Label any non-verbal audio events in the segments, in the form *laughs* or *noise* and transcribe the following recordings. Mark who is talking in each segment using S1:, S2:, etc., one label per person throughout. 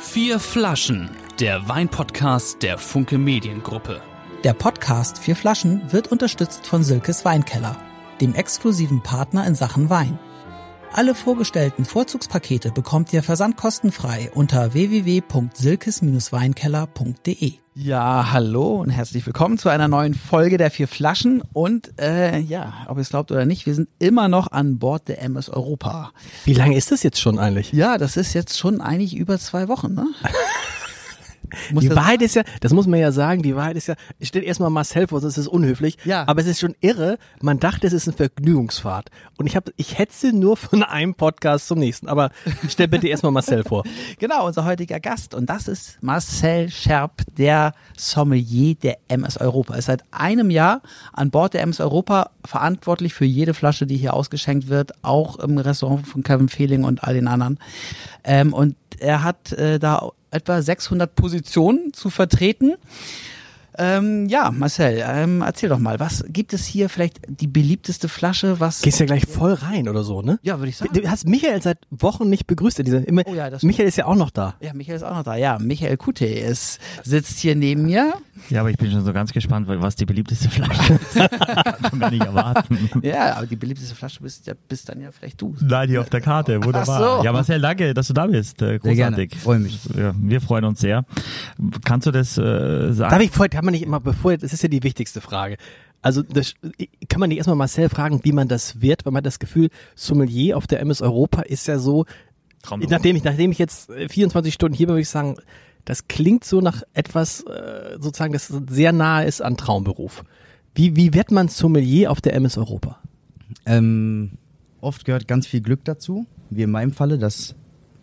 S1: Vier Flaschen, der Weinpodcast der Funke Mediengruppe.
S2: Der Podcast Vier Flaschen wird unterstützt von Silkes Weinkeller, dem exklusiven Partner in Sachen Wein. Alle vorgestellten Vorzugspakete bekommt ihr versandkostenfrei unter www.silkes-weinkeller.de.
S3: Ja, hallo und herzlich willkommen zu einer neuen Folge der Vier Flaschen. Und äh, ja, ob ihr es glaubt oder nicht, wir sind immer noch an Bord der MS Europa.
S4: Wie lange ist das jetzt schon eigentlich?
S3: Ja, das ist jetzt schon eigentlich über zwei Wochen, ne? Muss
S4: die
S3: das-
S4: Wahrheit ist ja, das muss man ja sagen, die Wahrheit ist ja, ich stelle erstmal Marcel vor, sonst ist es unhöflich.
S3: Ja.
S4: Aber es ist schon irre, man dachte, es ist eine Vergnügungsfahrt. Und ich, hab, ich hetze nur von einem Podcast zum nächsten. Aber stell bitte erstmal Marcel
S3: *laughs*
S4: vor.
S3: Genau, unser heutiger Gast. Und das ist Marcel Scherp, der Sommelier der MS Europa. Ist seit einem Jahr an Bord der MS Europa verantwortlich für jede Flasche, die hier ausgeschenkt wird, auch im Restaurant von Kevin Fehling und all den anderen. Ähm, und er hat äh, da etwa 600 Positionen zu vertreten. Ähm, ja, Marcel, ähm, erzähl doch mal, was gibt es hier vielleicht die beliebteste Flasche? Was?
S4: Gehst ja gleich voll rein oder so, ne?
S3: Ja, würde ich sagen.
S4: Du hast Michael seit Wochen nicht begrüßt. In dieser, immer,
S3: Oh ja, das-
S4: Michael ist ja auch noch da.
S3: Ja, Michael ist auch noch da. Ja, Michael Kute ist, sitzt hier neben mir.
S5: Ja, aber ich bin schon so ganz gespannt, weil- was die beliebteste Flasche ist. *laughs* Kann man nicht erwarten.
S3: Ja, aber die beliebteste Flasche bist, ja, bist dann ja vielleicht du.
S5: Nein, die auf der Karte, wunderbar.
S3: Ach so.
S5: Ja, Marcel, danke, dass du da bist. Äh, Großartig. Freue mich. Ja, wir freuen uns sehr. Kannst du das äh,
S4: Darf
S5: sagen?
S4: ich vorher, kann man nicht immer, bevor, das ist ja die wichtigste Frage. Also, das, kann man nicht erstmal Marcel fragen, wie man das wird, weil man hat das Gefühl, Sommelier auf der MS Europa ist ja so,
S5: Traumberuf.
S4: Nachdem ich, nachdem ich jetzt äh, 24 Stunden hier bin, würde ich sagen, das klingt so nach etwas, äh, sozusagen, das sehr nahe ist an Traumberuf. Wie, wie wird man Sommelier auf der MS Europa?
S6: Ähm, oft gehört ganz viel Glück dazu, wie in meinem Falle, dass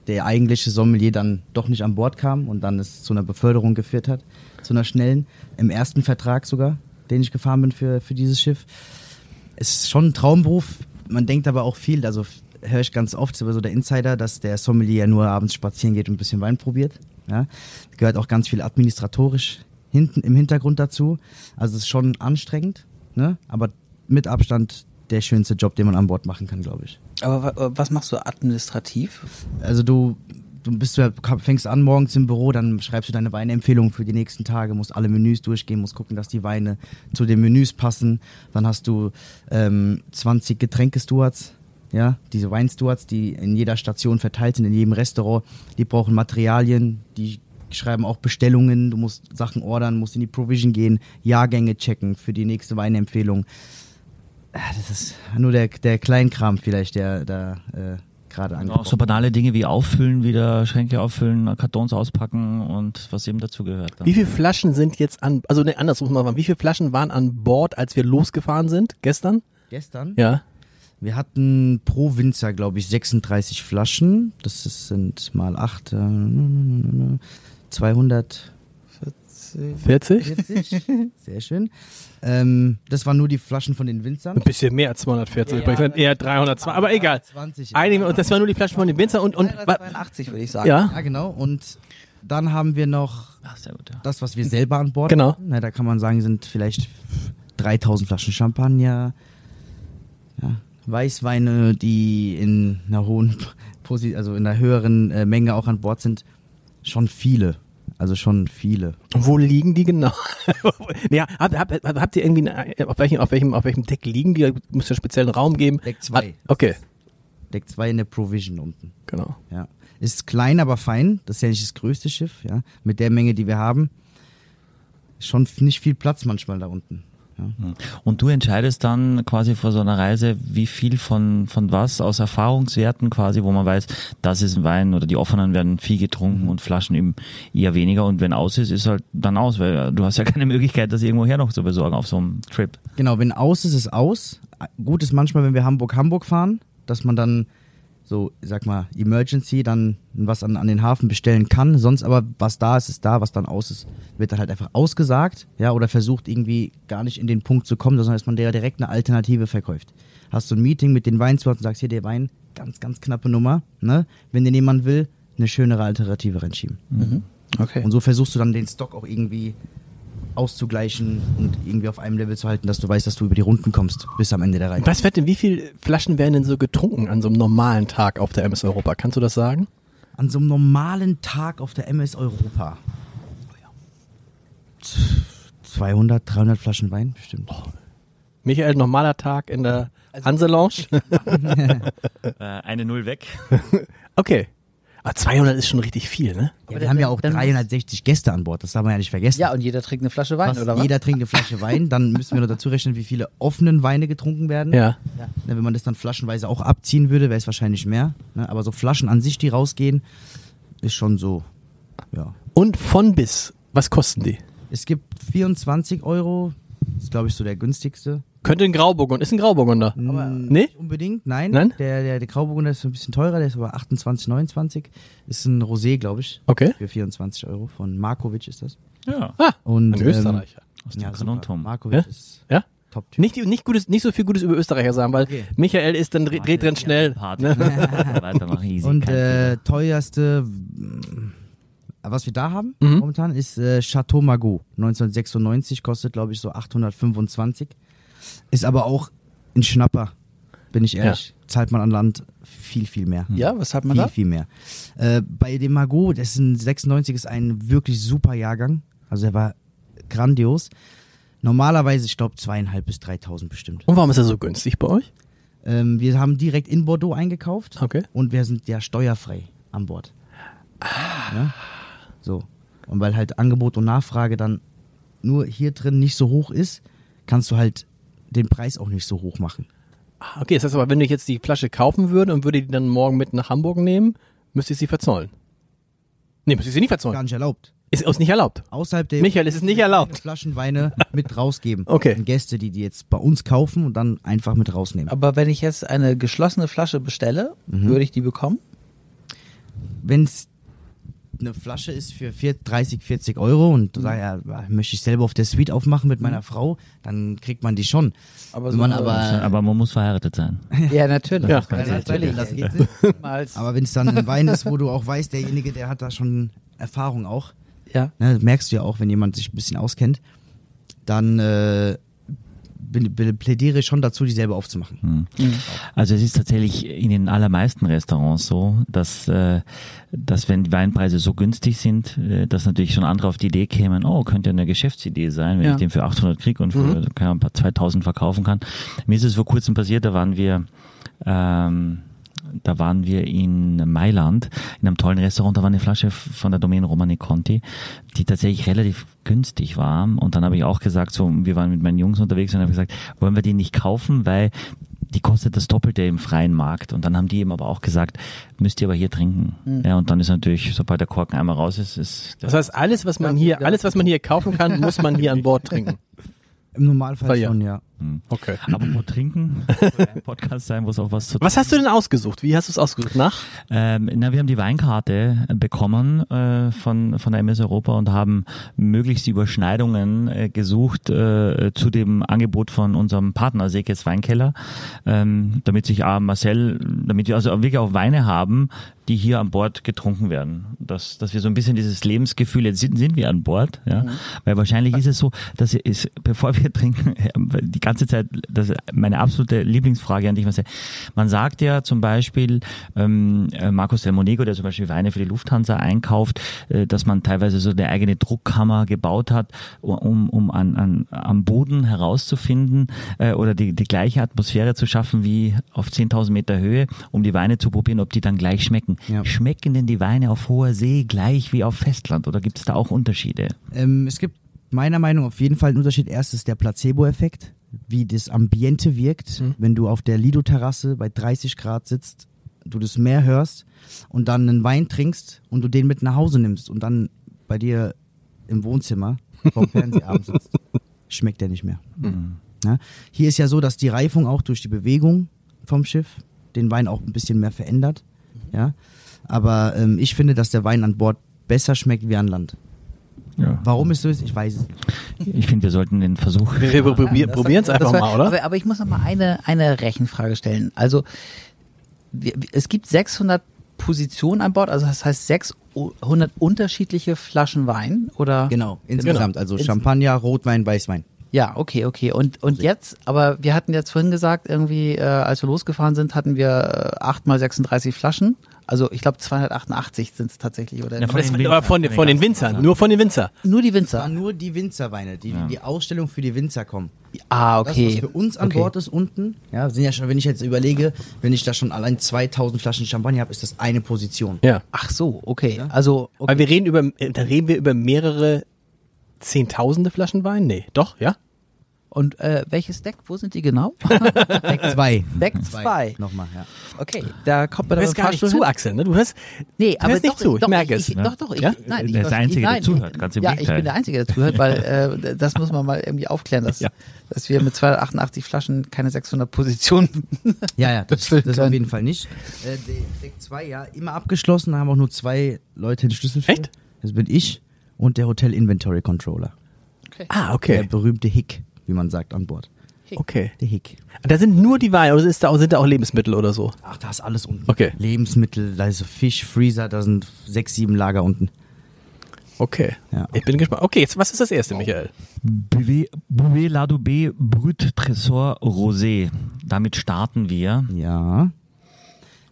S6: der eigentliche Sommelier dann doch nicht an Bord kam und dann es zu einer Beförderung geführt hat, zu einer schnellen, im ersten Vertrag sogar, den ich gefahren bin für, für dieses Schiff. Es ist schon ein Traumberuf, man denkt aber auch viel, also f- höre ich ganz oft über so der Insider, dass der Sommelier ja nur abends spazieren geht und ein bisschen Wein probiert. Ja. Gehört auch ganz viel administratorisch hinten im Hintergrund dazu. Also es ist schon anstrengend, ne? aber mit Abstand der schönste Job, den man an Bord machen kann, glaube ich.
S3: Aber wa- äh, was machst du administrativ?
S6: Also du, du bist ja, fängst an morgens im Büro, dann schreibst du deine Weinempfehlungen für die nächsten Tage, musst alle Menüs durchgehen, musst gucken, dass die Weine zu den Menüs passen. Dann hast du ähm, 20 Getränkestuards. Ja, diese Weinstewards, die in jeder Station verteilt sind, in jedem Restaurant, die brauchen Materialien, die schreiben auch Bestellungen, du musst Sachen ordern, musst in die Provision gehen, Jahrgänge checken für die nächste Weinempfehlung. Ah, Das ist nur der, der Kleinkram vielleicht, der da äh, gerade angekommen
S5: Auch so banale Dinge wie auffüllen, wieder Schränke auffüllen, Kartons auspacken und was eben dazu gehört.
S4: Wie viele Flaschen sind jetzt an, also ne, anders muss man sagen, wie viele Flaschen waren an Bord, als wir losgefahren sind, gestern?
S6: Gestern?
S4: Ja.
S6: Wir hatten pro Winzer, glaube ich, 36 Flaschen. Das ist- sind mal äh, 8, 200.
S4: 40?
S6: Sehr schön. Ähm, das waren nur die Flaschen von den Winzern.
S4: Ein bisschen mehr als 240, aber ich fand eher 302, aber egal.
S6: 20.
S4: Einige, und das waren nur die Flaschen von den Winzer und, und,
S3: 382 würde ich sagen.
S4: ja,
S6: Ja, genau. Und dann haben wir noch
S5: Ach, sehr gut, ja.
S6: das, was wir selber an Bord
S4: Genau.
S6: hatten. Na, da kann man sagen, sind vielleicht 3000 Flaschen Champagner, ja, Weißweine, die in einer hohen, *laughs* Posi- also in einer höheren äh, Menge auch an Bord sind. Schon viele. Also schon viele.
S4: Wo liegen die genau? *laughs* ja, hab, hab, hab, habt ihr irgendwie, eine, auf, welchem, auf, welchem, auf welchem Deck liegen die? Muss ja einen speziellen Raum geben.
S6: Deck zwei.
S4: Ah, okay,
S6: Deck 2 in der Provision unten.
S4: genau.
S6: Ja. Ist klein, aber fein. Das ist ja nicht das größte Schiff, ja. Mit der Menge, die wir haben. Schon f- nicht viel Platz manchmal da unten. Ja.
S5: Hm. Und du entscheidest dann quasi vor so einer Reise, wie viel von, von was aus Erfahrungswerten quasi, wo man weiß, das ist ein Wein oder die offenen werden viel
S6: Mhm.
S5: getrunken und Flaschen eben eher weniger und wenn aus ist, ist halt dann aus, weil du hast ja keine Möglichkeit, das irgendwoher noch zu besorgen auf so einem Trip.
S6: Genau, wenn aus ist, ist aus. Gut ist manchmal, wenn wir Hamburg-Hamburg fahren, dass man dann so, ich sag mal, Emergency dann was an, an den Hafen bestellen kann. Sonst aber, was da ist, ist da, was dann aus ist, wird dann halt einfach ausgesagt, ja, oder versucht irgendwie gar nicht in den Punkt zu kommen, sondern dass man der direkt eine Alternative verkauft. Hast du ein Meeting mit den Weinsorten und sagst, hier, der Wein, ganz, ganz knappe Nummer, ne? Wenn den jemand will, eine schönere Alternative reinschieben.
S3: Okay.
S6: Und so versuchst du dann den Stock auch irgendwie auszugleichen und irgendwie auf einem Level zu halten, dass du weißt, dass du über die Runden kommst bis am Ende der Reihe.
S4: Was wird denn, wie viele Flaschen werden denn so getrunken an so einem normalen Tag auf der MS Europa? Kannst du das sagen?
S6: an so einem normalen Tag auf der MS Europa? 200, 300 Flaschen Wein bestimmt.
S3: Oh,
S4: Michael, normaler Tag in der
S6: Also-
S4: Hanselounge.
S5: Äh, eine Null weg.
S4: *laughs* Okay. Aber 200 ist schon richtig viel, ne?
S6: Ja, wir haben ja auch
S3: dann-
S6: 360 Gäste an Bord, das darf man ja nicht vergessen.
S3: Ja, und jeder trinkt eine Flasche Wein,
S6: Fast
S3: oder was?
S6: jeder trinkt eine Flasche Wein, dann müssen wir noch dazu rechnen, wie viele offenen Weine getrunken werden.
S4: Ja.
S6: Ne, wenn man das dann flaschenweise auch abziehen würde, wäre es wahrscheinlich mehr. Ne? Aber so Flaschen an sich, die rausgehen, ist schon so. Ja.
S4: Und von bis, was kosten die?
S6: Es gibt 24 Euro, ist glaube ich so der günstigste. Hm,
S4: Könnte ein Grauburgunder, ist ein Grauburgunder. nee?
S6: Nicht unbedingt, nein.
S4: Nein?
S6: Der, der, der Grauburgunder ist ein bisschen teurer, der ist aber 28, 29. Ist ein Rosé, glaube ich.
S4: Okay.
S6: Für 24 Euro. Von Markovic ist das.
S5: Ja.
S4: Ah,
S6: Und,
S4: ein Österreicher.
S5: Aus
S6: Ähm,
S5: dem
S6: ja, super.
S5: Kanonturm.
S6: Markovic
S4: Ja?
S6: ist
S4: Ja?
S6: Top-Typ.
S4: Nicht, nicht, gutes, nicht so viel Gutes über Österreicher sagen, weil
S6: Okay.
S4: Michael ist dann, dreht drin schnell.
S5: *laughs*
S6: *laughs*
S4: ne?
S5: Party. Weitermachen, easy.
S6: Und
S5: kein
S6: äh,
S5: Fehler.
S6: teuerste, mm, was wir da haben
S4: Mhm.
S6: momentan, ist äh, Chateau Margaux. 1996 kostet, glaube ich, so 825. Ist aber auch ein Schnapper, bin ich ehrlich. Zahlt man an Land viel, viel mehr.
S3: Ja, was hat man
S6: viel,
S3: da?
S6: viel mehr. Äh, bei dem Margot, das ist ein 96, ist ein wirklich super Jahrgang. Also er war grandios. Normalerweise, ich glaube, zweieinhalb bis 3.000 bestimmt.
S4: Und warum ist er so günstig bei euch?
S6: Ähm, wir haben direkt in Bordeaux eingekauft
S4: Okay.
S6: und wir sind ja steuerfrei an Bord. Ja? So. Und weil halt Angebot und Nachfrage dann nur hier drin nicht so hoch ist, kannst du halt den Preis auch nicht so hoch machen.
S4: Ah, Okay, das heißt aber, wenn ich jetzt die Flasche kaufen würde und würde die dann morgen mit nach Hamburg nehmen, müsste ich sie verzollen. Nee, müsste ich sie nicht
S6: Gar
S4: verzollen.
S6: nicht erlaubt.
S4: Ist uns nicht erlaubt.
S6: Außerhalb der
S4: Michael, es ist nicht erlaubt.
S6: Flaschen Weine mit rausgeben.
S4: Okay.
S6: An Gäste, die die jetzt bei uns kaufen und dann einfach mit rausnehmen.
S3: Aber wenn ich jetzt eine geschlossene Flasche bestelle,
S4: Mhm.
S3: würde ich die bekommen?
S6: Wenn es eine Flasche ist für vier- 30, 40 Euro
S4: Mhm.
S6: und sag, ja, möchte ich selber auf der Suite aufmachen mit meiner Frau, dann kriegt man die schon.
S3: Aber
S6: Wenn man aber
S5: aber man muss verheiratet sein.
S3: *laughs* ja, natürlich.
S4: Ja,
S3: Ja, natürlich.
S6: das geht
S3: Niemals.
S6: *laughs* Aber wenn es dann ein Wein ist, wo du auch weißt, derjenige, der hat da schon Erfahrung auch,
S3: ja.
S6: ne, das merkst du ja auch, wenn jemand sich ein bisschen auskennt, dann äh, bin, bin, plädiere ich schon dazu, die selber aufzumachen.
S3: Mhm.
S5: Also es ist tatsächlich in den allermeisten Restaurants so, dass, äh, dass wenn die Weinpreise so günstig sind, äh, dass natürlich schon andere auf die Idee kämen, oh, könnte eine Geschäftsidee sein, wenn
S3: Ja.
S5: ich den für 800 krieg und für keine Ahnung, ein paar 2000 verkaufen kann. Mir ist es vor kurzem passiert, da waren wir ähm, da waren wir in Mailand, in einem tollen Restaurant, da war eine Flasche von der Domaine Romani Conti, die tatsächlich relativ günstig war. Und dann habe ich auch gesagt, so, wir waren mit meinen Jungs unterwegs und habe gesagt, wollen wir die nicht kaufen, weil die kostet das Doppelte im freien Markt. Und dann haben die eben aber auch gesagt, müsst ihr aber hier trinken. Ja, und dann ist natürlich, sobald der Korken einmal raus ist, ist der
S4: Das heißt, alles, was man hier, alles, was man hier kaufen kann, muss man hier an
S3: *laughs*
S4: Bord trinken.
S6: Im Normalfall
S4: Ah, Ja.
S6: schon, ja.
S4: Okay.
S5: aber wo trinken? Soll ein Podcast sein, wo es auch was zu
S4: Was hast du denn ausgesucht? Wie hast du es ausgesucht? Nach?
S5: Ähm, na, wir haben die Weinkarte bekommen äh, von, von der MS Europa und haben möglichst Überschneidungen äh, gesucht äh, zu dem Angebot von unserem Partner Sekes Weinkeller, ähm, damit sich ah, Marcel, damit wir also wirklich auch Weine haben, die hier an Bord getrunken werden. Dass, dass wir so ein bisschen dieses Lebensgefühl, jetzt sind, sind wir an Bord, ja. Weil wahrscheinlich ist es so, dass es, bevor wir *laughs* trinken, äh, die ganze Zeit, das ist Also, meine absolute Lieblingsfrage an dich, Marcel. Man sagt ja zum Beispiel, ähm, äh, Markus Del Monego, der zum Beispiel Weine für die Lufthansa einkauft, äh, dass man teilweise so eine eigene Druckkammer gebaut hat, um, um an, an, am Boden herauszufinden äh, oder die, die gleiche Atmosphäre zu schaffen wie auf 10.000 Meter Höhe, um die Weine zu probieren, ob die dann gleich schmecken.
S6: Ja.
S5: Schmecken denn die Weine auf hoher See gleich wie auf Festland oder gibt es da auch Unterschiede?
S6: Ähm, es gibt meiner Meinung auf jeden Fall einen Unterschied. Erstens der Placebo-Effekt, wie das Ambiente wirkt, wenn du auf der Lido-Terrasse bei 30 Grad sitzt, du das Meer hörst und dann einen Wein trinkst und du den mit nach Hause nimmst und dann bei dir im Wohnzimmer vom Fernseher abends sitzt, schmeckt der nicht mehr. Ja? Hier ist ja so, dass die Reifung auch durch die Bewegung vom Schiff den Wein auch ein bisschen mehr verändert. Ja? Aber ähm, ich finde, dass der Wein an Bord besser schmeckt wie an Land.
S5: Ja.
S6: Warum es so ist, ich weiß es.
S5: Ich finde, wir sollten den Versuch.
S4: Wir, wir probier,
S3: Das
S4: probieren es
S3: war-
S4: einfach
S3: das war-
S4: mal, oder?
S3: Aber, aber ich muss noch mal eine, eine Rechenfrage stellen. Also, wir, es gibt 600 Positionen an Bord, also das heißt 600 unterschiedliche Flaschen Wein, oder?
S6: Genau, insgesamt. Also Champagner, Rotwein, Weißwein.
S3: Ja, okay, okay. Und, und jetzt, aber wir hatten jetzt vorhin gesagt, irgendwie, äh, als wir losgefahren sind, hatten wir äh, 8 mal 36 Flaschen. Also ich glaube 288 sind es tatsächlich, oder?
S5: Ja,
S4: Aber
S5: von
S4: das-
S5: den
S4: aber von,
S5: Winzern,
S4: von den Winzern, nur von den Winzer.
S3: Nur die
S6: war
S3: Winzer.
S6: nur die Winzerweine, die
S5: Ja.
S6: die Ausstellung für die Winzer kommen.
S3: Ah,
S6: Das,
S3: okay.
S6: was für uns an
S3: okay.
S6: Bord ist unten, ja, sind ja schon, wenn ich jetzt überlege, wenn ich da schon allein 2000 Flaschen Champagner habe, ist das eine Position.
S4: Ja.
S3: Ach so, okay. Also, okay.
S4: Weil wir reden über, äh, da reden wir über mehrere Zehntausende Flaschen Wein? Nee, doch, ja?
S3: Und äh, welches Deck? Wo sind die genau?
S6: Deck 2.
S3: Deck 2.
S6: Nochmal, ja.
S3: Okay, da kommt man
S4: Du hörst
S3: aber
S4: gar
S3: fast
S4: nicht zu, Axel, ne? Du hörst,
S3: Nee, aber
S4: hörst nicht
S3: doch,
S4: zu, ich
S3: doch,
S4: merke es.
S3: ich,
S5: ne?
S3: Doch, doch, ich,
S4: Ja?
S3: nein, ich,
S5: Der ist der
S3: ich-
S5: Einzige, der
S3: nein,
S5: zuhört, ganz im
S3: Ja, ich
S5: Gegenteil.
S3: bin der Einzige, der zuhört, weil äh, das muss man mal irgendwie aufklären, dass,
S4: Ja.
S3: dass wir mit 288 Flaschen keine 600 Positionen
S6: Ja, ja, das,
S3: will
S6: das, auf jeden Fall nicht. Äh, De- Deck 2, ja, immer abgeschlossen, da haben auch nur zwei Leute den Schlüssel für.
S4: Echt?
S6: Das bin ich und der Hotel Inventory Controller.
S3: *laughs*
S4: ah,
S6: Der
S4: okay,
S6: berühmte Hick, wie man sagt an Bord.
S4: okay.
S6: Der Hick.
S4: Da sind nur die Weine, oder ist da auch, sind da auch Lebensmittel oder so?
S6: Ach, da ist alles unten.
S4: Okay.
S6: Lebensmittel, da ist so Fisch, Freezer, da sind sechs, sieben Lager unten.
S4: Okay,
S6: Ja.
S4: ich bin gespannt. Okay, jetzt, was ist das erste, Michael?
S5: Bouvet, Bouvet Ladoubé Brut Tresor Rosé. Damit starten wir.
S6: Ja.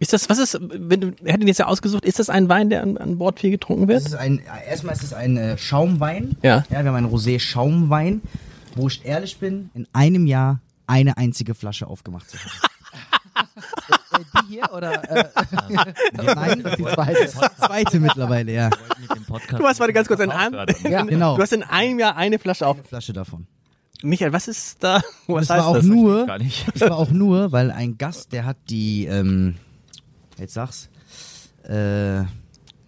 S4: Ist das, was ist, wenn du, hätte ihn jetzt ja ausgesucht, ist das ein Wein, der an, an Bord viel getrunken
S6: Das
S4: wird?
S6: ist ein, erstmal ist es ein äh, Schaumwein.
S4: Ja.
S6: ja. Wir haben einen Rosé-Schaumwein, wo ich ehrlich bin, in einem Jahr eine einzige Flasche aufgemacht zu
S4: *laughs*
S6: haben.
S3: die hier oder äh,
S6: Nein, das ist die zweite. zweite mittlerweile, ja.
S4: Du hast warte ganz kurz in einem,
S6: Ja, genau.
S4: du hast in einem Jahr eine Flasche auf.
S6: Flasche davon.
S4: Michael, was ist da? Was
S6: das war auch
S4: das?
S6: nur,
S5: gar nicht.
S6: das war auch nur, weil ein Gast, der hat die, ähm, jetzt sag's, äh,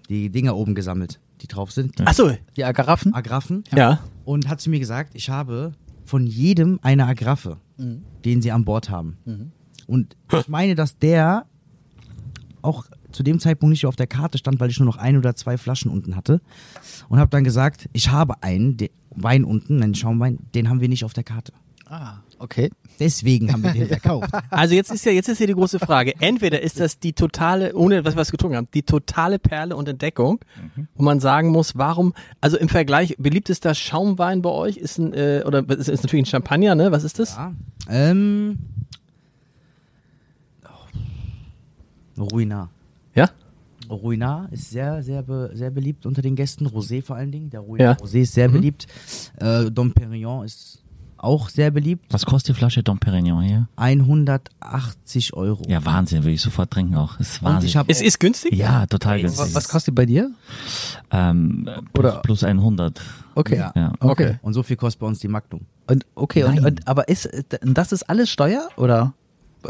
S6: die Dinger oben gesammelt, die drauf sind, die
S4: Ach so,
S3: die Agaraffen?
S6: Agraffen.
S4: ja.
S6: und hat zu mir gesagt, ich habe von jedem eine Agraffe, den sie an Bord haben. Und ich meine, dass der auch zu dem Zeitpunkt nicht auf der Karte stand, weil ich nur noch ein oder zwei Flaschen unten hatte. Und habe dann gesagt, ich habe einen den Wein unten, einen Schaumwein, den haben wir nicht auf der Karte.
S3: Ah, okay.
S6: Deswegen haben wir den verkauft.
S4: Also jetzt ist ja jetzt ist hier die große Frage. Entweder ist das die totale, ohne was wir was getrunken haben, die totale Perle und Entdeckung,
S5: Mhm.
S4: wo man sagen muss, warum, also im Vergleich, beliebtester Schaumwein bei euch ist ein, äh, oder ist, ist natürlich ein Champagner, ne? Was ist das?
S6: ja. ähm, oh, Ruinar.
S4: Ja?
S6: Ruinar ist sehr, sehr, be sehr beliebt unter den Gästen. Rosé vor allen Dingen. Der Ruinar
S4: Ja.
S6: Rosé ist
S3: Mhm.
S6: sehr beliebt. Äh, Dom Perignon ist auch sehr beliebt.
S5: Was kostet die Flasche Dom Perignon hier?
S6: 180 Euro.
S5: Ja, Wahnsinn, würde ich sofort trinken auch. Das ist
S6: Und ich
S5: Wahnsinn.
S6: habe
S4: Es ist günstig?
S5: ja, total günstig.
S3: Was, was kostet die bei dir?
S5: ähm, plus,
S3: Oder-
S5: plus 100.
S3: Okay.
S6: Ja.
S5: Ja.
S4: Okay.
S6: Und so viel kostet bei uns die Magnum.
S3: Und okay, und, und aber ist äh, das ist alles Steuer oder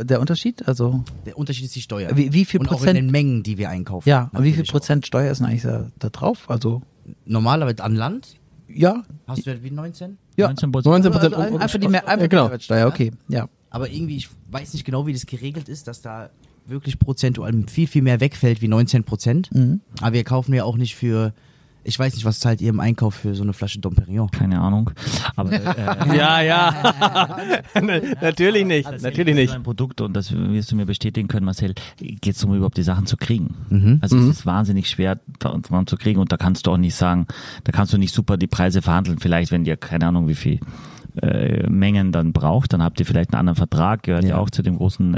S3: der Unterschied? Also
S6: Der Unterschied ist die Steuer.
S3: Wie- wie viel
S6: Und auch in
S3: Prozent-
S6: den Mengen, die wir einkaufen.
S3: ja, und wie viel
S6: Natürlich auch.
S3: Prozent Steuer ist denn eigentlich da, da drauf? Also
S6: Normalerweise an Land
S3: ja,
S6: hast du ja wie 19?
S3: ja.
S5: 19
S4: 19
S3: Also, ein- einfach die, Mehr, einfach
S4: Ja,
S3: die
S4: genau.
S3: Mehrwertsteuer, okay, ja.
S6: Aber irgendwie, ich weiß nicht genau, wie das geregelt ist, dass da wirklich prozentual viel, viel mehr wegfällt wie 19 Prozent. Aber wir kaufen ja auch nicht für, ich weiß nicht, was zahlt ihr im Einkauf für so eine Flasche Dom Perignon?
S5: Keine Ahnung.
S3: *laughs*
S5: Aber äh,
S4: Ja, ja. natürlich nicht,
S5: das
S4: natürlich
S5: ist
S4: nicht.
S5: ein Produkt und das wirst du mir bestätigen können, Marcel, geht es um überhaupt die Sachen zu kriegen. Also es ist wahnsinnig schwer da- dran zu kriegen und da kannst du auch nicht sagen, da kannst du nicht super die Preise verhandeln. Vielleicht, wenn ihr keine Ahnung wie viel äh, Mengen dann braucht, dann habt ihr vielleicht einen anderen Vertrag, gehört ja,
S6: Ja.
S5: auch zu dem großen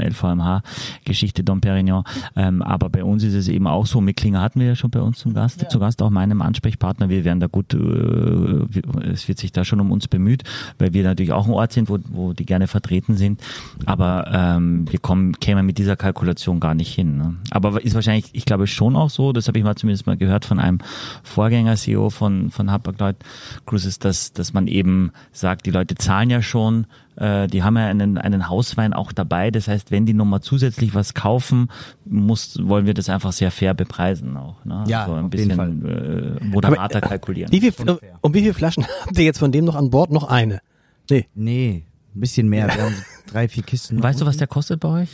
S5: LVMH-Geschichte Dom Perignon. Ähm, aber bei uns ist es eben auch so, Mittlinger hatten wir ja schon bei uns zum Gast, zu Gast auch meinem Ansprechpartner, wir werden da gut, äh, wir- es wird sich da schon um uns bemüht, weil wir natürlich auch ein Ort sind, wo, wo die gerne vertreten sind, aber ähm, wir kommen, kämen mit dieser Kalkulation gar nicht hin. Ne? Aber ist wahrscheinlich, ich glaube schon auch so, das habe ich mal zumindest mal gehört von einem Vorgänger-CEO von, von Hapag-Lloyd Cruises, dass, dass man eben sagt, die Leute zahlen ja schon, äh, die haben ja einen, einen Hauswein auch dabei. Das heißt, wenn die nochmal zusätzlich was kaufen, muss, wollen wir das einfach sehr fair bepreisen auch. Ne?
S6: Ja,
S5: also ein
S6: auf jeden
S5: bisschen Äh, moderater kalkulieren.
S4: Wie viel, um wie viele Flaschen *laughs* habt ihr jetzt von dem noch an Bord? Noch eine? Nee.
S6: Nee, ein bisschen mehr. Wir haben so *laughs* drei, vier Kisten.
S5: Weißt du, was der kostet bei euch?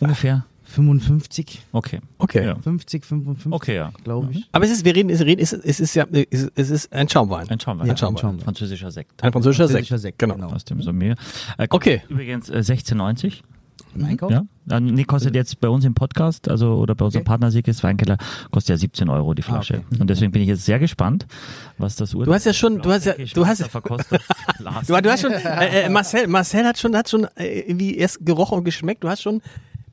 S5: Ungefähr?
S6: 55,
S5: Okay.
S4: Okay.
S5: Ja.
S6: 50, 55,
S5: Okay, ja.
S6: glaube ich.
S4: Aber es ist, wir reden, es reden- es ist, es ist ja, es ist- es ist ein Schaumwein.
S5: Ein Schaumwein.
S6: Ja,
S5: ein Schaumwein.
S6: ein Schaumwein.
S5: Französischer Sekt.
S6: Also Genau.
S4: Ein französischer Sekt.
S6: Französischer Sekt,
S4: Genau.
S6: genau.
S5: Aus dem Sommelier. Äh,
S4: Okay.
S5: Übrigens äh, 16,90.
S6: im Einkauf.
S5: Ja. Ah, Nee, kostet jetzt bei uns im Podcast, also oder bei unserem
S6: Okay.
S5: Partner Siegfried Weinkeller, kostet ja 17 Euro die Flasche. Und deswegen bin ich jetzt sehr gespannt, was das Urteil
S4: Ah, Du hast ja schon- du hast ja- du hast ja-
S5: verkostet.
S4: *laughs*
S5: Lars.
S4: Du, du
S6: *laughs*
S4: hast schon, äh, äh, Marcel, Marcel hat schon, hat schon äh, irgendwie erst gerochen und geschmeckt. Du hast schon,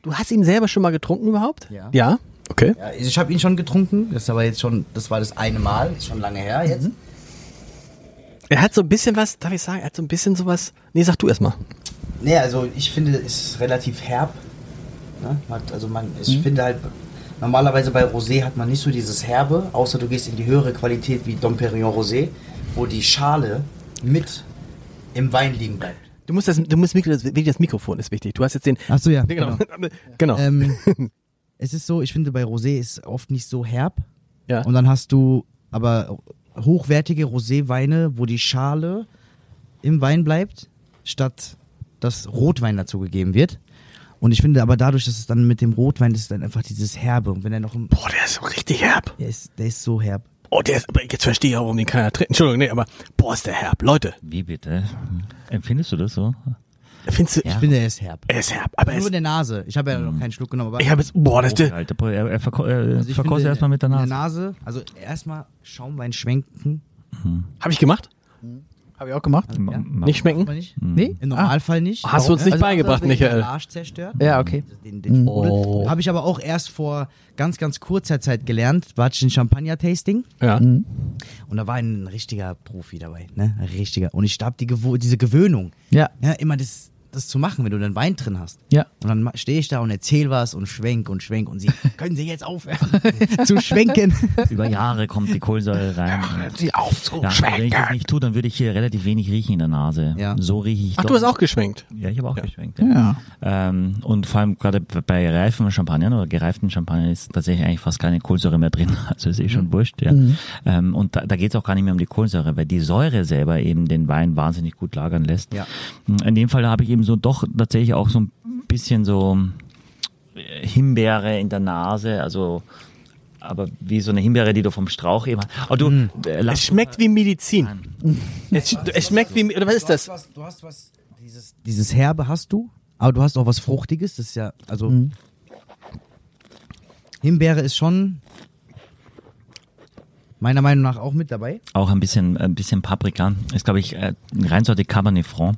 S4: du hast ihn selber schon mal getrunken überhaupt?
S6: Ja.
S4: Ja. Okay.
S6: Ja, ich habe ihn schon getrunken, das ist aber jetzt schon, das war das eine Mal, ist schon lange her jetzt.
S4: Er hat so ein bisschen was, darf ich sagen, er hat so ein bisschen sowas. Nee, sag du erst mal.
S6: Nee, also ich finde, es ist relativ herb. Ne? Hat, also man, ich finde halt, normalerweise bei Rosé hat man nicht so dieses Herbe, außer du gehst in die höhere Qualität wie Dom Perignon Rosé, wo die Schale mit im Wein liegen bleibt.
S4: Du musst das, du musst Mikro, das, wirklich das Mikrofon ist wichtig. Du hast jetzt den.
S6: Ach so, ja,
S4: Nee, Genau. *laughs* genau.
S6: Ähm, es ist so, ich finde bei Rosé ist oft nicht so herb.
S4: Ja.
S6: Und dann hast du aber hochwertige Roséweine, wo die Schale im Wein bleibt, statt dass Rotwein dazu gegeben wird. Und ich finde aber dadurch, dass es dann mit dem Rotwein ist, dann einfach dieses Herbe. Und wenn er noch im.
S4: Boah, der ist so richtig herb.
S6: Der ist, der ist so herb.
S4: Oh, der ist, aber jetzt verstehe ich auch, warum den keiner trinkt. Entschuldigung, nee, aber boah, ist der herb. Leute,
S5: Wie bitte? Empfindest du das so?
S4: findest du,
S5: Ja.
S6: Ich finde, er ist herb.
S4: er ist herb, aber er
S6: Nur in
S4: ist, Mm.
S6: der Nase. Ich habe ja noch keinen Schluck genommen. Aber
S4: ich habe jetzt, boah, das, der,
S5: Alter, boah, er, er verko er
S6: Also ich
S5: verkostet
S6: finde,
S5: erstmal mit der
S6: In
S5: Nase.
S6: der Nase. Also erstmal Schaumwein
S4: Hm?
S6: schwenken.
S4: habe ich gemacht?
S3: Habe ich auch gemacht.
S5: M- m-
S4: Nicht
S6: Kann man
S4: schmecken?
S6: nicht? Nee? Im Normalfall nicht.
S4: Ah. Hast du uns nicht
S6: Also,
S4: beigebracht,
S6: wenn ich den
S4: Michael.
S6: Arsch zerstört.
S3: Ja, okay.
S6: den, den Sprudel. Habe ich aber auch erst vor ganz, ganz kurzer Zeit gelernt. War ich in Champagner-Tasting
S4: Ja.
S6: Mhm. und da war ein richtiger Profi dabei. Ne? Ein richtiger. Und ich hab die Gewo diese Gewöhnung.
S3: Ja.
S6: Ja, immer das, das zu machen, wenn du dann Wein drin hast.
S3: Ja.
S6: Und dann stehe ich da und erzähl was und schwenk und schwenk und sie, *laughs* können sie jetzt aufhören *laughs* zu schwenken?
S5: *laughs* Über Jahre kommt die Kohlensäure rein.
S4: Die
S5: Ja, also wenn ich
S4: aufzuschmecken.
S5: das nicht tue, dann würde ich hier relativ wenig riechen in der Nase.
S6: Ja.
S5: So rieche ich
S4: Ach, du
S5: doch-
S4: hast auch geschwenkt.
S5: Ja, ich habe auch geschwenkt. Ja. Ähm, und vor allem gerade bei reifen Champagnern oder gereiften Champagnern ist tatsächlich eigentlich fast keine Kohlensäure mehr drin. *laughs* Also ist eh schon wurscht. Ja. Ähm, und da, da geht's auch gar nicht mehr um die Kohlensäure, weil die Säure selber eben den Wein wahnsinnig gut lagern lässt.
S6: Ja.
S5: In dem Fall habe ich eben so doch tatsächlich auch so ein bisschen so äh, Himbeere in der Nase, also aber wie so eine Himbeere, die du vom Strauch eben hast. Oh, du, äh, lass-
S4: Es schmeckt wie Medizin. Es, sch- es schmeckt wie, oder was ist das?
S6: was, du hast was, dieses, dieses Herbe hast du, aber du hast auch was Fruchtiges, das ist ja, also
S5: Mhm.
S6: Himbeere ist schon meiner Meinung nach auch mit dabei.
S5: auch ein bisschen, ein bisschen Paprika. Ist, glaube ich, äh, Reinsorte Cabernet Franc.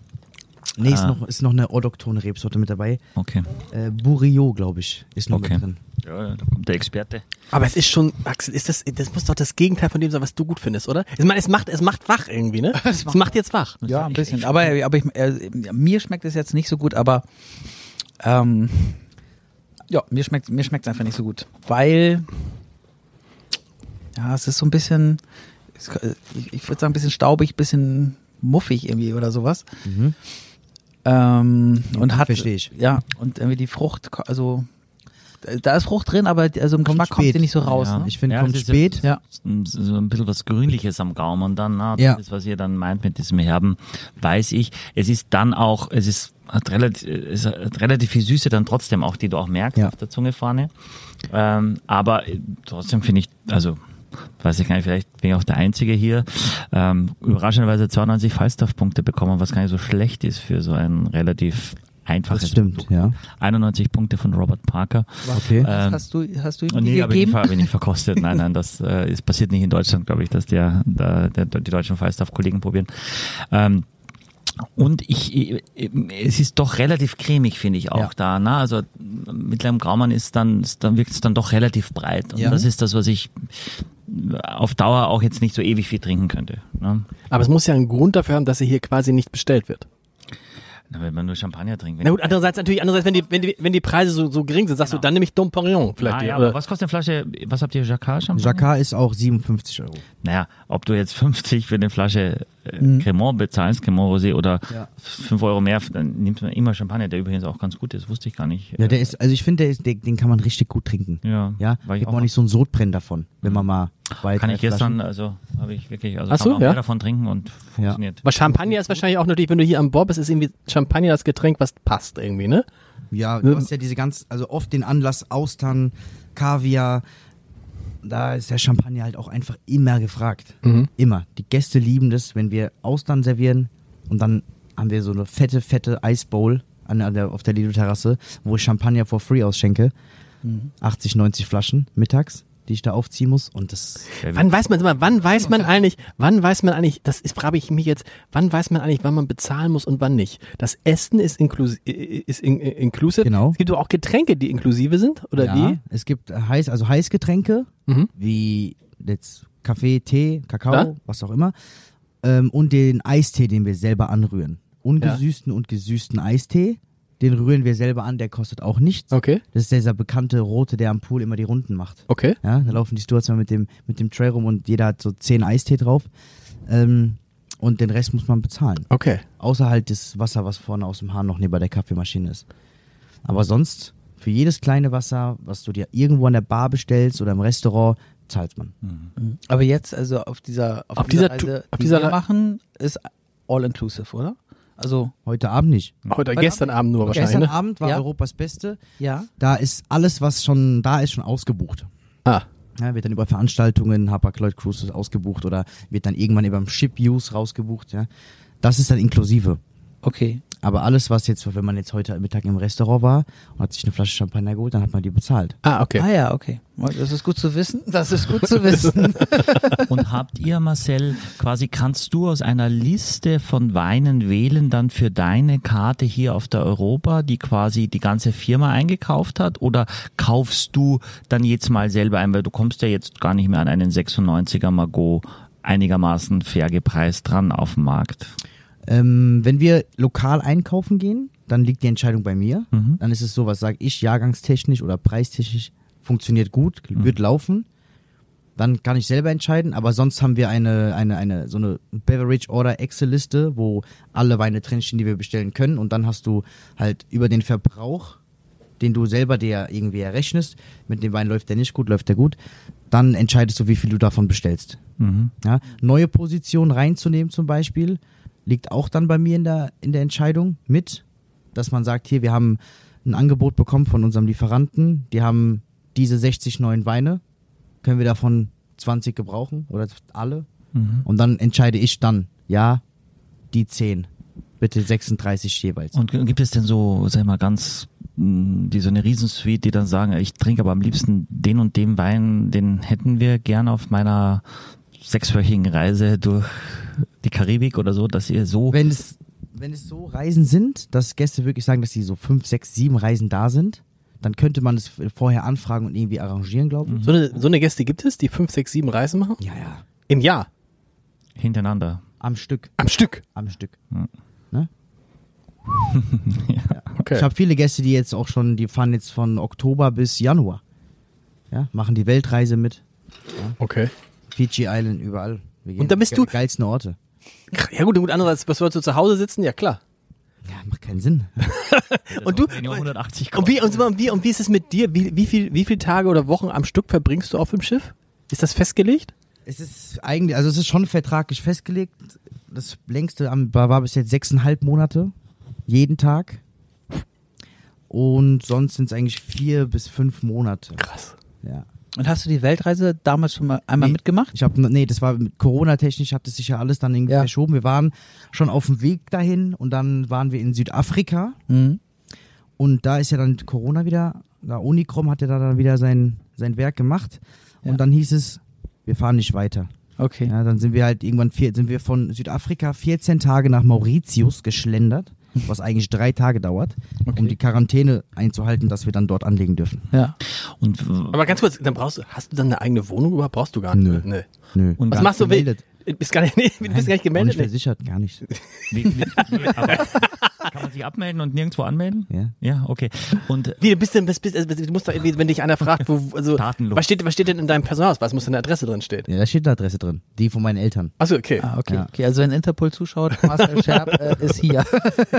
S6: Nee,
S5: Ah.
S6: ist, noch, ist noch eine autochthone Rebsorte mit dabei.
S5: Okay.
S6: Äh, Bourriot, glaube ich, ist noch
S5: Okay.
S6: mit drin.
S5: Ja, ja, da kommt der Experte.
S4: Aber es ist schon, Axel, ist das, das muss doch das Gegenteil von dem sein, was du gut findest, oder? Ich meine, es macht, es macht wach irgendwie, ne? Es macht jetzt wach.
S3: Ja, ein bisschen. aber aber ich, äh, mir schmeckt es jetzt nicht so gut, aber ähm, ja, mir schmeckt mir schmeckt es einfach nicht so gut, weil ja, es ist so ein bisschen, es- äh, ich, ich würde sagen, ein bisschen staubig, ein bisschen muffig irgendwie oder sowas. Ähm, und hat
S6: versteh ich.
S3: ja und irgendwie die Frucht, ko- also da- da ist Frucht drin, aber also im Geschmack kommt
S6: spät.
S3: die nicht so raus.
S5: Ja.
S3: Ne?
S6: Ich finde,
S5: Ja,
S6: kommt
S5: das ist
S6: spät.
S3: Ja,
S5: So ein bisschen was Grünliches am Gaumen dann. Na,
S6: Ja.
S5: Das, was ihr dann meint mit diesem Herben, weiß ich. Es ist dann auch, es ist hat relativ, es hat relativ viel Süße dann trotzdem auch, die du auch merkst
S6: Ja.
S5: auf der Zunge vorne. Ähm, aber äh, trotzdem finde ich, also weiß ich gar nicht, vielleicht bin ich auch der Einzige hier, ähm, überraschenderweise 92 Falstaff-Punkte bekommen, was gar nicht so schlecht ist für so ein relativ einfaches
S6: Das stimmt,
S5: Produkt.
S6: ja.
S5: 91 Punkte von Robert Parker.
S6: Okay.
S5: Ähm,
S3: hast du hast du ihm
S5: Oh,
S3: die
S5: nee, aber ich
S3: gegeben?
S5: habe ich nicht verkostet. Nein, nein, das äh, ist passiert nicht in Deutschland, glaube ich, dass der, der, der, die deutschen Falstaff-Kollegen probieren. Ähm, und ich, ich- es ist doch relativ cremig, finde ich auch
S6: Ja.
S5: da. Na, also mit Leim Graumann ist dann, ist dann wirkt es dann doch relativ breit. Und
S6: Ja.
S5: das ist das, was ich auf Dauer auch jetzt nicht so ewig viel trinken könnte. Ne?
S4: Aber es muss ja einen Grund dafür haben, dass er hier quasi nicht bestellt wird.
S5: Na, Wenn man nur Champagner trinkt. wenn-
S4: Na gut, andererseits natürlich, andererseits, wenn die, wenn die, wenn die Preise so, so gering sind, sagst du, dann nehme ich Dom Perignon vielleicht.
S5: Ah,
S4: die, äh,
S5: ja,
S4: oder?
S5: aber was kostet eine Flasche, was habt ihr, Jacquard Champagner?
S6: Jacquard ist auch 57 Euro.
S5: naja, ob du jetzt *laughs* 50 für eine Flasche äh, Cremant bezahlst, Cremant Rosé oder
S6: Mhm. Ja.
S5: 5 Euro mehr, dann nimmt man immer Champagner, der übrigens auch ganz gut ist, wusste ich gar nicht. Äh,
S6: Ja, der ist, also ich finde, der ist, der, den kann man richtig gut trinken.
S5: Ja,
S6: Ja,
S5: war ich
S6: gibt
S5: auch-
S6: man auch nicht so einen Sodbrennen davon, wenn man mal zwei,
S5: kann
S6: drei
S5: ich gestern,
S6: Flaschen-
S5: also habe ich wirklich, also
S4: Ach so,
S5: kann man auch
S4: ja.
S5: mehr davon trinken und funktioniert.
S4: Aber Champagner ist wahrscheinlich auch natürlich, wenn du hier am Bob bist, ist irgendwie Champagner das Getränk, was passt irgendwie, ne?
S6: Ja, du hast ja diese ganz, also oft den Anlass Austern, Kaviar. Da ist der Champagner halt auch einfach immer gefragt.
S4: Mhm.
S6: Immer. Die Gäste lieben das, wenn wir Austern servieren und dann haben wir so eine fette, fette Eisbowl an, an der, auf der Lido-Terrasse, wo ich Champagner for free ausschenke. 80, 90 Flaschen mittags, die ich da aufziehen muss. Und das
S4: Wann weiß man, sag mal, wann weiß man eigentlich, wann weiß man eigentlich, das ist, frage ich mich jetzt, wann weiß man eigentlich, wann man bezahlen muss und wann nicht? Das Essen ist, inklus äh, ist in, äh, inklusive.
S6: Genau.
S4: Es gibt aber auch Getränke, die inklusive sind, oder
S6: ja,
S4: wie?
S6: es gibt heiß, also Heißgetränke,
S4: Mhm.
S6: wie jetzt Kaffee, Tee, Kakao,
S4: Ja.
S6: was auch immer. Ähm, und den Eistee, den wir selber anrühren. Ungesüßten und gesüßten Eistee, den rühren wir selber an, der kostet auch nichts.
S4: Okay.
S6: Das ist dieser bekannte Rote, der am Pool immer die Runden macht.
S4: Okay.
S6: Ja, da laufen die Stewards mal mit dem, mit dem Tray rum und jeder hat so 10 Eistee drauf. Ähm, und den Rest muss man bezahlen.
S4: Okay.
S6: Außer halt das Wasser, was vorne aus dem Hahn noch neben der Kaffeemaschine ist. Aber sonst, für jedes kleine Wasser, was du dir irgendwo an der Bar bestellst oder im Restaurant, zahlt man.
S3: Aber jetzt, also auf dieser, auf
S4: Auf
S3: dieser,
S4: dieser Tu-
S3: Reise,
S4: auf
S3: die
S4: dieser
S3: wir
S4: Re-
S3: machen, ist all-inclusive, oder? Also,
S6: Heute Abend nicht.
S4: Heute, gestern Abend nur wahrscheinlich,
S6: Gestern
S4: ne?
S6: Abend war
S3: Ja.
S6: Europas Beste.
S3: ja.
S6: Da ist alles, was schon da ist, schon ausgebucht.
S4: Ah.
S6: Ja, wird dann über Veranstaltungen, Harper Lloyd Cruises ausgebucht oder wird dann irgendwann über Ship Use rausgebucht. Ja. Das ist dann inklusive.
S3: Okay.
S6: Aber alles, was jetzt, wenn man jetzt heute Mittag im Restaurant war und hat sich eine Flasche Champagner geholt, dann hat man die bezahlt.
S4: Ah, okay.
S3: Ah ja, okay. Das ist gut zu wissen. Das ist *laughs* gut zu wissen.
S5: Und habt ihr, Marcel, quasi kannst du aus einer Liste von Weinen wählen, dann für deine Karte hier auf der Europa, die quasi die ganze Firma eingekauft hat? Oder kaufst du dann jetzt mal selber ein, weil du kommst ja jetzt gar nicht mehr an einen 96er Margot einigermaßen fair gepreist dran auf dem Markt?
S6: Ähm, wenn wir lokal einkaufen gehen, dann liegt die Entscheidung bei mir. Dann ist es so, was sage ich, jahrgangstechnisch oder preistechnisch funktioniert gut, wird laufen. Dann kann ich selber entscheiden, aber sonst haben wir eine, eine, eine so eine Beverage Order Excel-Liste, wo alle Weine drinstehen, die wir bestellen können. Und dann hast du halt über den Verbrauch, den du selber dir irgendwie errechnest, mit dem Wein läuft der nicht gut, läuft der gut, dann entscheidest du, wie viel du davon bestellst. Ja, neue Positionen reinzunehmen zum Beispiel, liegt auch dann bei mir in der, in der Entscheidung mit, dass man sagt, hier, wir haben ein Angebot bekommen von unserem Lieferanten, die haben diese 60 neuen Weine, können wir davon 20 gebrauchen oder alle? Und dann entscheide ich dann, ja, die 10, bitte 36 jeweils.
S5: Und gibt es denn so, sag ich mal, ganz mh, die so eine Riesensuite, die dann sagen, ich trinke aber am liebsten den und den Wein, den hätten wir gern auf meiner sechswöchigen Reise durch die Karibik oder so, dass ihr so
S6: wenn es, wenn es so Reisen sind, dass Gäste wirklich sagen, dass sie so 5, 6, 7 Reisen da sind, dann könnte man es vorher anfragen und irgendwie arrangieren, glaube ich.
S4: So eine, so eine Gäste gibt es, die fünf, sechs, sieben Reisen machen?
S6: Ja, ja.
S4: Im Jahr. *laughs*
S5: hintereinander.
S6: Am Stück.
S4: Am Stück.
S6: Am Stück.
S4: Okay.
S6: Ich habe viele Gäste, die jetzt auch schon, die fahren jetzt von Oktober bis Januar. Ja, machen die Weltreise mit.
S4: okay.
S6: Fiji Island, überall. Wir gehen
S4: Und da bist
S6: die
S4: du-
S6: Geilsten Orte.
S4: Ja gut, gut, andererseits, was sollst du zu Hause sitzen? Ja, klar.
S6: Ja, macht keinen Sinn.
S4: Und du,
S5: Wenn ihr 180
S4: und wie, und, wie, und wie ist es mit dir? Wie, wie, viel, wie viele Tage oder Wochen am Stück verbringst du auf dem Schiff? Ist das festgelegt?
S6: Es ist eigentlich, also es ist schon vertraglich festgelegt. Das längste am, war war bis jetzt sechseinhalb Monate. Jeden Tag. Und sonst sind es eigentlich vier bis fünf Monate.
S4: Krass.
S6: Ja.
S3: Und hast du die Weltreise damals schon mal einmal
S6: Nee.
S3: mitgemacht?
S6: Ich habe nee, das war mit Corona-technisch hat das sich ja alles dann irgendwie
S3: Ja.
S6: verschoben. Wir waren schon auf dem Weg dahin und dann waren wir in Südafrika
S3: Mhm.
S6: und da ist ja dann Corona wieder. Da Unicrom hat ja da dann wieder sein sein Werk gemacht und
S3: Ja.
S6: dann hieß es, wir fahren nicht weiter.
S3: Okay.
S6: Ja, dann sind wir halt irgendwann vier, sind wir von Südafrika 14 Tage nach Mauritius geschlendert,
S4: Hm.
S6: was eigentlich drei Tage dauert, um die Quarantäne einzuhalten, dass wir dann dort anlegen dürfen.
S3: Ja.
S5: und,
S4: Aber ganz kurz, dann brauchst du, hast du dann eine eigene Wohnung überhaupt? Brauchst du gar nicht.
S6: Nö.
S4: Nee.
S6: Nö. Also
S5: Und
S4: Was
S5: Gar
S4: machst du?
S6: gemeldet.
S4: Du bist gar nicht, *laughs* nee, du bist gar nicht
S6: Auch nicht
S4: gemeldet. ne? nee.
S6: versichert, gar nicht.
S5: wie, wie, wie, aber kann man sich abmelden und nirgendwo anmelden?
S6: Ja.
S5: Ja, okay. Und
S4: Wie, du bist denn, bist, bist, also, du musst doch irgendwie, wenn dich einer fragt, wo,
S6: *laughs*
S4: also,
S5: Datenlos.
S4: was steht, was steht denn in deinem Personalausweis? Muss deine Adresse drin stehen?
S6: Ja, da steht eine Adresse drin, die von meinen Eltern.
S4: Achso, okay. *laughs*
S3: Ah, okay.
S6: Ja.
S3: Okay, also wenn Interpol zuschaut, Marcel Scherb äh, ist hier.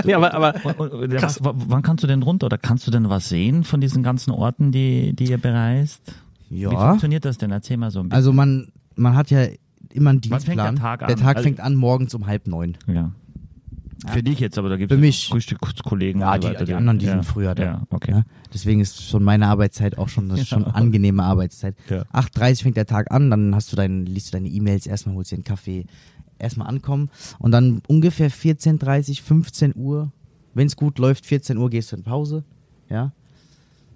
S4: Nee, aber, aber,
S5: Und, und, und was, w- wann kannst du denn runter oder kannst du denn was sehen von diesen ganzen Orten, die, die ihr bereist? Wie
S6: Ja.
S5: funktioniert das denn? Erzähl mal so ein bisschen.
S6: Also man, man hat ja immer einen
S5: Wann fängt der
S6: Dienstplan.
S5: Tag an?
S6: Der Tag
S5: Also-
S6: fängt an morgens um halb neun.
S5: ja. Für dich jetzt, aber da gibt
S6: Für
S5: es
S6: mich.
S5: Frühstückskollegen.
S6: Ja,
S5: und so
S6: die-
S5: weiter,
S6: die anderen, die
S5: ja.
S6: sind früher da.
S5: Ja, okay.
S6: Ja? Deswegen ist schon meine Arbeitszeit auch
S5: *laughs*
S6: schon, das ist schon angenehme Arbeitszeit.
S5: Ja.
S6: 8.30 fängt der Tag an, dann hast du dein, liest du deine E-Mails, erstmal holst dir einen Kaffee, erstmal ankommen und dann ungefähr 14.30, 15 Uhr Wenn es gut läuft, 14 Uhr gehst du in Pause. Ja.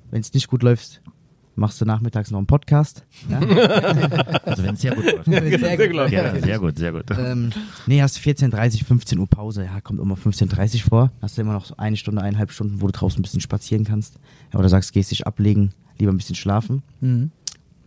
S6: Wenn es nicht gut läuft, machst du nachmittags noch einen Podcast. Ja?
S5: Also wenn es sehr gut läuft. Ja,
S6: Sehr gut.
S5: sehr gut, sehr gut.
S6: Ähm, nee, hast 14.30, 15 Uhr Pause. Ja, kommt immer 15.30 vor. Hast du immer noch so eine Stunde, eineinhalb Stunden, wo du draußen ein bisschen spazieren kannst. Ja, oder sagst, gehst dich ablegen, lieber ein bisschen schlafen.
S3: Mhm.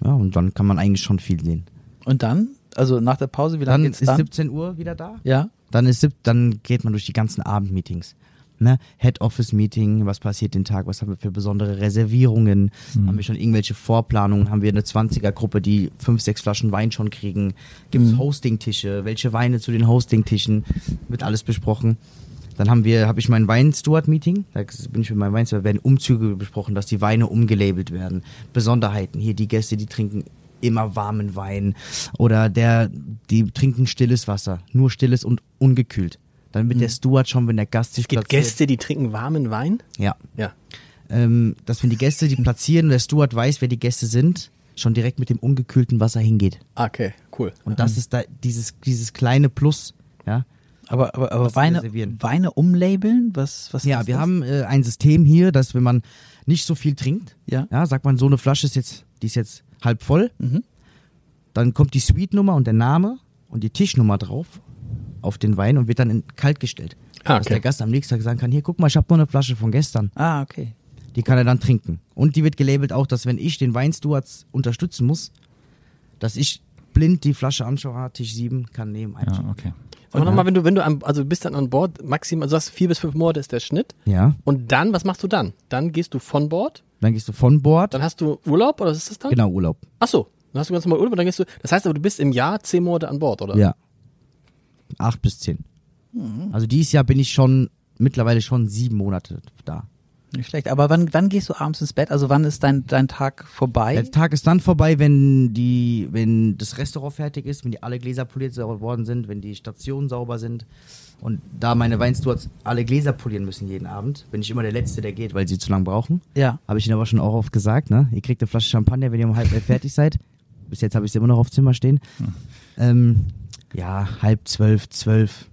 S6: Ja, und dann kann man eigentlich schon viel sehen.
S3: Und dann? Also nach der Pause, wie
S6: Dann
S3: lange geht's
S6: ist
S3: dann?
S6: 17 Uhr wieder da.
S3: ja?
S6: Dann, ist, sieb- dann geht man durch die ganzen Abendmeetings. Ne? Head-Office-Meeting, was passiert den Tag, was haben wir für besondere Reservierungen, haben wir schon irgendwelche Vorplanungen, haben wir eine 20er-Gruppe, die fünf, sechs Flaschen Wein schon kriegen, gibt es Hosting-Tische, welche Weine zu den Hosting-Tischen, wird alles besprochen. Dann haben wir, habe ich mein Weinsteward-Meeting, da bin ich mit meinem Weinsteward, werden Umzüge besprochen, dass die Weine umgelabelt werden, Besonderheiten, hier die Gäste, die trinken immer warmen Wein oder der, die trinken stilles Wasser, nur stilles und ungekühlt. Dann wird der Steward schon, wenn der Gast sich
S4: Mhm. Gibt Gäste, die trinken warmen Wein?
S6: Ja.
S4: Ja.
S6: Ähm, dass wenn die Gäste die platzieren und der Steward weiß, wer die Gäste sind, schon direkt mit dem ungekühlten Wasser hingeht.
S4: Ah, Okay, cool.
S6: Und das ist da dieses, dieses kleine Plus, ja.
S3: Aber, aber, aber
S6: wir
S3: Weine,
S6: servieren.
S3: Weine umlabeln? Was, was
S6: Ja,
S3: ist
S6: wir
S3: das?
S6: haben äh, ein System hier, dass wenn man nicht so viel trinkt,
S3: Ja.
S6: ja, sagt man, so eine Flasche ist jetzt, die ist jetzt halb voll, dann kommt die Suite-Nummer und der Name und die Tischnummer drauf auf den Wein und wird dann in kalt gestellt.
S4: Ah,
S6: Dass
S4: okay.
S6: der Gast am nächsten Tag sagen kann, hier, guck mal, ich habe noch eine Flasche von gestern.
S3: Ah, okay.
S6: Die kann er dann trinken. Und die wird gelabelt auch, dass wenn ich den Weinstewards unterstützen muss, dass ich blind die Flasche anschaue, ah, Tisch 7, kann nehmen,
S5: Ja,
S6: einschauen.
S5: okay.
S4: Sag mal nochmal, wenn du, wenn du am, also du bist dann an Bord, maximal, also du hast vier bis fünf Morde ist der Schnitt.
S6: Ja,
S4: Und dann, was machst du dann? Dann gehst du von Bord,
S6: dann gehst du von Bord.
S4: dann hast du Urlaub oder was ist das dann?
S6: Genau, Urlaub.
S4: Ach so, dann hast du ganz normal Urlaub und dann gehst du, das heißt aber, du bist im Jahr zehn Morde an Bord, oder?
S6: Ja. Acht bis zehn. Also dieses Jahr bin ich schon mittlerweile schon sieben Monate da.
S3: Nicht schlecht. Aber wann, wann gehst du abends ins Bett? Also wann ist dein, dein Tag vorbei?
S6: Der Tag ist dann vorbei, wenn die, wenn das Restaurant fertig ist, wenn die alle Gläser poliert worden sind, wenn die Stationen sauber sind. Und da meine Weinstewards alle Gläser polieren müssen jeden Abend, bin ich immer der Letzte, der geht, weil sie zu lange brauchen.
S3: Ja.
S6: Habe ich ihnen aber schon auch oft gesagt, ne? Ihr kriegt eine Flasche Champagner, wenn ihr um halb elf fertig seid. Bis jetzt habe ich sie immer noch auf Zimmer stehen. Ähm, ja, halb zwölf, zwölf,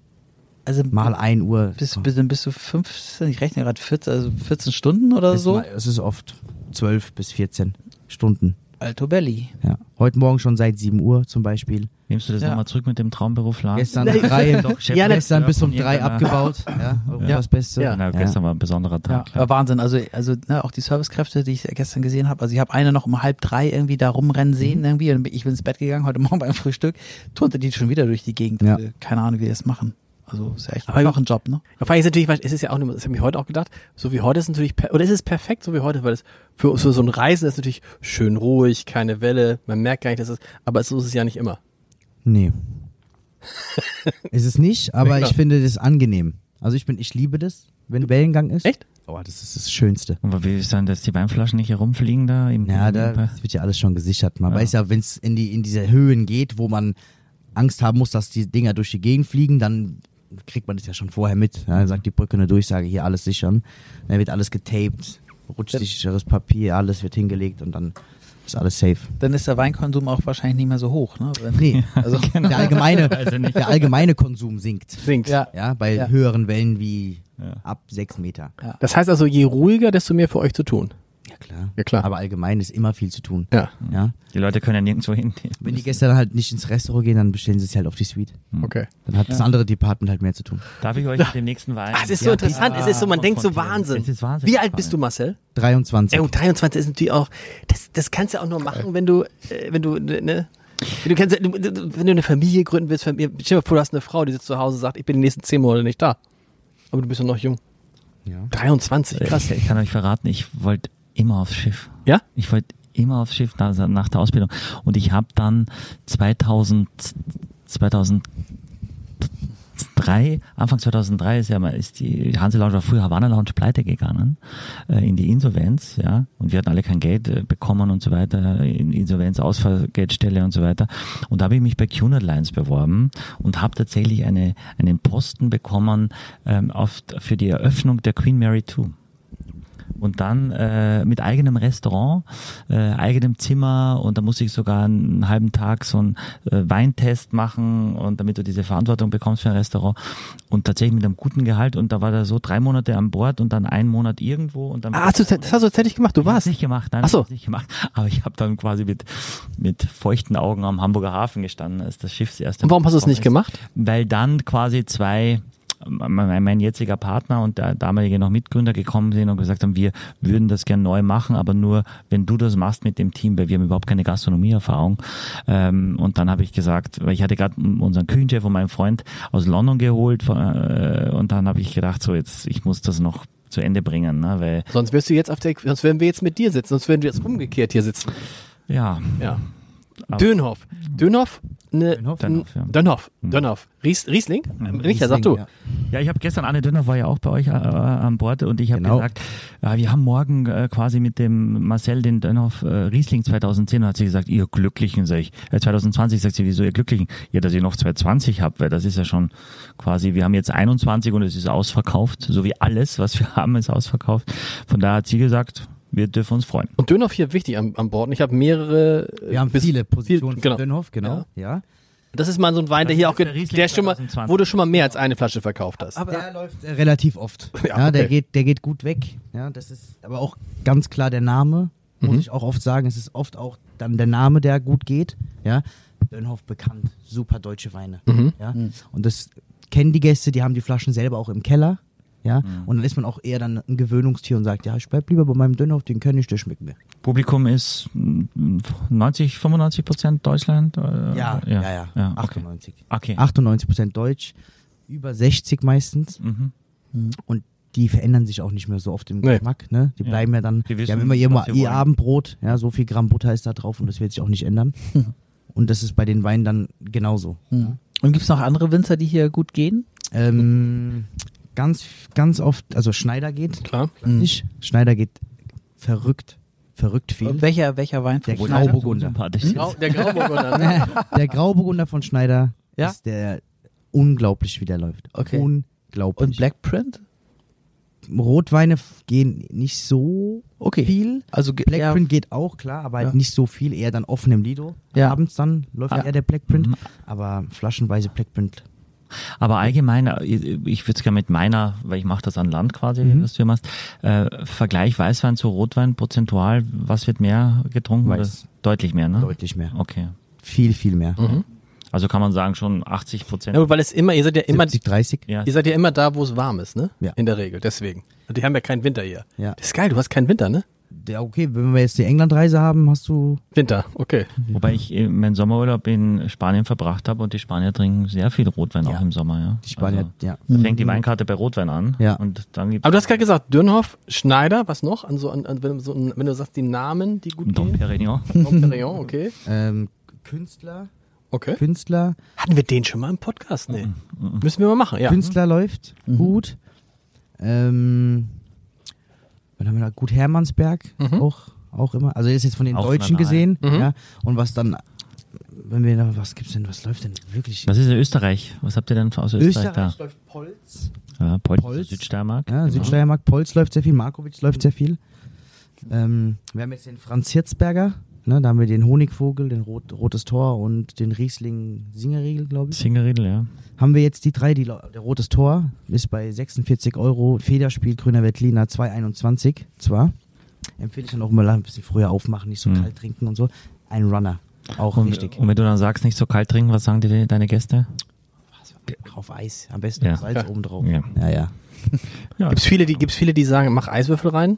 S3: Also
S6: mal ein Uhr.
S3: bis,
S6: Komm.
S3: bis, dann bist du 15, ich rechne gerade 14, also 14 Stunden oder
S6: Ist
S3: so.
S6: mal- Es ist oft 12 bis 14 Stunden.
S3: Alto Belli.
S6: Ja. Heute Morgen schon seit 7 Uhr zum Beispiel.
S5: Nimmst du das
S3: Ja.
S5: nochmal zurück mit dem Traumberuf Lars?
S6: Gestern drei,
S5: Ah. Doch, Chef,
S6: ja,
S5: ne?
S6: gestern
S5: Ja,
S6: bis um
S5: von
S6: drei
S5: irgendeiner-
S6: abgebaut. Ja, Europas Beste.
S4: Ja.
S5: Na, gestern war ein besonderer
S3: Ja,
S5: Tag. klar.
S3: aber Wahnsinn. Also, also ne, auch die Servicekräfte, die ich gestern gesehen habe. Also ich habe eine noch um halb drei irgendwie da rumrennen sehen irgendwie. Und ich bin ins Bett gegangen heute *laughs* Morgen beim Frühstück. Turnte die schon wieder durch die Gegend.
S6: Ja.
S3: Also, Keine Ahnung, wie die das machen. Also ist ja echt noch ein Job, ne?
S4: Da frage ich natürlich, weil es ist ja auch, nur- das habe ich heute auch gedacht, so wie heute ist natürlich, per- oder ist es perfekt, so wie heute, weil es für, für so ein Reisen ist natürlich schön ruhig, keine Welle, man merkt gar nicht, dass es, aber so ist es ja nicht immer.
S6: Nee. ist es nicht, aber
S4: Ja.
S6: ich finde das angenehm. Also ich bin, ich liebe das, wenn Wellengang ist.
S4: Echt?
S6: Oh, das ist das Schönste.
S5: Aber wie ist dann, dass die Weinflaschen nicht herumfliegen da? Im,
S6: Ja,
S5: im-
S6: da das wird ja alles schon gesichert. Man weiß ja, wenn es in, die, in diese Höhen geht, wo man Angst haben muss, dass die Dinger durch die Gegend fliegen, dann kriegt man das ja schon vorher mit. Ja, dann sagt die Brücke eine Durchsage, hier alles sichern. Dann wird alles getaped, rutschsicheres Papier, alles wird hingelegt und dann ist alles safe.
S3: Dann ist der Weinkonsum auch wahrscheinlich nicht mehr so hoch, ne? Wenn-
S6: Nee, also *laughs* der, allgemeine, der allgemeine Konsum sinkt.
S4: Singt.
S3: Ja.
S6: Ja, bei
S3: Ja.
S6: höheren Wellen wie ab sechs Meter.
S4: Das heißt also, je ruhiger, desto mehr für euch zu tun.
S6: Ja, klar.
S4: Ja, klar.
S6: Aber allgemein ist immer viel zu tun.
S4: Ja.
S6: ja?
S5: Die Leute können ja nirgendwo hin. *laughs*
S6: Wenn die Gäste dann halt nicht ins Restaurant gehen, dann bestellen sie es halt auf die Suite.
S4: Okay.
S6: Dann hat das andere Department halt mehr zu tun.
S5: Darf ich euch mit dem nächsten Wein?
S4: Ah, es ist so interessant, es ist so, man denkt so Wahnsinn. Äh,
S5: Es ist Wahnsinn.
S4: Wie alt bist du, Marcel?
S6: 23.
S4: Ey, und 23 ist natürlich auch, das, das kannst du auch nur machen, wenn du, äh, wenn du, ne, wenn du, kannst, du- du- wenn du eine Familie gründen willst, Familie, stell dir mal vor, du hast eine Frau, die sitzt zu Hause und sagt, ich bin die nächsten 10 Monate nicht da. Aber du bist ja noch jung.
S6: Ja.
S4: 23, krass.
S5: Äh, Ich, ich kann euch verraten, ich wollte immer aufs Schiff.
S4: Ja?
S5: Ich wollte immer aufs Schiff nach, nach der Ausbildung. Und ich habe dann 2000, 2003, Anfang 2003 ist ja mal, ist die Hanse Lounge war früher Havana Lounge pleite gegangen, äh, in die Insolvenz, ja. Und wir hatten alle kein Geld äh, bekommen und so weiter, in Insolvenz, Ausfallgeldstelle und so weiter. Und da habe ich mich bei Cunard Lines beworben und habe tatsächlich eine, einen Posten bekommen, ähm, auf, für die Eröffnung der Queen Mary 2. und dann äh, mit eigenem Restaurant, äh, eigenem Zimmer und da musste ich sogar einen halben Tag so einen äh, Weintest machen und damit du diese Verantwortung bekommst für ein Restaurant und tatsächlich mit einem guten Gehalt und da war da so drei Monate an Bord und dann einen Monat irgendwo und dann
S4: Ah, hast du, das hast du tatsächlich gemacht, du
S5: ich hab's
S4: warst.
S5: nicht gemacht, nein,
S4: Ach
S5: ich
S4: so.
S5: hab's nicht gemacht. Aber ich habe dann quasi mit, mit feuchten Augen am Hamburger Hafen gestanden, als das Schiff das erste
S4: Und warum hast
S5: Mal
S4: du es
S5: gekommen
S4: nicht
S5: ist.
S4: gemacht?
S5: Weil dann quasi zwei, mein, mein jetziger Partner und der damalige noch Mitgründer gekommen sind und gesagt haben, wir würden das gern neu machen, aber nur, wenn du das machst mit dem Team, weil wir haben überhaupt keine Gastronomieerfahrung. Ähm, und dann habe ich gesagt, weil ich hatte gerade unseren Küchenchef und meinen Freund aus London geholt von, äh, und dann habe ich gedacht, so jetzt, ich muss das noch zu Ende bringen, ne? weil
S4: Sonst wirst du jetzt auf der, sonst würden wir jetzt mit dir sitzen, sonst würden wir jetzt umgekehrt hier sitzen.
S5: ja,
S4: Ja. Dönhoff. Dönhoff? Ne,
S6: Dönhoff?
S5: Dönhoff, ja.
S4: Dönhoff. Hm. Dönhoff. Ries, Riesling? Richter, sag du.
S6: Ja.
S5: Ja, ich habe gestern, Anne Dönner war ja auch bei euch äh, an Bord und ich habe
S6: Genau.
S5: gesagt, ja, wir haben morgen äh, quasi mit dem Marcel den Dönhoff äh, Riesling 2010 und hat sie gesagt, ihr Glücklichen, sag ich. Äh, 2020 sagt sie, wieso ihr Glücklichen? Ja, dass ich noch 220 habe, weil das ist ja schon quasi, wir haben jetzt 21 und es ist ausverkauft, so wie alles, was wir *laughs* haben, ist ausverkauft. Von daher hat sie gesagt, wir dürfen uns freuen.
S4: Und Dönhoff hier wichtig an, an Bord. Und Ich habe mehrere. äh,
S6: Wir haben
S4: bis-
S6: viele Positionen
S4: viel-
S6: genau.
S4: genau.
S6: für Dönhoff, genau. Ja.
S4: Das ist mal so ein Wein, der
S5: Das
S4: hier
S5: ist
S4: auch,
S5: der
S4: ge-
S5: Riesling
S4: der schon mal,
S5: 2020.
S4: wo du schon mal mehr als eine Flasche verkauft hast.
S6: Aber der läuft äh, relativ oft.
S4: *laughs* Ja,
S6: Ja, der
S4: okay.
S6: geht, der geht gut weg. Ja, das ist aber auch ganz klar der Name.
S4: Mhm.
S6: Muss ich auch oft sagen, es ist oft auch dann der Name, der gut geht. Ja, Dönhoff bekannt, super deutsche Weine.
S4: Mhm.
S6: Ja, und das kennen die Gäste, die haben die Flaschen selber auch im Keller. Ja, und dann ist man auch eher dann ein Gewöhnungstier und sagt, ja, ich bleib lieber bei meinem Dönhoff, den kenne ich, der schmeckt mir.
S5: Publikum ist mm, 90, 95 Prozent Deutschland? äh,
S6: Ja, ja, ja.
S5: ja okay.
S6: 98.
S5: okay.
S6: 98 Prozent Deutsch, über 60 meistens.
S5: Mhm.
S6: Und die verändern sich auch nicht mehr so oft im
S4: Nee.
S6: Geschmack. Ne? Die
S5: Ja.
S6: bleiben ja dann,
S5: Die
S6: die,
S5: wissen,
S6: haben immer ihr,
S5: was sie
S6: ihr
S5: wollen.
S6: Abendbrot, ja, so viel Gramm Butter ist da drauf und das wird sich auch
S5: *laughs*
S6: nicht ändern. und das ist bei den Weinen dann genauso.
S3: Und gibt's noch andere Winzer, die hier gut gehen?
S6: Ähm, ganz, ganz oft, also Schneider geht,
S4: Klar.
S5: Mhm.
S6: nicht. Schneider geht verrückt, verrückt viel.
S3: Und welcher, welcher Also Wein von
S6: Der
S3: Schneider?
S6: Grauburg. Grauburgunder.
S5: Sympathisch. *laughs*
S4: Grau, der Grauburgunder. *laughs* ne?
S6: *laughs* der Grauburgunder von Schneider
S3: Ja?
S6: ist der unglaublich, wie der läuft.
S3: Okay.
S6: Unglaublich.
S3: Und Black Print?
S6: Rotweine f- gehen nicht so
S3: Okay.
S6: viel.
S3: Also ge- ja.
S6: Blackprint geht auch, klar, aber halt
S3: Ja.
S6: nicht so viel. Eher dann offen im Lido.
S3: Ja.
S6: Abends dann läuft
S3: Ah.
S6: eher der Blackprint. Aber flaschenweise Blackprint.
S5: Aber allgemein, äh, ich würde es gerne mit meiner, weil ich mache das an Land quasi,
S6: Mhm.
S5: was du hier machst, äh, Vergleich Weißwein zu Rotwein prozentual, was wird mehr getrunken?
S6: Weiß.
S5: Oder? Deutlich mehr, ne?
S6: Deutlich mehr.
S5: Okay.
S6: Viel, viel mehr.
S5: Also kann man sagen schon 80 Prozent.
S4: Ja, gut, weil es immer, ihr seid ja immer,
S6: 70, 30.
S5: Ja.
S4: ihr seid ja immer da, wo es warm ist, ne?
S6: Ja.
S4: In der Regel, deswegen. Und die haben ja keinen Winter hier.
S6: Ja.
S4: Das ist geil, du hast keinen Winter, ne?
S6: ja, okay, wenn wir jetzt die Englandreise haben, hast du
S4: Winter, okay.
S5: Wobei ich äh, meinen Sommerurlaub in Spanien verbracht habe und die Spanier trinken sehr viel Rotwein auch im Sommer, ja.
S6: die Spanier,
S5: Also,
S6: ja. Mhm.
S5: da fängt die Weinkarte bei Rotwein an
S6: Ja.
S5: und dann gibt's
S4: Aber du hast gerade gesagt, Dürnhoff, Schneider, was noch? An so, an, an, wenn, du so, wenn du sagst, die Namen, die gut
S5: Dom
S4: gehen.
S5: Perignon.
S4: Dom Perignon, okay.
S6: Ähm, Künstler,
S4: Okay.
S6: Künstler,
S4: Hatten wir den schon mal im Podcast? Nee. Müssen wir mal machen, ja.
S6: Künstler läuft gut. Ähm, dann haben wir da gut Hermannsberg auch, auch immer. Also ist jetzt von den
S5: Auch
S6: Deutschen
S5: von der
S6: gesehen. Ja, und was dann, wenn wir da, was gibt's denn, was läuft denn wirklich?
S5: Was ist denn Österreich? Was habt ihr denn aus Österreich,
S6: Österreich läuft Polz.
S5: da? Ja, Polz,
S6: Polz.
S5: Südsteiermark.
S6: Ja, Südsteiermark, Polz läuft sehr viel, Markovic läuft sehr viel. Ähm, wir haben jetzt den Franz Hirzberger, ne, da haben wir den Honigvogel, den Rot, Rotes Tor und den Riesling Singeriegel, glaube ich.
S5: Singeriedel, ja.
S6: haben wir jetzt die drei, die, lau- der Rotes Tor ist bei 46 Euro, Federspiel, Grüner Veltliner 2,21 zwar. Empfehle ich dann auch immer ein bisschen früher aufmachen, nicht so kalt trinken und so. Ein Runner, auch
S5: Mhm. Und,
S6: wichtig.
S5: und wenn du dann sagst, nicht so kalt trinken, was sagen dir die- deine Gäste?
S6: Auf Eis, am besten
S5: äh, Ja.
S6: Salz obendrauf.
S5: Ja.
S6: ja, ja.
S4: Gibt's viele, die, gibt's viele, die sagen, mach Eiswürfel rein?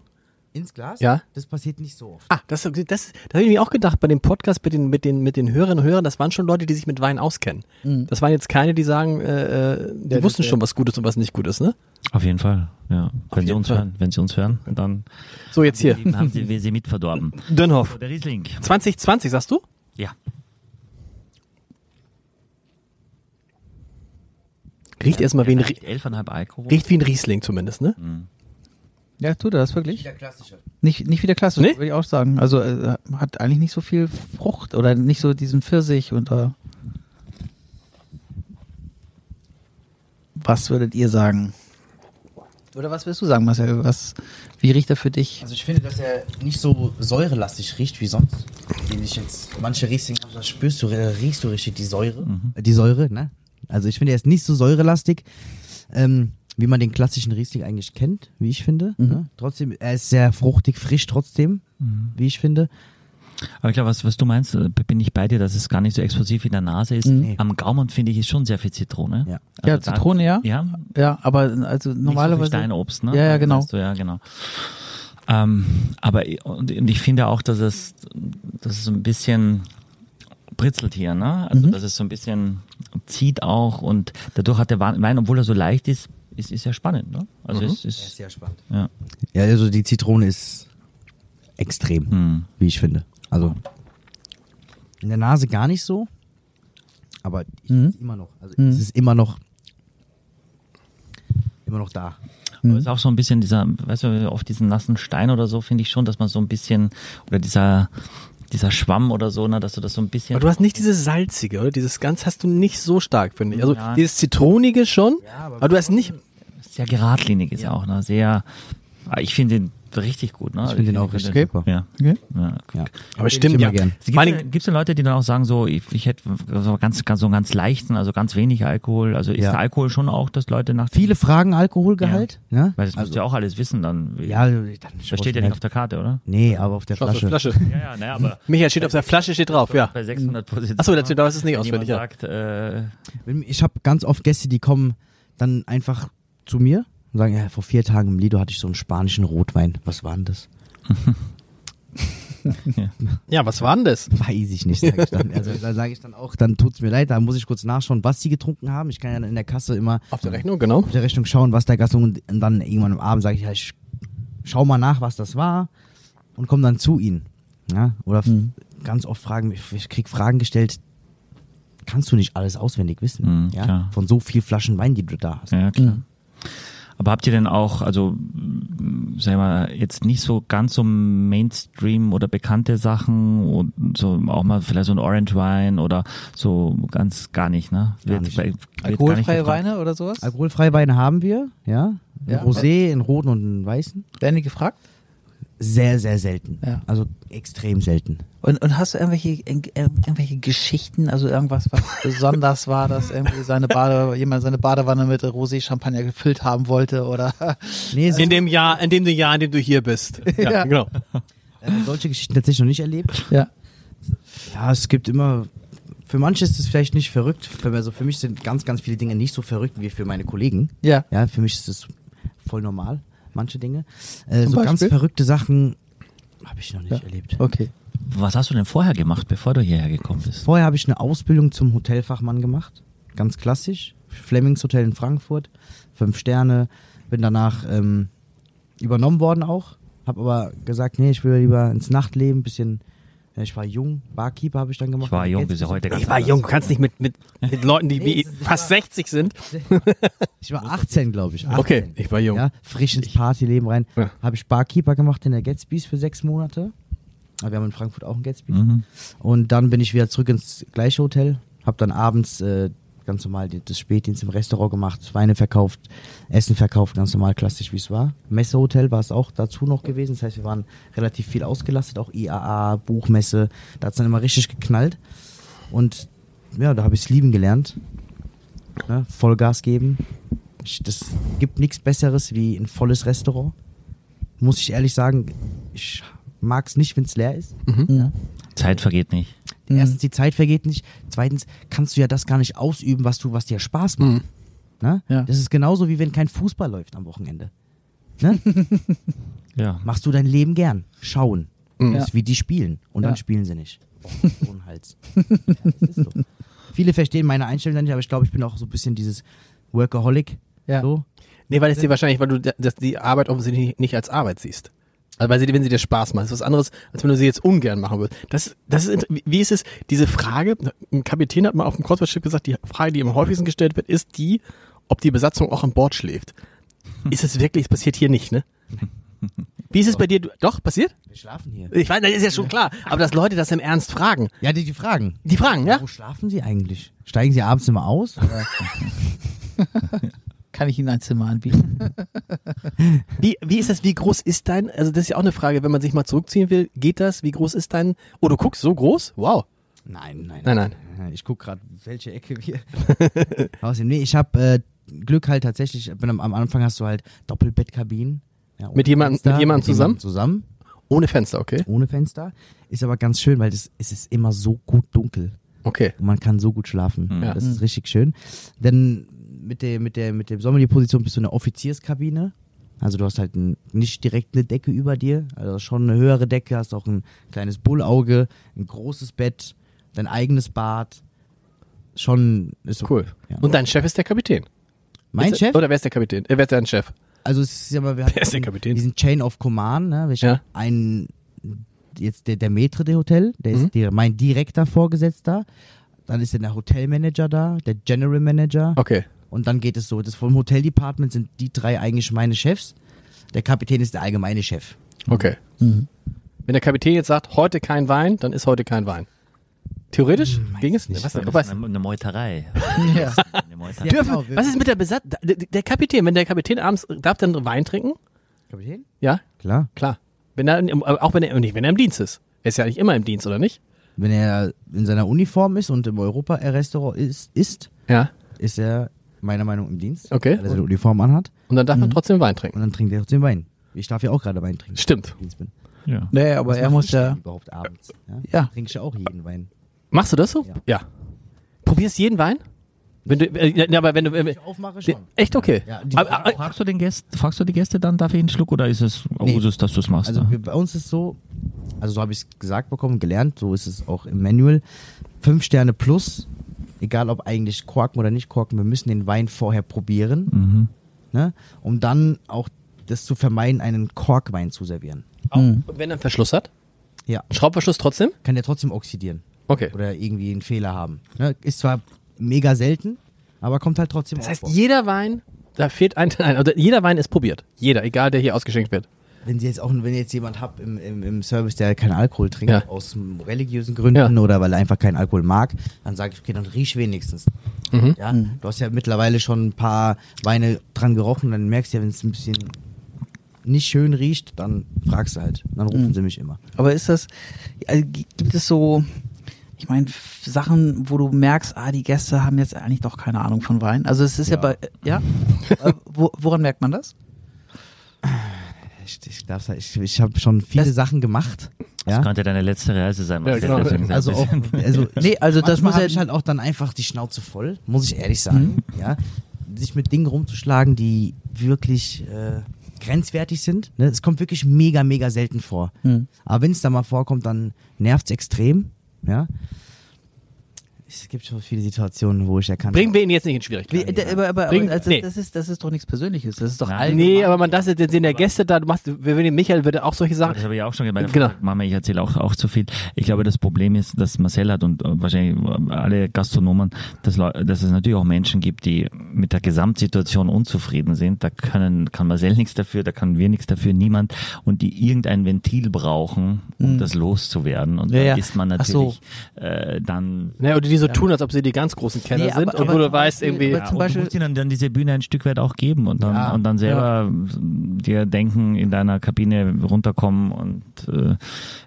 S6: Ins Glas?
S4: Ja.
S6: Das passiert nicht so oft.
S4: Ah, das, das, das habe ich mir auch gedacht bei dem Podcast mit den, mit den, mit den Hörerinnen und Hörern. Das waren schon Leute, die sich mit Wein auskennen. Das waren jetzt keine, die sagen, äh, äh, die wussten schon, was gut ist und was nicht gut ist, ne?
S5: Auf jeden Fall, ja. Wenn sie
S4: jeden
S5: uns
S4: Fall.
S5: hören, wenn sie uns hören, dann
S4: So, jetzt hier.
S5: *laughs* haben sie, wir sie mitverdorben.
S4: Dönhoff.
S5: Der Riesling.
S4: 2020, sagst du?
S5: Ja.
S4: Riecht erstmal wie ein, Rie-
S5: 11,5 Alkohol.
S4: riecht wie ein Riesling zumindest, ne?
S3: Ja, tut er das wirklich?
S6: Der klassische.
S3: Nicht, nicht wieder klassisch,
S4: Nee?
S3: würde ich auch sagen. Also äh, hat eigentlich nicht so viel Frucht oder nicht so diesen Pfirsich und äh, was würdet ihr sagen? Oder was willst du sagen, Marcel? Was, wie riecht er für dich?
S6: Also ich finde, dass er nicht so säurelastig riecht wie sonst. Den ich jetzt, manche Riesling, da spürst du, da riechst du richtig die Säure. Die Säure, ne? Also ich finde, er ist nicht so säurelastig, ähm, wie man den klassischen Riesling eigentlich kennt, wie ich finde. Ne? Trotzdem, er ist sehr fruchtig, frisch trotzdem, wie ich finde.
S5: Aber ich glaube, was, was du meinst, äh, bin ich bei dir, dass es gar nicht so explosiv in der Nase ist. Am Gaumen finde ich ist schon sehr viel Zitrone. Also
S6: Ja.
S3: ja,
S5: Äh, da-
S3: Zitrone, ja.
S5: Ja,
S3: Ja, aber also
S5: normalerweise.
S3: normalerweise.
S5: So viel Steinobst, ne?
S3: Ja, ja, genau.
S5: Meinst Du, ja, genau. Ähm, aber i- und, und ich finde auch, dass es, dass es ein bisschen britzelt hier, ne? Also,
S3: Mhm.
S5: dass es so ein bisschen zieht auch und dadurch hat der Wa- Wein, obwohl er so leicht ist, ist, ist ja spannend, ne? Also,
S3: Mhm.
S5: es ist,
S6: sehr spannend.
S5: ja.
S6: Ja, also die Zitrone ist extrem,
S5: Mhm.
S6: wie ich finde. Also in der Nase gar nicht so, aber ich find's immer noch. Also es ist immer noch immer noch da.
S3: Mhm.
S5: Aber ist auch so ein bisschen dieser, weißt du, auf diesen nassen Stein oder so finde ich schon, dass man so ein bisschen, oder dieser, dieser Schwamm oder so, ne, dass du das so ein bisschen.
S4: Aber du hast nicht dieses salzige, oder? Dieses ganz hast du nicht so stark, finde ich. Also
S5: Ja.
S4: dieses zitronige schon, aber, du hast nicht
S5: sehr geradlinig ist auch, ne? Sehr. ah, Ich finde den richtig gut, ne? Ich
S6: finde den auch
S5: finde
S6: richtig
S5: den-
S6: super.
S5: Ja.
S3: Okay.
S5: ja.
S6: Ja.
S4: aber stimmt
S6: immer
S4: ja.
S6: gern.
S5: Es gibt,
S4: Vor allen
S5: ja-
S4: Dingen-
S5: gibt's ja Leute, die dann auch sagen, so, ich, ich hätte so ganz, ganz, so einen ganz leichten, also ganz wenig Alkohol. Also ist
S6: Ja.
S5: der Alkohol schon auch, dass Leute nach
S6: Viele fragen Alkoholgehalt, ja.
S5: Weil das musst du ja auch alles wissen dann. wie-
S6: ja, dann
S5: das steht ja nicht auf der Karte, oder?
S6: Nee, aber auf der
S4: Schaut auf die
S6: Flasche.
S4: Flasche.
S5: Ja, ja, naja, aber
S4: Michael steht auf der Flasche, steht drauf, ja.
S5: bei 600 Positionen.
S4: Achso, dazu darfst du es nicht
S5: wenn jemand
S4: auswendig. Ja.
S5: sagt, äh,
S6: Ich habe ganz oft Gäste, die kommen dann einfach zu mir und sagen, ja, vor vier Tagen im Lido hatte ich so einen spanischen Rotwein. Was war denn das?
S4: ja, was war denn das?
S6: Weiß ich nicht, sage ich dann. Also da sage ich dann auch, dann tut's mir leid, da muss ich kurz nachschauen, was sie getrunken haben. Ich kann ja dann in der Kasse immer
S4: Auf der Rechnung, genau.
S6: auf der Rechnung schauen, was der Gast und und dann irgendwann am Abend sage ich, ja, ich schau mal nach, was das war und komme dann zu ihnen. Ja? Oder f-
S5: Mhm.
S6: ganz oft fragen, ich, ich krieg Fragen gestellt, kannst du nicht alles auswendig wissen,
S5: Mhm,
S6: ja?
S5: klar.
S6: Von so viel Flaschen Wein, die du da hast.
S5: ja, klar. Aber habt ihr denn auch, also mh, sagen wir mal, jetzt nicht so ganz so Mainstream oder bekannte Sachen und so auch mal vielleicht so ein Orange Wine oder so ganz gar nicht, ne?
S6: nicht.
S5: bei- wird gar nicht
S3: Alkoholfreie
S5: gefragt.
S3: Weine oder sowas?
S6: Alkoholfreie Weine haben wir, ja. Ein
S3: Ja.
S6: Rosé, in roten und einen weißen.
S3: Werden die gefragt?
S6: Sehr, sehr selten.
S3: Ja.
S6: Also extrem selten.
S3: Und, und hast du irgendwelche, irg- ir- irgendwelche Geschichten, also irgendwas, *laughs* was besonders war, dass irgendwie seine Bade, jemand seine Badewanne mit Rosé Champagner gefüllt haben wollte oder
S6: Nee, so-
S4: In dem Jahr, in dem Jahr, in dem du hier bist. Also *laughs* Ja,
S3: Ja.
S4: genau.
S6: äh, solche Geschichten tatsächlich noch nicht erlebt.
S3: *laughs* ja.
S6: Ja, es gibt immer. Für manche ist es vielleicht nicht verrückt. für- Also für mich sind ganz, ganz viele Dinge nicht so verrückt wie für meine Kollegen.
S3: Ja.
S6: Ja, für mich ist es voll normal, manche Dinge. Äh,
S3: Zum
S6: so ganz
S3: Beispiel?
S6: verrückte Sachen habe ich noch nicht erlebt.
S3: Okay.
S5: Was hast du denn vorher gemacht, bevor du hierher gekommen bist?
S6: Vorher habe ich eine Ausbildung zum Hotelfachmann gemacht. Ganz klassisch. Flemings Hotel in Frankfurt. Fünf Sterne. Bin danach ähm, übernommen worden auch. Habe aber gesagt, nee, ich will lieber ins Nachtleben. Bisschen. ja, Ich war jung. Barkeeper habe ich dann gemacht.
S5: Ich war jung,
S6: Jetzt-
S5: bis ja heute ganz
S4: Ich war jung, du kannst nicht mit, mit, mit Leuten, die wie fast 60 sind.
S6: Ich war 18, glaube ich.
S4: Okay, ich war jung.
S6: Ja, frisch ins Partyleben rein.
S4: Ja.
S6: Habe ich Barkeeper gemacht in der Gatsby's für sechs Monate. Aber Wir haben in Frankfurt auch ein Gatsby's.
S4: Mhm.
S6: Und dann bin ich wieder zurück ins gleiche Hotel. Habe dann abends äh, ganz normal die- das Spätdienst im Restaurant gemacht, Weine verkauft, Essen verkauft, ganz normal klassisch, wie es war. Messehotel war es auch dazu noch gewesen. Das heißt, wir waren relativ viel ausgelastet, auch IAA, Buchmesse. Da hat es dann immer richtig geknallt. Und ja, da habe ich es lieben gelernt. Ne? Vollgas geben. Ich, das gibt nichts Besseres wie ein volles Restaurant. Muss ich ehrlich sagen, ich mag es nicht, wenn es leer ist.
S3: Mhm.
S5: Zeit vergeht nicht.
S6: Erstens, die Zeit vergeht nicht. Zweitens, kannst du ja das gar nicht ausüben, was, du, was dir Spaß macht. Ne?
S3: Mhm. Ja.
S6: Das ist genauso, wie wenn kein Fußball läuft am Wochenende. Ne?
S5: Ja.
S6: Machst du dein Leben gern. Schauen. Das ist wie die spielen. Und
S3: Mhm. Ja.
S6: dann spielen
S3: *laughs*
S6: sie nicht. Boah, so ein Hals. ja, das ist so. Viele verstehen meine Einstellung dann nicht, aber ich glaube, ich bin auch so ein bisschen dieses Workaholic.
S3: Ja.
S6: So.
S4: Nee, weil es dir wahrscheinlich, weil du da- das, die Arbeit offensichtlich nicht- nicht als Arbeit siehst. Also weil sie, wenn sie dir Spaß macht, ist was anderes, als wenn du sie jetzt ungern machen würdest. Das, das ist, inter- wie- wie ist es, diese Frage, ein Kapitän hat mal auf dem Kreuzfahrtschiff gesagt, die Frage, die am häufigsten gestellt wird, ist die, ob die Besatzung auch an Bord *laughs* schläft. Ist es wirklich, es passiert hier nicht, *laughs* ne? Wie ist es bei dir? Du- Doch, passiert?
S6: Wir schlafen hier.
S4: Ich weiß, das ist ja schon klar. Aber dass Leute das im Ernst fragen.
S6: Ja, die, die Fragen.
S4: Die fragen, ja? *laughs*
S6: Wo schlafen Sie eigentlich? Steigen Sie abends immer aus?
S3: Kann ich Ihnen ein Zimmer anbieten?
S4: Wie, wie ist das? Wie groß ist dein? Also das ist ja auch eine Frage, wenn man sich mal zurückziehen will, geht das? Wie groß ist dein? Oh, du guckst so groß? Wow.
S6: Nein, nein,
S4: Nein, nein.
S6: Ich gucke gerade, welche Ecke
S4: *laughs*
S6: wir aussehen. Nee, ich habe äh, Glück halt tatsächlich, bin am, am Anfang hast du halt Doppelbettkabinen. Ja, ohne
S4: Mit jemandem-
S6: Fenster,
S4: mit jemandem zusammen?
S6: zusammen,
S4: Ohne Fenster, okay.
S6: ohne Fenster. Ist aber ganz schön, weil das, es ist immer so gut dunkel.
S4: Okay.
S6: Und man kann so gut schlafen.
S4: Ja.
S6: Das ist richtig schön. Denn mit der, mit der, mit der Sommelier-Position bist du in der Offizierskabine. Also du hast halt ein, nicht direkt eine Decke über dir, also schon eine höhere Decke, hast auch ein kleines Bullauge, ein großes Bett, dein eigenes Bad. Schon ist
S4: Cool.
S6: Ja.
S4: Und dein Chef ist der Kapitän.
S6: mein
S4: ist
S6: Chef,
S4: Er, oder wer ist der Kapitän? Äh, wer ist dein Chef?
S6: also es ist ja mal, wir hatten
S4: ist der Kapitän?
S6: diesen Chain of Command, ne? Wir
S4: Ja.
S6: einen, jetzt der, der Maitre der Hotel, der
S4: Mhm.
S6: ist der, mein direkter Vorgesetzter. Dann ist dann der Hotelmanager da, der General Manager.
S4: Okay.
S6: Und dann geht es so. Das vom Hotel Department sind die drei eigentlich meine Chefs. Der Kapitän ist der allgemeine Chef.
S4: Okay. Wenn der Kapitän jetzt sagt, heute kein Wein, dann ist heute kein Wein. Theoretisch ging es Hm, nicht. Was,
S5: Das ist
S4: was,
S5: eine, eine Meuterei.
S3: ja.
S5: Eine Meuterei.
S6: Ja,
S4: dürfen,
S6: genau, wir-
S4: was ist mit der Besatz? Der, der Kapitän, wenn der Kapitän abends, darf dann Wein trinken?
S6: Kapitän?
S4: Ja,
S6: Klar.
S4: klar. Wenn er, im- äh, auch wenn er, nicht, wenn er im Dienst ist. Er ist ja nicht immer im Dienst, oder nicht?
S6: Wenn er in seiner Uniform ist und im Europa-Restaurant ist, ist,
S4: Ja.
S6: ist er meiner Meinung nach im Dienst.
S4: Okay.
S6: Weil er seine Uniform anhat.
S4: Und dann darf man trotzdem Wein trinken.
S6: Und dann trinkt er auch den Wein. Ich darf ja auch gerade Wein trinken.
S4: Stimmt.
S6: wenn ich im Dienst bin.
S5: Ja.
S3: *laughs* Nee, aber er muss ja.
S6: Überhaupt abends. Ja.
S3: Ja.
S6: Trinke ich ja auch jeden Wein.
S4: Machst du das so?
S6: Ja.
S4: Probierst jeden Wein? Wenn du, äh, ja, aber wenn du, äh,
S6: Ich aufmache schon.
S4: echt okay.
S6: Ja, die-
S4: aber, aber,
S5: Fragst du, den Gäst, fragst du die Gäste dann, darf ich einen Schluck oder ist es
S6: Nee.
S5: Usus, dass du es machst?
S6: Also
S5: ne?
S6: wir, bei uns ist so, also so habe ich es gesagt bekommen, gelernt, so ist es auch im Manual. Fünf Sterne plus, egal ob eigentlich korken oder nicht korken, wir müssen den Wein vorher probieren, ne, um dann auch das zu vermeiden, einen Korkwein zu servieren.
S4: auch, wenn er einen Verschluss hat?
S6: Ja,
S4: Einen Schraubverschluss trotzdem?
S6: kann der trotzdem oxidieren
S4: Okay.
S6: oder irgendwie einen Fehler haben. Ne? Ist zwar mega selten, aber kommt halt trotzdem
S4: Das
S6: auch
S4: heißt,
S6: vor.
S4: jeder Wein, da fehlt ein *laughs* Teil, oder jeder Wein ist probiert. Jeder, egal der hier ausgeschenkt wird.
S6: Wenn Sie jetzt auch, wenn ihr jetzt jemand habt im, im, im Service, der keinen Alkohol trinkt,
S4: Ja.
S6: aus religiösen Gründen
S4: Ja.
S6: oder weil er einfach keinen Alkohol mag, dann sage ich, okay, dann riech wenigstens. Ja, du hast ja mittlerweile schon ein paar Weine dran gerochen, dann merkst du ja, wenn es ein bisschen nicht schön riecht, dann fragst du halt. Dann rufen sie mich immer.
S3: Aber ist das, also gi- gibt es so, ich meine, f- Sachen, wo du merkst, ah, die Gäste haben jetzt eigentlich doch keine Ahnung von Wein. Also es ist ja,
S6: Ja.
S3: bei, *laughs* ja? äh, wo, woran merkt man das?
S6: Ich, ich, darf's halt- ich, ich habe schon viele
S3: Das-
S6: Sachen gemacht. Ja?
S5: Könnte deine letzte Reise sein.
S4: Ja,
S5: Marcel,
S4: genau.
S5: deswegen sag
S6: Also
S5: ich
S6: auch, *laughs*
S5: das.
S6: also
S3: Nee, also das
S6: Manchmal
S3: muss ja-
S6: hab ich halt auch dann einfach die Schnauze voll, muss ich ehrlich sagen. Ja, sich mit Dingen rumzuschlagen, die wirklich äh, grenzwertig sind. Ne? Es kommt wirklich mega, mega selten vor. Aber wenn es da mal vorkommt, dann nervt es extrem. Ja. Es gibt schon viele Situationen, wo ich erkannt
S4: Bringen wir ihn jetzt nicht in Schwierigkeiten.
S3: Wie, äh, aber aber, aber
S4: Bring-
S3: also,
S4: nee.
S3: das, ist, das ist doch nichts Persönliches. Das ist doch
S5: Nein.
S3: allen.
S4: Nee, aber man, das ist der Sinn der Gäste da. Du machst, wir würden- Michael würde auch solche
S5: Das
S4: Sachen.
S5: habe ich auch schon gemeint.
S4: Genau.
S5: Mama, ich erzähle auch, auch zu viel. Ich glaube, das Problem ist, dass Marcel hat und äh, wahrscheinlich alle Gastronomen, dass, Leu- dass es natürlich auch Menschen gibt, die mit der Gesamtsituation unzufrieden sind. Da können, kann Marcel nichts dafür, da können wir nichts dafür, niemand. Und die irgendein Ventil brauchen, um das loszuwerden. Und
S3: Mhm. Ja,
S5: da
S3: ja.
S5: ist man
S3: Ach so.
S5: natürlich äh, dann
S4: Naja, ne, oder die so tun, als ob sie die ganz großen Kenner
S3: Nee, aber-
S4: sind,
S3: aber
S4: obwohl du
S3: zum
S4: weißt,
S3: Beispiel-
S4: irgendwie.
S3: aber
S5: Ja,
S3: zum
S5: und du
S3: Beispiel-
S5: musst ihnen dann diese Bühne ein Stück weit auch geben und dann,
S6: Ja.
S5: und dann selber mh, dir denken, in deiner Kabine runterkommen und äh,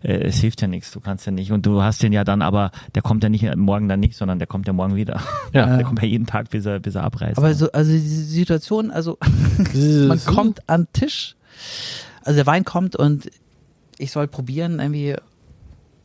S5: äh, es hilft ja nichts, du kannst ja nicht. Und du hast den ja dann, aber der kommt ja nicht morgen dann nicht, sondern der kommt ja morgen wieder.
S4: Ja.
S5: *laughs* Der kommt ja jeden Tag, bis er, bis er abreist.
S3: Aber so, also diese Situation, also *laughs* man kommt an den Tisch, also der Wein kommt und ich soll probieren, irgendwie.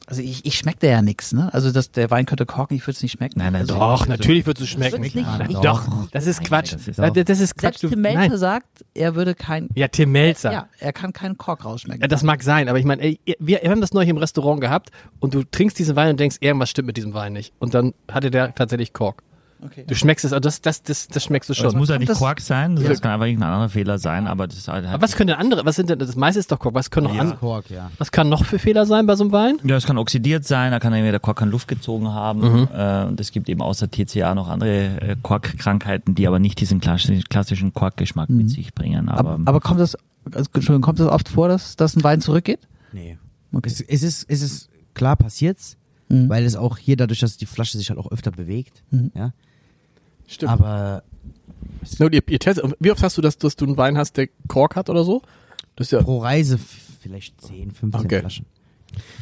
S3: Also ich, ich schmeckte ja nichts, ne? Also das, der Wein könnte korken, ich würde es nicht schmecken.
S5: nein, nein,
S3: also,
S4: Doch, natürlich wird es schmecken.
S3: Schmeckt nicht. Ich-
S4: Doch, das ist
S5: Nein,
S4: Quatsch.
S5: das
S4: Das
S5: ist
S4: ist,
S5: auch-
S4: das ist Quatsch.
S3: Selbst
S4: Du,
S3: Tim Melzer
S4: nein.
S3: sagt, er würde kein.
S4: Ja, Tim Melzer.
S3: Ja, er kann keinen Kork rausschmecken.
S4: Ja, das mag sein, aber ich meine, ey, wir wir haben das neulich im Restaurant gehabt und du trinkst diesen Wein und denkst, irgendwas stimmt mit diesem Wein nicht. Und dann hatte der tatsächlich Kork.
S3: okay.
S4: Du schmeckst es, also das, das, das, das schmeckst du
S5: das
S4: schon.
S5: muss ja nicht
S3: das-
S5: Quark sein, das kann einfach irgendein anderer Fehler sein, aber das ist halt.
S4: Aber was können denn andere, was sind denn, das meiste ist doch Kork, was können noch andere,
S6: Kork, ja.
S4: was kann noch für Fehler sein bei so einem Wein?
S5: Ja, es kann oxidiert sein, da kann irgendwie der Kork an Luft gezogen haben. Äh, und es gibt eben außer TCA noch andere äh, Korkkrankheiten, die aber nicht diesen klassischen, klassischen Korkgeschmack mit sich bringen. Aber,
S3: Aber, aber kommt das, also, Entschuldigung, kommt das oft vor, dass, dass ein Wein zurückgeht?
S6: Nee.
S3: Okay. Mhm.
S6: Es, es, ist, es ist klar passiert's, weil es auch hier dadurch, dass die Flasche sich halt auch öfter bewegt. Ja?
S4: Stimmt.
S6: Aber
S4: Ja, und ihr, ihr testet, wie oft hast du das, dass du einen Wein hast, der Kork hat oder so? Das ist ja,
S6: Pro Reise f- vielleicht 10, 15
S4: Okay.
S6: Flaschen.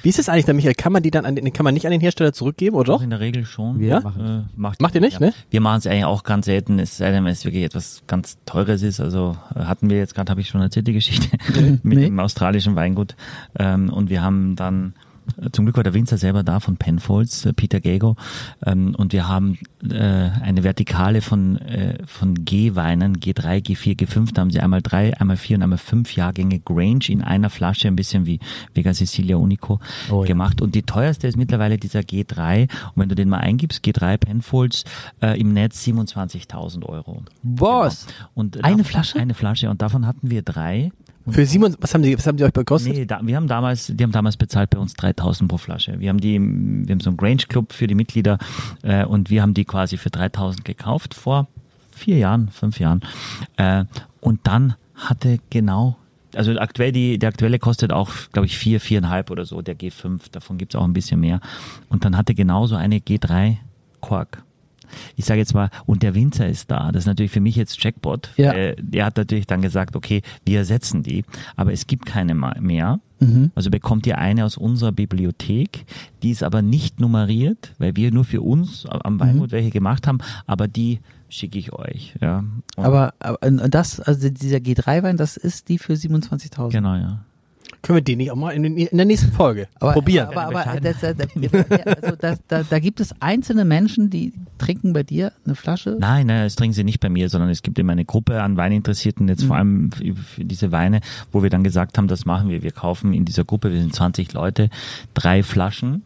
S4: wie ist das eigentlich, dann, Michael? Kann man die dann an den, kann man nicht an den Hersteller zurückgeben, oder
S5: Doch,
S4: doch?
S5: in der Regel schon.
S6: Wir
S5: Äh,
S6: machen
S5: macht,
S4: Macht ihr nicht, ne?
S5: Wir machen es eigentlich auch ganz selten, es sei denn, wenn es wirklich etwas ganz Teures ist. Also äh, hatten wir jetzt gerade, habe ich schon erzählt, die Geschichte *laughs* mit dem australischen Weingut. Ähm, und wir haben dann, äh, zum Glück war der Winzer selber da von Penfolds, äh, Peter Gago. Ähm, und wir haben äh, eine Vertikale von, äh, von G-Weinen, G3, G4, G5. Da haben sie einmal drei, einmal vier und einmal fünf Jahrgänge Grange in einer Flasche, ein bisschen wie Vega Sicilia Unico gemacht. Und die teuerste ist mittlerweile dieser G3. Und wenn du den mal eingibst, G3 Penfolds, äh, im Netz 27.000 Euro.
S3: Was?
S5: Und
S3: Eine
S5: davon-
S3: Flasche?
S5: Eine Flasche. Und davon hatten wir drei.
S4: Für Simon, was haben die, was haben die euch gekostet?
S5: Nee, da, wir haben damals, die haben damals bezahlt bei uns 3000 pro Flasche. Wir haben die, im- wir haben so einen Grange Club für die Mitglieder äh, und wir haben die quasi für 3000 gekauft vor vier Jahren, fünf Jahren. Äh, und dann hatte genau, also aktuell die, der aktuelle kostet auch, glaube ich, vier, viereinhalb oder so, der G5, davon gibt's auch ein bisschen mehr. Und dann hatte genauso eine G3 Quark. Ich sage jetzt mal, und der Winzer ist da. Das ist natürlich für mich jetzt Jackpot.
S3: Ja.
S5: Äh, der hat natürlich dann gesagt, okay, wir ersetzen die, aber es gibt keine ma- mehr.
S3: Mhm.
S5: Also bekommt ihr eine aus unserer Bibliothek, die ist aber nicht nummeriert, weil wir nur für uns a-
S3: Mhm.
S5: am Weingut welche gemacht haben, aber die schicke ich euch. Ja. Und
S3: Aber, aber und und das, also dieser G3-Wein, das ist die für 27.000.
S5: genau, ja.
S4: Können wir den nicht auch mal in, den- in der nächsten Folge
S3: Aber,
S4: probieren?
S3: Aber, aber, aber das, das, das, also das, da, da gibt es einzelne Menschen, die trinken bei dir eine Flasche.
S5: Nein, nein, das trinken sie nicht bei mir, sondern es gibt immer eine Gruppe an Weininteressierten, jetzt vor allem für für diese Weine, wo wir dann gesagt haben, das machen wir. Wir kaufen in dieser Gruppe, wir sind 20 Leute, drei Flaschen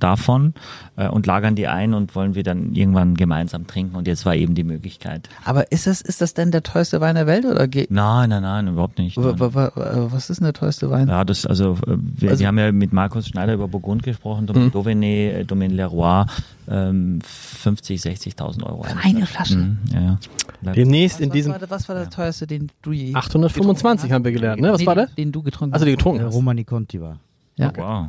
S5: davon äh, und lagern die ein und wollen wir dann irgendwann gemeinsam trinken. Und jetzt war eben die Möglichkeit.
S3: Aber ist das, ist das denn der teuerste Wein der Welt oder G
S5: Nein, nein, nein, überhaupt nicht.
S3: wa- wa- wa- wa- was ist denn der teuerste Wein?
S5: Ja, das, also, äh, wir, wir haben ja mit Markus Schneider über Burgund gesprochen, Dom Dauvigny, äh, Domaine Leroy, ähm, 50, 60.000 Euro.
S3: Eine Flasche.
S5: Mhm, ja, ja.
S4: Demnächst in
S3: was,
S4: diesem
S3: war, der- was war der teuerste, den du je
S4: 825 haben wir gelernt, ne? Was
S3: nee,
S4: war der?
S3: Den du getrunken
S4: Also die getrunken
S6: Äh,
S4: hast.
S6: Romani Conti war.
S3: Ja.
S5: Wow.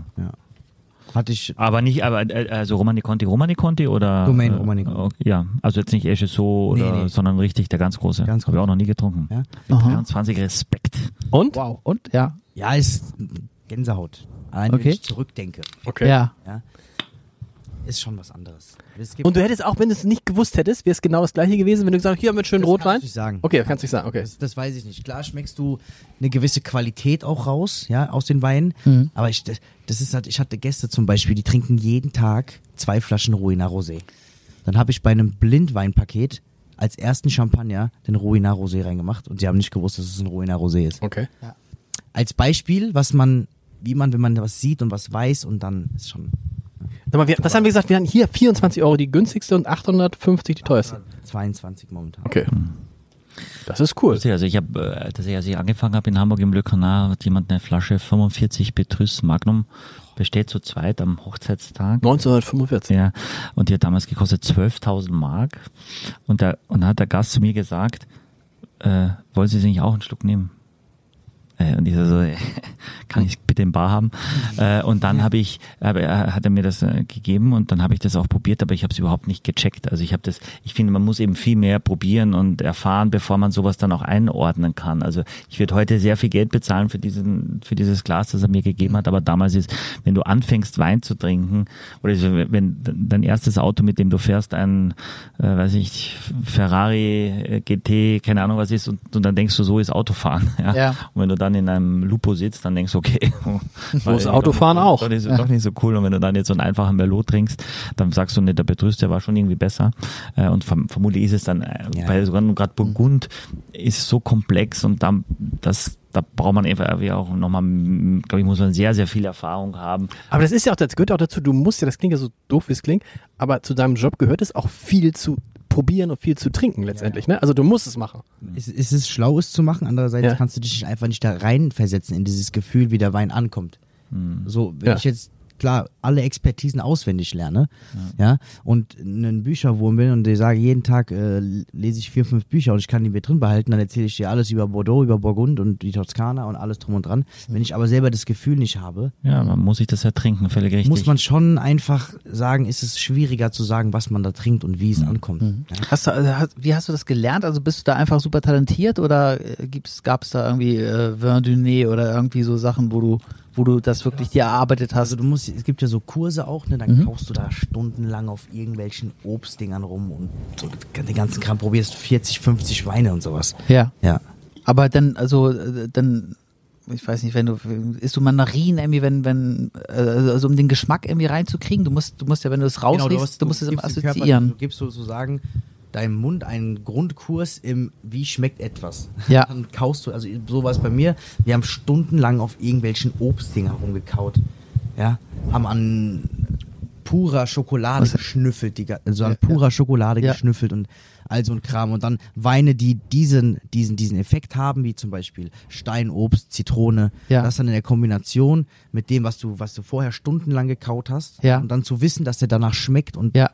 S6: Hatte ich
S5: Aber nicht, aber äh, also Romani Conti, Romani Conti oder?
S6: Domaine Romani Conti.
S5: okay, Ja, also jetzt nicht Echeso oder,
S6: Nee, nee.
S5: sondern richtig der ganz große.
S6: Ganz
S5: Hab ich auch noch nie getrunken.
S6: Ja.
S5: Mit 23 Respekt.
S4: Und?
S3: Wow. Und? Ja.
S6: Ja, ist Gänsehaut. Allein
S3: Okay.
S6: wenn ich zurückdenke,
S4: Okay.
S3: Ja.
S6: ist schon was anderes. Es gibt-
S4: Und du hättest auch, wenn du es nicht gewusst hättest, wäre es genau das gleiche gewesen, wenn du gesagt hast, hier haben wir einen schönen
S6: Das
S4: Rotwein.
S6: kannst du nicht sagen.
S4: Okay, kannst du nicht sagen, okay.
S6: das, das weiß ich nicht. Klar schmeckst du eine gewisse Qualität auch raus, ja, aus den Weinen.
S4: Mhm.
S6: Aber ich, das ist halt, ich hatte Gäste zum Beispiel, die trinken jeden Tag zwei Flaschen Ruina Rosé. Dann habe ich bei einem Blindweinpaket als ersten Champagner den Ruina Rosé reingemacht und sie haben nicht gewusst, dass es ein Ruina Rosé ist.
S4: Okay.
S6: Als Beispiel, was man, wie man, wenn man was sieht und was weiß und dann ist schon
S4: Sag mal, wir, was haben wir gesagt? Wir haben hier 24 Euro die günstigste und 850 die teuerste.
S6: 22 momentan.
S4: Okay. Das ist cool.
S5: Also ich habe, äh, dass ich, als ich angefangen habe in Hamburg im Le Canard, hat jemand eine Flasche 45 Petrus Magnum bestellt zu zweit am Hochzeitstag.
S4: 1945.
S5: Ja, und die hat damals gekostet 12.000 Mark. Und, der, und dann hat der Gast zu mir gesagt, äh, wollen Sie sich nicht auch einen Schluck nehmen? Äh, *laughs* und ich so, so, kann ich bitte im Bar haben? Äh, und dann habe ich, hab, er- hat er mir das äh, gegeben und dann habe ich das auch probiert, aber ich habe es überhaupt nicht gecheckt. Also ich habe das, ich finde, man muss eben viel mehr probieren und erfahren, bevor man sowas dann auch einordnen kann. Also ich würde heute sehr viel Geld bezahlen für diesen, für dieses Glas, das er mir gegeben hat, aber damals ist, wenn du anfängst Wein zu trinken oder so, wenn dein erstes Auto, mit dem du fährst, ein, äh, weiß ich, Ferrari äh, GT, keine Ahnung was ist und, und dann denkst du, so ist Autofahren. *laughs* Ja?
S3: Ja.
S5: Und wenn du dann in einem Lupo sitzt, dann denkst du, okay, *laughs* wo
S4: ist Autofahren auch?
S5: Doch nicht, so- doch nicht so cool. Und wenn du dann jetzt so einen einfachen Merlot trinkst, dann sagst du, ne, der Petrus, der war schon irgendwie besser. Äh, Und verm- vermutlich ist es dann, äh,
S6: Ja.
S5: bei sogar gerade Burgund ist so komplex und dann, das, da braucht man einfach irgendwie auch nochmal, glaube ich, muss man sehr, sehr viel Erfahrung haben.
S4: Aber das ist ja auch, das gehört ja auch dazu, du musst ja, das klingt ja so doof, wie es klingt, aber zu deinem Job gehört es auch viel zu probieren und viel zu trinken letztendlich, ne? Also du musst es machen.
S6: Es, es ist schlau, es zu machen. Andererseits
S4: Ja.
S6: kannst du dich einfach nicht da reinversetzen in dieses Gefühl, wie der Wein ankommt. So, wenn
S4: Hm. Ja.
S6: ich jetzt klar alle Expertisen auswendig lerne, ja, und ein Bücherwurm bin und ich sage, jeden Tag äh, lese ich vier, fünf Bücher und ich kann die mir drin behalten, dann erzähle ich dir alles über Bordeaux, über Burgund und die Toskana und alles drum und dran. Wenn ich aber selber das Gefühl nicht habe,
S5: Ja, man muss sich das ertrinken, völlig richtig.
S6: muss man schon einfach sagen, ist es schwieriger zu sagen, was man da trinkt und wie es
S4: Hm.
S6: ankommt. Ja.
S3: Hast du, also, hast, wie hast du das gelernt? Also bist du da einfach super talentiert oder äh, gibt's, gab's da irgendwie äh, Verdunet oder irgendwie so Sachen, wo du, wo du das wirklich dir erarbeitet hast?
S6: Also du musst, es gibt ja so Kurse auch, ne? Dann kaufst du da stundenlang auf irgendwelchen Obstdingern rum und so den ganzen Kram probierst 40, 50 Weine und sowas.
S3: ja.
S6: Ja.
S3: Aber dann, also, äh, dann, ich weiß nicht, wenn du, isst du Mandarinen irgendwie, wenn, wenn, äh, also also um den Geschmack irgendwie reinzukriegen, du musst, du musst ja, wenn du es rausliest, du,
S6: Genau, hast-
S3: musst es immer
S6: gibst dem
S3: assoziieren.
S6: Körper, du gibst sozusagen deinem Mund einen Grundkurs im, wie schmeckt etwas.
S3: Ja.
S6: Dann kaust du, also so war es bei mir, wir haben stundenlang auf irgendwelchen Obstdingern rumgekaut. Ja, haben an purer Schokolade geschnüffelt, die, ga- also an purer Schokolade
S3: Ja.
S6: geschnüffelt und all so ein Kram. Und dann Weine, die diesen, diesen, diesen Effekt haben, wie zum Beispiel Steinobst, Zitrone,
S3: Ja.
S6: das dann in der Kombination mit dem, was du, was du vorher stundenlang gekaut hast
S3: Ja.
S6: und dann zu wissen, dass der danach schmeckt und
S3: Ja.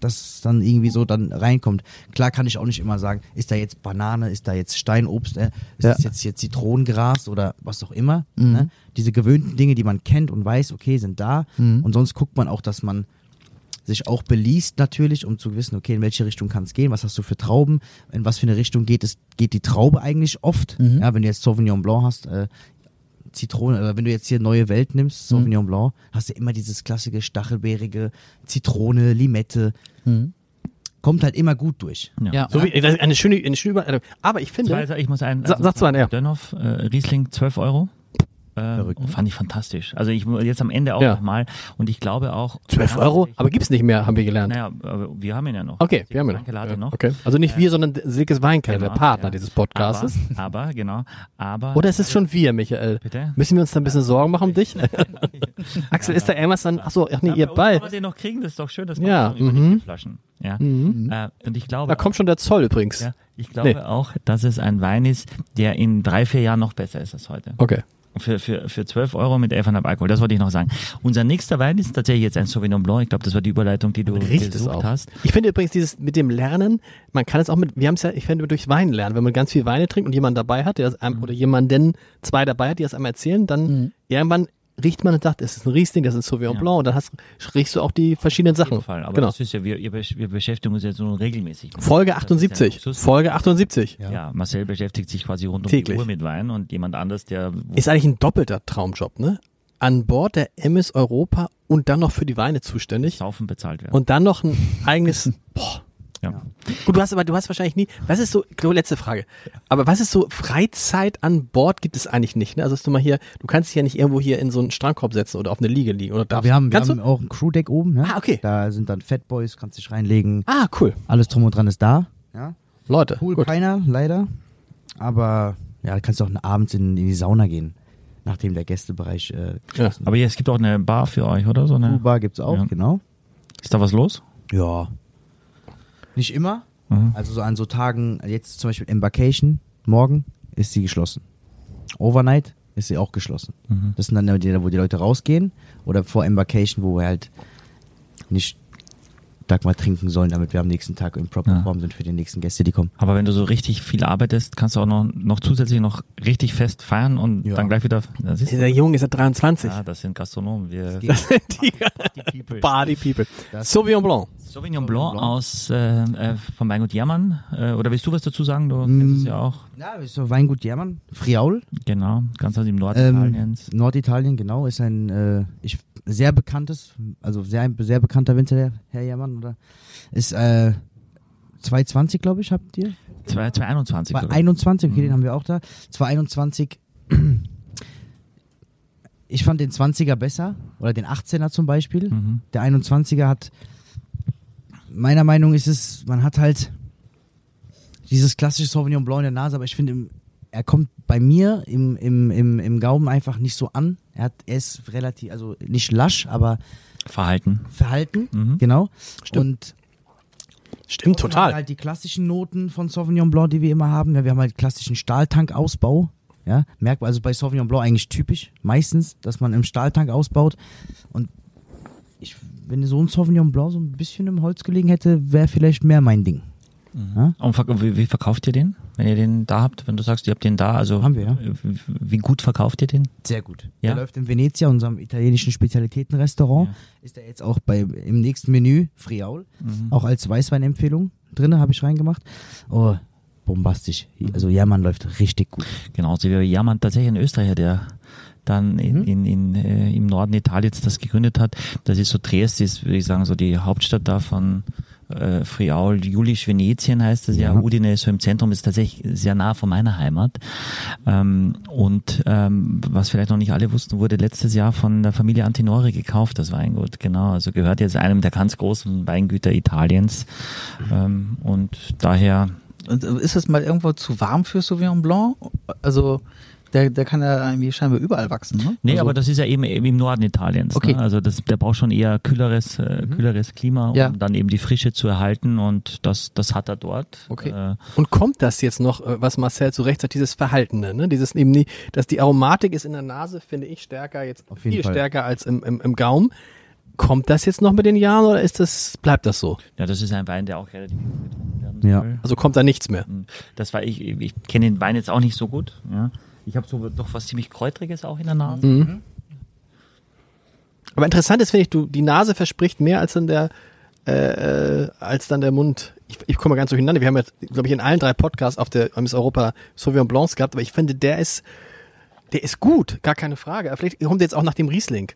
S6: das dann irgendwie so dann reinkommt. Klar kann ich auch nicht immer sagen, ist da jetzt Banane, ist da jetzt Steinobst, äh, ist
S3: Ja. Mhm.
S6: das jetzt hier Zitronengras oder was auch immer. Ne? Diese gewöhnten Dinge, die man kennt und weiß, okay, sind da.
S4: Mhm.
S6: Und sonst guckt man auch, dass man sich auch beliest natürlich, um zu wissen, okay, in welche Richtung kann es gehen, was hast du für Trauben, in was für eine Richtung geht es, geht die Traube eigentlich oft.
S4: Mhm.
S6: Ja, wenn du jetzt Sauvignon Blanc hast, äh, Zitrone, oder wenn du jetzt hier neue Welt nimmst,
S4: Mhm.
S6: Sauvignon Blanc, hast du immer dieses klassische stachelbeerige Zitrone, Limette.
S4: Mhm.
S6: Kommt halt immer gut durch.
S3: Ja.
S4: So wie, das ist eine schöne, eine schöne Überleitung. Aber ich finde,
S5: Zweiter, ich muss ein.
S4: Sa- sag's mal, ja.
S5: Dönhoff, äh, Riesling 12 Euro. Äh,
S6: Verrückt, ne?
S5: fand ich fantastisch. Also ich mu- jetzt am Ende auch
S4: Ja.
S5: nochmal. Und ich glaube auch.
S4: 12 Euro, aber gibt's nicht mehr, haben wir gelernt.
S5: Naja, aber wir haben ihn ja noch.
S4: Okay, wir haben ihn.
S5: Danke, Latte
S4: Ja,
S5: noch. Äh,
S4: Okay. Also nicht wir, sondern Silkes Weinkeller,
S5: Genau,
S4: der Partner
S5: ja.
S4: dieses Podcastes.
S5: Aber, aber genau. Aber
S4: Oder ist es schon wir, Michael?
S5: Bitte?
S4: Müssen wir uns da ein bisschen Sorgen machen um
S5: *laughs*
S4: dich? *laughs* Axel, ist da irgendwas dann? Achso, ach nee,
S5: Ja,
S4: ihr
S5: bei uns
S4: Ball.
S5: Kann man den noch kriegen, das ist doch schön, dass
S4: Ja,
S5: man über die
S4: mhm.
S5: vier Flaschen. Ja. Äh, und ich glaube,
S4: Da kommt schon der Zoll übrigens.
S5: ja, ich glaube
S4: Nee.
S5: auch, dass es ein Wein ist, der in drei, vier Jahren noch besser ist als heute.
S4: Okay.
S5: Für, für, für 12 Euro mit 11,5 Alkohol, das wollte ich noch sagen. Unser nächster Wein ist tatsächlich jetzt ein Sauvignon Blanc. Ich glaube, das war die Überleitung, die du
S4: Riecht es
S5: gesucht
S4: auch.
S5: hast.
S4: Ich finde übrigens dieses mit dem Lernen, man kann es auch mit, wir haben es ja, ich finde, durchs Wein lernen. Wenn man ganz viel Weine trinkt und jemanden dabei hat, der das
S5: Mhm.
S4: einem, oder jemanden zwei dabei hat, die das einem erzählen, dann irgendwann riecht man und sagt, das ist ein Riesling, das ist ein Sauvignon
S5: Ja.
S4: Blanc und dann hast, riechst du auch die verschiedenen
S5: Auf
S4: Sachen.
S5: jeden Fall. Aber
S4: genau.
S5: das ist ja, wir, ihr besch- wir beschäftigen uns jetzt nur regelmäßig. mit-
S4: Folge
S5: Das ist ja ein
S4: 78.
S5: Luxus.
S4: Folge 78.
S5: ja. Marcel beschäftigt sich quasi rund um
S4: Täglich.
S5: die Uhr mit Wein und jemand anders, der
S4: Ist eigentlich ein doppelter Traumjob, ne? An Bord der MS Europa und dann noch für die Weine zuständig
S5: saufen bezahlt wird.
S4: und dann noch ein eigenes, boah,
S5: ja.
S4: Gut, du hast aber, du hast wahrscheinlich nie, was ist so, Klo, letzte Frage. Aber was ist so Freizeit an Bord gibt es eigentlich nicht, ne? Also, dass du mal hier, du kannst dich ja nicht irgendwo hier in so einen Strandkorb setzen oder auf eine Liege liegen oder darfst
S6: Wir haben, wir
S4: kannst
S6: haben auch ein Crewdeck oben. Ne?
S4: Ah, okay.
S6: Da sind dann Fatboys, kannst dich reinlegen.
S4: du? Ah, cool.
S6: Alles drum und dran ist da. Ja.
S4: Leute.
S6: Pool
S4: gut.
S6: keiner, leider. Aber ja, da kannst du auch abends in, in die Sauna gehen, nachdem der Gästebereich äh,
S4: Ja.
S5: Aber ja, es gibt auch eine Bar für euch, oder? So eine,
S6: Bar gibt's auch,
S5: Ja.
S6: genau.
S5: ist da was los?
S6: Ja. Nicht immer.
S5: Mhm.
S6: Also so an so Tagen, jetzt zum Beispiel Embarkation, morgen ist sie geschlossen. Overnight ist sie auch geschlossen.
S5: Mhm.
S6: Das sind dann die, wo die Leute rausgehen oder vor Embarkation, wo wir halt nicht Tag mal trinken sollen, damit wir am nächsten Tag in proper
S5: Ja.
S6: Form sind für die nächsten Gäste, die kommen.
S5: Aber wenn du so richtig viel arbeitest, kannst du auch noch, noch zusätzlich noch richtig fest feiern und
S6: Ja.
S5: dann gleich wieder. Das ist,
S4: Der Junge ist ja 23.
S5: ja, Ah, das sind Gastronomen. Wir,
S4: Das sind die
S5: People.
S4: Party People.
S6: Das-
S4: Sauvignon Blanc.
S5: Sauvignon Blanc aus äh, äh, von Weingut Jermann. Äh, oder willst du was dazu sagen? Du
S6: Mm.
S5: kennst es ja auch.
S6: Ja, ist so Weingut Jermann, Friaul,
S5: Genau, ganz aus dem
S6: ähm,
S5: Norditaliens.
S6: Norditalien, genau, ist ein äh, ich, sehr bekanntes, also sehr, ein sehr bekannter Winzer, der Herr Jermann, oder? Ist äh, 220, glaube ich, habt ihr?
S5: 221.
S6: Bei 21, okay, den haben wir auch da. 221. *clears throat* Ich fand den 20er besser oder den 18er zum Beispiel.
S5: Mhm.
S6: Der 21er hat, meiner Meinung ist es, man hat halt dieses klassische Sauvignon Blanc in der Nase, aber ich finde, im- er kommt bei mir im, im, im, im Gaumen einfach nicht so an. Er, hat, er ist relativ, also nicht lasch, aber
S5: Verhalten.
S6: verhalten,
S5: Mhm.
S6: genau.
S4: Stimmt.
S6: Und
S4: Stimmt,
S6: wir
S4: Hm,
S6: haben
S4: total.
S6: halt die klassischen Noten von Sauvignon Blanc, die wir immer haben. Ja, wir haben halt klassischen Stahltankausbau. Ja, merkbar, also bei Sauvignon Blanc eigentlich typisch, meistens, dass man im Stahltank ausbaut. Und ich, wenn so ein Sauvignon Blanc so ein bisschen im Holz gelegen hätte, wäre vielleicht mehr mein Ding.
S5: Und verk- wie, wie verkauft ihr den, wenn ihr den da habt? Wenn du sagst, ihr habt den da, also
S6: Haben wir, ja.
S5: w- wie gut verkauft ihr den?
S6: Sehr gut.
S5: Ja.
S6: Der läuft in Venezia, unserem italienischen Spezialitätenrestaurant.
S5: Ja.
S6: Ist er jetzt auch bei, im nächsten Menü, Friaul, auch als Weißweinempfehlung drin, habe ich reingemacht. Oh, bombastisch. Also Jammern läuft richtig gut.
S5: Genau, so wie Jammern tatsächlich ein Österreicher, der dann in, in, in, äh, im Norden Italiens das gegründet hat. Das ist so Trieste, ist, würde ich sagen, so die Hauptstadt da von äh, Friaul, Julisch Venetien heißt das ja, Udine ist so im Zentrum, ist tatsächlich sehr nah von meiner Heimat. Ähm, und ähm, was vielleicht noch nicht alle wussten, wurde letztes Jahr von der Familie Antinori gekauft, das Weingut, genau. Also gehört jetzt einem der ganz großen Weingüter Italiens. Ähm, und daher
S3: Und äh, ist es mal irgendwo zu warm für Sauvignon Blanc? Also der, der kann ja irgendwie scheinbar überall wachsen, ne?
S5: Nee,
S3: also,
S5: aber das ist ja eben, eben im Norden Italiens.
S3: Okay. Mhm.
S5: Ne? Also das, der braucht schon eher kühleres, äh, kühleres Klima, um
S3: Ja.
S5: dann eben die Frische zu erhalten und das, das hat er dort.
S3: Okay.
S5: Äh,
S4: Und kommt das jetzt noch, äh, was Marcel zu Recht sagt, dieses Verhaltene, ne? Dieses eben die, dass die Aromatik ist in der Nase, finde ich, stärker jetzt,
S6: Auf jeden
S4: viel
S6: Fall.
S4: stärker als im, im, im Gaumen. Kommt das jetzt noch mit den Jahren oder ist das, bleibt das so?
S5: ja, das ist ein Wein, der auch relativ viel getrunken werden
S6: Ja.
S5: soll.
S4: Also kommt da nichts mehr.
S5: Das war ich, ich kenne den Wein jetzt auch nicht so gut. Ja. Ich habe so doch was ziemlich Kräutriges auch in der Nase.
S3: Mhm.
S4: Aber interessant ist, finde ich, du, die Nase verspricht mehr als dann der, äh, äh, als dann der Mund. Ich, ich komme ganz durcheinander. Wir haben jetzt, glaube ich, in allen drei Podcasts auf der Miss Europa Sauvignon Blancs gehabt, aber ich finde, der ist, der ist gut, gar keine Frage. Aber vielleicht kommt der jetzt auch nach dem Riesling.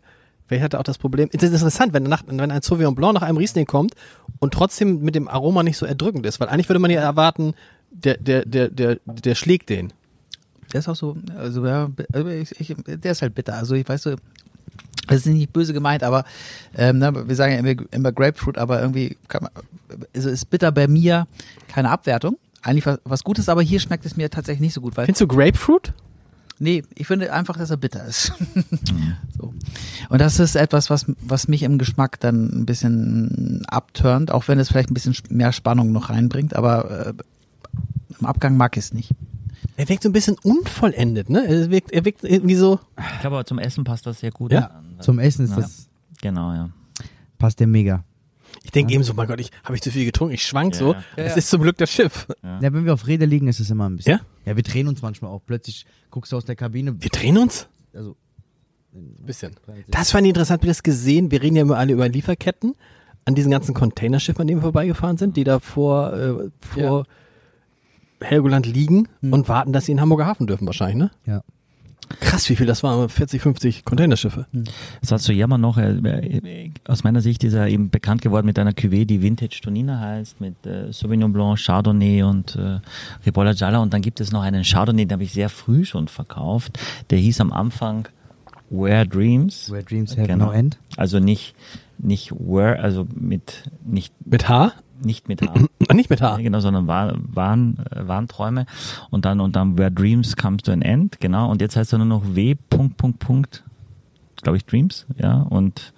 S4: Vielleicht hat er auch das Problem. Es ist interessant, wenn, nach, wenn ein Sauvignon Blanc nach einem Riesling kommt und trotzdem mit dem Aroma nicht so erdrückend ist, weil eigentlich würde man ja erwarten, der, der, der, der, der schlägt den.
S3: der ist auch so, also ja, also ich, ich, der ist halt bitter. Also ich weiß so, das ist nicht böse gemeint, aber ähm, ne, wir sagen ja immer, immer Grapefruit, aber irgendwie kann man, also ist bitter bei mir keine Abwertung. Eigentlich was, was Gutes, aber hier schmeckt es mir tatsächlich nicht so gut, weil
S4: Findest du Grapefruit?
S3: Nee, ich finde einfach, dass er bitter ist. *laughs* so. Und das ist etwas, was, was mich im Geschmack dann ein bisschen abturnt, auch wenn es vielleicht ein bisschen sp- mehr Spannung noch reinbringt, aber äh, im Abgang mag ich es nicht.
S4: Er wirkt so ein bisschen unvollendet, ne? Er wirkt, er wirkt irgendwie so,
S5: Ich glaube, aber zum Essen passt das sehr gut.
S4: Ja.
S5: an.
S6: Zum Essen ist
S5: Ja.
S6: das,
S5: Genau, ja.
S6: passt der mega.
S4: Ich denke eben so, mein Gott, ich habe ich zu viel getrunken, ich schwank
S5: Ja,
S4: so.
S5: ja.
S4: Es ist zum Glück das Schiff.
S6: Ja. wenn wir auf Räder liegen, ist es immer ein bisschen.
S4: Ja?
S6: Ja, wir drehen uns manchmal auch. Plötzlich guckst du aus der Kabine.
S4: Wir drehen uns?
S6: Also,
S4: Bisschen. Das fand ich interessant, wie das gesehen. Wir reden ja immer alle über Lieferketten an diesen ganzen Containerschiffen, an denen wir vorbeigefahren sind, die da vor, äh, vor Helgoland liegen und warten, dass sie in Hamburger Hafen dürfen wahrscheinlich, ne?
S6: ja.
S4: Krass, wie viel das waren, 40, 50 Containerschiffe.
S5: Es war zu jammern noch, äh, äh, aus meiner Sicht ist er eben bekannt geworden mit einer Cuvée, die Vintage Tonina heißt, mit äh, Sauvignon Blanc, Chardonnay und äh, Ribolla Gialla. Und dann gibt es noch einen Chardonnay, den habe ich sehr früh schon verkauft. Der hieß am Anfang Where Dreams.
S6: Where Dreams Have No End.
S5: Also nicht, nicht Where, also mit, nicht,
S4: Mit H?
S5: nicht mit H.
S4: Ah, *clears throat* Nicht mit H.
S5: Ja, genau, sondern Wah- Wahn, äh, Warnträume. Und dann, und dann Where Dreams Comes to an End, genau. Und jetzt heißt er nur noch W. Punkt, Punkt, Punkt, glaube ich, Dreams, ja. Und,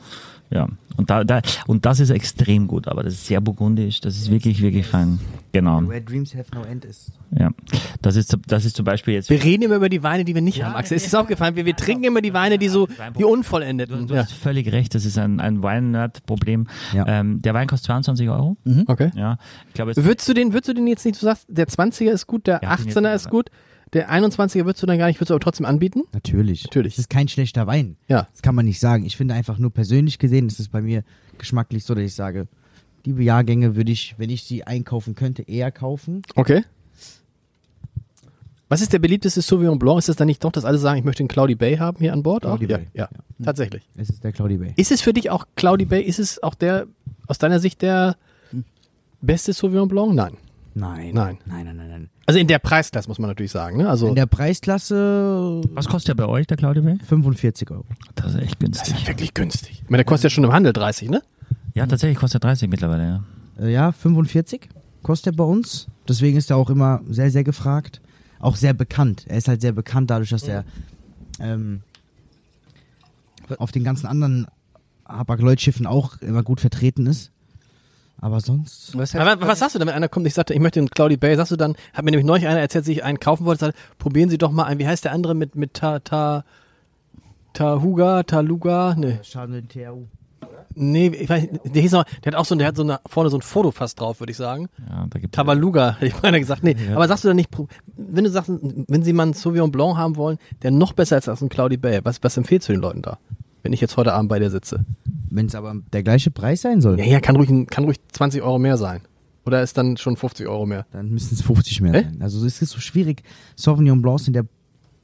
S5: ja. Und da, da, und das ist extrem gut, aber das ist sehr burgundisch, das ist wirklich, wirklich fein. Genau,
S6: Where Dreams Have No End ist.
S5: ja. Das ist, das ist zum Beispiel jetzt,
S4: Wir reden immer über die Weine, die wir nicht haben, Axel. Ist es aufgefallen? Wir, wir trinken immer die Weine, die so, die unvollendeten.
S5: du hast völlig recht, das ist ein, ein Wein-Nerd-Problem.
S6: Ja.
S5: Ähm, der Wein kostet 22 Euro,
S4: Ja. Okay.
S5: ja. Ich glaube, jetzt,
S4: Würdest du den, würdest du den jetzt nicht, du sagst, der 20er ist gut, der
S5: Ja, den jetzt
S4: 18er
S5: nicht,
S4: ist
S5: aber-
S4: gut, der 21er würdest du dann gar nicht, würdest du aber trotzdem anbieten?
S6: Natürlich.
S4: Natürlich.
S6: Es ist kein schlechter Wein.
S4: Ja.
S6: Das kann man nicht sagen. Ich finde einfach nur persönlich gesehen, ist es bei mir geschmacklich so, dass ich sage, die Jahrgänge würde ich, wenn ich sie einkaufen könnte, eher kaufen.
S4: Okay. Was ist der beliebteste Sauvignon Blanc? Ist das dann nicht doch, dass alle sagen, ich möchte einen Cloudy Bay haben hier an Bord?
S6: Cloudy
S4: auch? Ja,
S6: Bay,
S4: Ja, tatsächlich.
S6: Es ist der Cloudy Bay.
S4: Ist es für dich auch Cloudy Bay, ist es auch der, aus deiner Sicht der beste Sauvignon Blanc? Nein.
S6: Nein.
S4: Nein.
S6: Nein, nein, nein, nein.
S4: Also in der Preisklasse muss man natürlich sagen, ne? Also
S6: In der Preisklasse
S5: was kostet der bei euch, der Claudio Bay?
S6: 45 Euro.
S5: Das ist echt günstig.
S4: ist wirklich günstig. Ich meine, der kostet ja schon im Handel 30, ne?
S5: Ja, tatsächlich kostet er 30 mittlerweile, ja.
S6: Äh, ja, 45 kostet er bei uns. Deswegen ist er auch immer sehr, sehr gefragt. Auch sehr bekannt. Er ist halt sehr bekannt dadurch, dass er ähm, auf den ganzen anderen Hapag-Lloyd-Schiffen auch immer gut vertreten ist. Aber sonst.
S3: Was heißt,
S4: Aber was sagst du denn, wenn einer kommt, ich sagte, ich möchte einen Cloudy Bay, sagst du dann, hat mir nämlich neulich einer erzählt, sich einen kaufen wollte, sagt, probieren Sie doch mal einen, wie heißt der andere mit, mit Ta, Ta, Tahuga, Taluga, ne,
S6: Schaden THU.
S4: nee, ich weiß, nicht, der hieß noch, der hat auch so, der hat so eine, vorne so ein Foto fast drauf, würde ich sagen.
S5: Ja, da gibt's
S4: Tabaluga, *laughs* hätte ich meiner gesagt. Nee, aber sagst du dann nicht, pro- wenn du sagst, wenn sie mal einen Sauvignon Blanc haben wollen, der noch besser ist als ein Cloudy Bay, was, was empfehlst du den Leuten da? Wenn ich jetzt heute Abend bei dir sitze.
S6: Wenn es aber der gleiche Preis sein soll,
S4: Ja, ja, kann ruhig, ein- kann ruhig 20 Euro mehr sein. Oder ist dann schon 50 Euro mehr?
S6: dann müssen es 50 mehr
S4: Hä?
S6: sein. Also es ist so schwierig, Sauvignon Blancs in der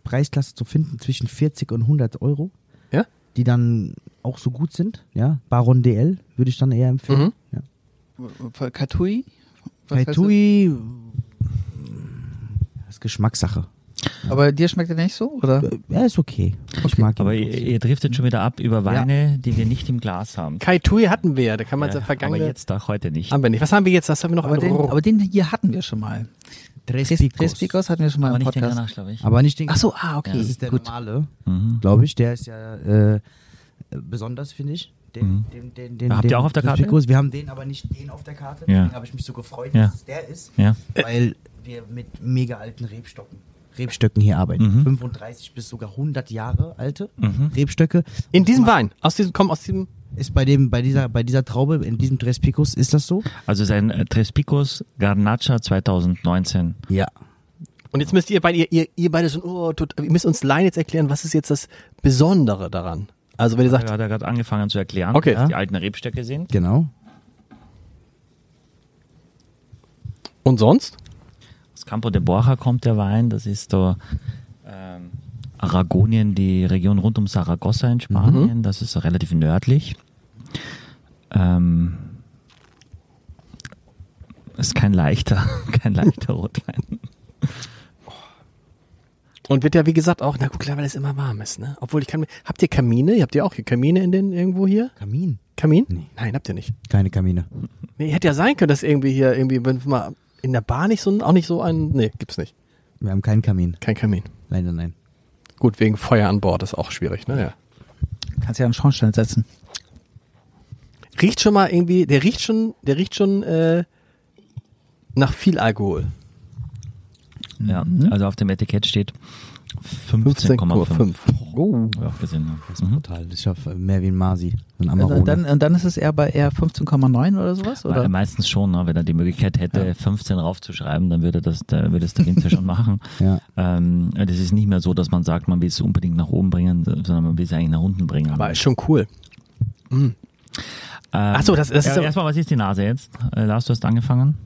S6: Preisklasse zu finden zwischen 40 und 100 Euro,
S4: Ja?
S6: die dann auch so gut sind. Ja, Baron DL würde ich dann eher
S4: Mhm.
S6: empfehlen. Ja.
S3: Katui? Äh, Was heißt
S6: Kaitui, das ist Geschmackssache.
S3: das? Aber dir schmeckt der nicht so, oder?
S6: Ja, ist okay. Ich mag ihn.
S5: Aber ihr, ihr driftet schon wieder ab über Weine, die wir nicht im Glas haben.
S4: Kai Tui hatten wir ja, da kann man ja,
S5: Ja,
S4: vergangene.
S5: aber jetzt doch heute nicht.
S4: Haben wir nicht. Was haben wir jetzt? Was haben wir noch?
S3: Aber den,
S4: Oh.
S3: aber den hier hatten wir schon mal.
S6: Tres
S3: Tres
S6: Picos.
S3: Tres Picos hatten wir schon mal
S5: Aber
S3: im
S5: nicht den
S3: Podcast.
S5: Ganache, glaube ich. Mhm.
S6: Aber nicht den.
S3: Ach so, ah, okay.
S6: das ist der
S3: Gut.
S6: normale, glaube ich. Der ist ja äh, besonders, finde ich. Den,
S5: Mhm.
S6: den, den, den,
S5: Habt
S6: den,
S5: ihr auch auf der
S6: Tres
S5: Karte?
S6: Picos. Wir haben den, aber nicht den auf der Karte.
S5: Ja.
S6: Deswegen habe ich mich so gefreut,
S5: Ja.
S6: dass es der ist,
S5: Ja.
S6: weil wir mit mega alten Rebstocken. Rebstöcken hier arbeiten. 35 bis sogar 100 Jahre alte Rebstöcke.
S4: in diesem Wein. Aus diesem, komm, aus diesem.
S6: Ist bei dem, bei dieser, bei dieser Traube, in diesem Tres Picos, ist das so?
S5: Also sein äh, Tres Picos Garnacha 2019.
S6: Ja.
S4: Und jetzt müsst ihr beide, ihr, ihr, ihr beide schon, oh, tut, ihr müsst uns Laien jetzt erklären, was ist jetzt das Besondere daran? Also wenn ihr sagt,
S5: Da hat er gerade angefangen zu erklären,
S4: Okay.
S5: dass die alten Rebstöcke sind.
S6: Genau.
S4: und sonst?
S5: Aus Campo de Borja kommt der Wein. Das ist da ähm, Aragonien, die Region rund um Saragossa
S4: Mhm.
S5: in Spanien. Das ist so relativ nördlich. Ähm, ist kein leichter, *laughs* kein leichter Rotwein.
S4: Und wird ja, wie gesagt, auch, na gut, klar, weil es immer warm ist, ne? Obwohl ich kann, habt ihr Kamine? Habt ihr auch hier Kamine in den, irgendwo hier?
S6: Kamin.
S4: Kamin? Nein, habt ihr nicht.
S6: Keine Kamine.
S4: Nee, hätte ja sein können, dass irgendwie hier irgendwie, wenn wir mal in der Bar nicht so, ein- auch nicht so einen, nee, gibt's nicht.
S6: Wir haben keinen Kamin.
S4: Kein Kamin.
S6: Leider nein.
S4: Gut, wegen Feuer an Bord ist auch schwierig, ne? Ja.
S3: Kannst ja einen Schornstein setzen.
S4: riecht schon mal irgendwie, der riecht schon, der riecht schon äh, nach viel Alkohol.
S5: Ja,
S4: Mhm.
S5: also auf dem Etikett steht 15,5.
S4: 15,5.
S3: Oh.
S5: Ja, gesehen, ja. Mhm.
S6: Total. Ich hoffe, mehr wie ein Masi. Ein Amarone.
S3: Und dann, und dann ist es eher bei eher 15,9 oder sowas,
S5: Weil
S3: oder?
S5: Meistens schon, ne? wenn er die Möglichkeit hätte, 15 raufzuschreiben, dann würde das, der, würde es
S4: *laughs*
S5: der Winzer schon machen.
S6: Ja.
S5: Ähm, das ist nicht mehr so, dass man sagt, man will es unbedingt nach oben bringen, sondern man will es eigentlich nach unten bringen.
S4: Aber ist schon cool. Ach so, das- das ist
S5: Ähm, ja,
S4: aber-
S5: erstmal, was ist die Nase jetzt? Äh, Lars, du hast angefangen.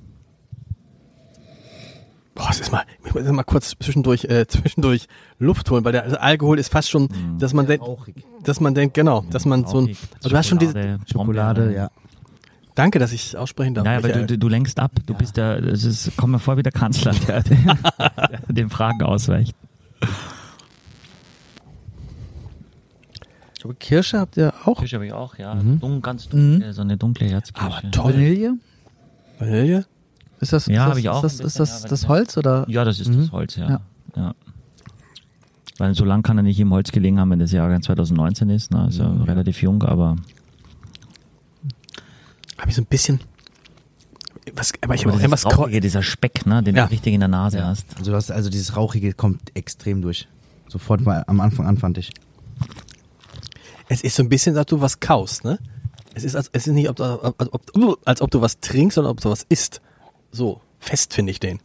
S4: Boah, es ist mal, ich muss mal kurz zwischendurch, äh, zwischendurch Luft holen, weil der also Alkohol ist fast schon,
S5: Mhm.
S4: dass man denkt,
S6: rauchig.
S4: dass man denkt, genau, dass man so ein,
S5: Rauchig,
S4: also du hast schon diese,
S5: Schokolade,
S6: Schokolade,
S5: Brombeere.
S6: ja.
S4: danke, dass ich äh, aussprechen darf.
S5: Naja, aber du,
S4: Michael.
S5: du, du lenkst ab, du bist der, es ist, komm mir vor wie der Kanzler,
S4: *laughs*
S5: der, *laughs* der, der den Fragen ausweicht.
S3: Ich glaube, Kirsche habt ihr auch.
S5: Kirsche habe ich auch, ja. Dun, ganz dunkle, so eine dunkle Herzkirsche.
S4: Mhm.
S3: Ah,
S4: aber toll.
S3: Vanille?
S4: Vanille?
S3: Ist das,
S5: Ja,
S3: ist das,
S5: hab ich auch
S3: Ist das,
S5: ein
S3: ist
S5: bisschen,
S3: das,
S5: ja,
S3: das
S5: Vanille.
S3: Holz oder?
S5: Ja, das ist
S4: Mhm.
S5: das Holz, ja.
S3: Ja.
S5: ja. Weil so lang kann er nicht im Holz gelegen haben, wenn das Jahrgang 2019 ist. Ne? Ist ja
S4: Mhm.
S5: relativ jung, aber,
S4: Habe ich so ein bisschen, was, aber ich
S5: aber
S4: habe auch
S5: dieses
S4: irgendwas, Kreu-
S5: rauchige, dieser Speck, ne? den
S4: Ja.
S5: du richtig in der Nase hast.
S6: Also, das, also dieses Rauchige kommt extrem durch. Sofort mal am Anfang an, fand ich.
S4: es ist so ein bisschen, dass du was kaust, ne? Es ist, als, es ist nicht, ob, ob, ob, als ob du was trinkst, sondern ob du was isst. So, fest finde ich den.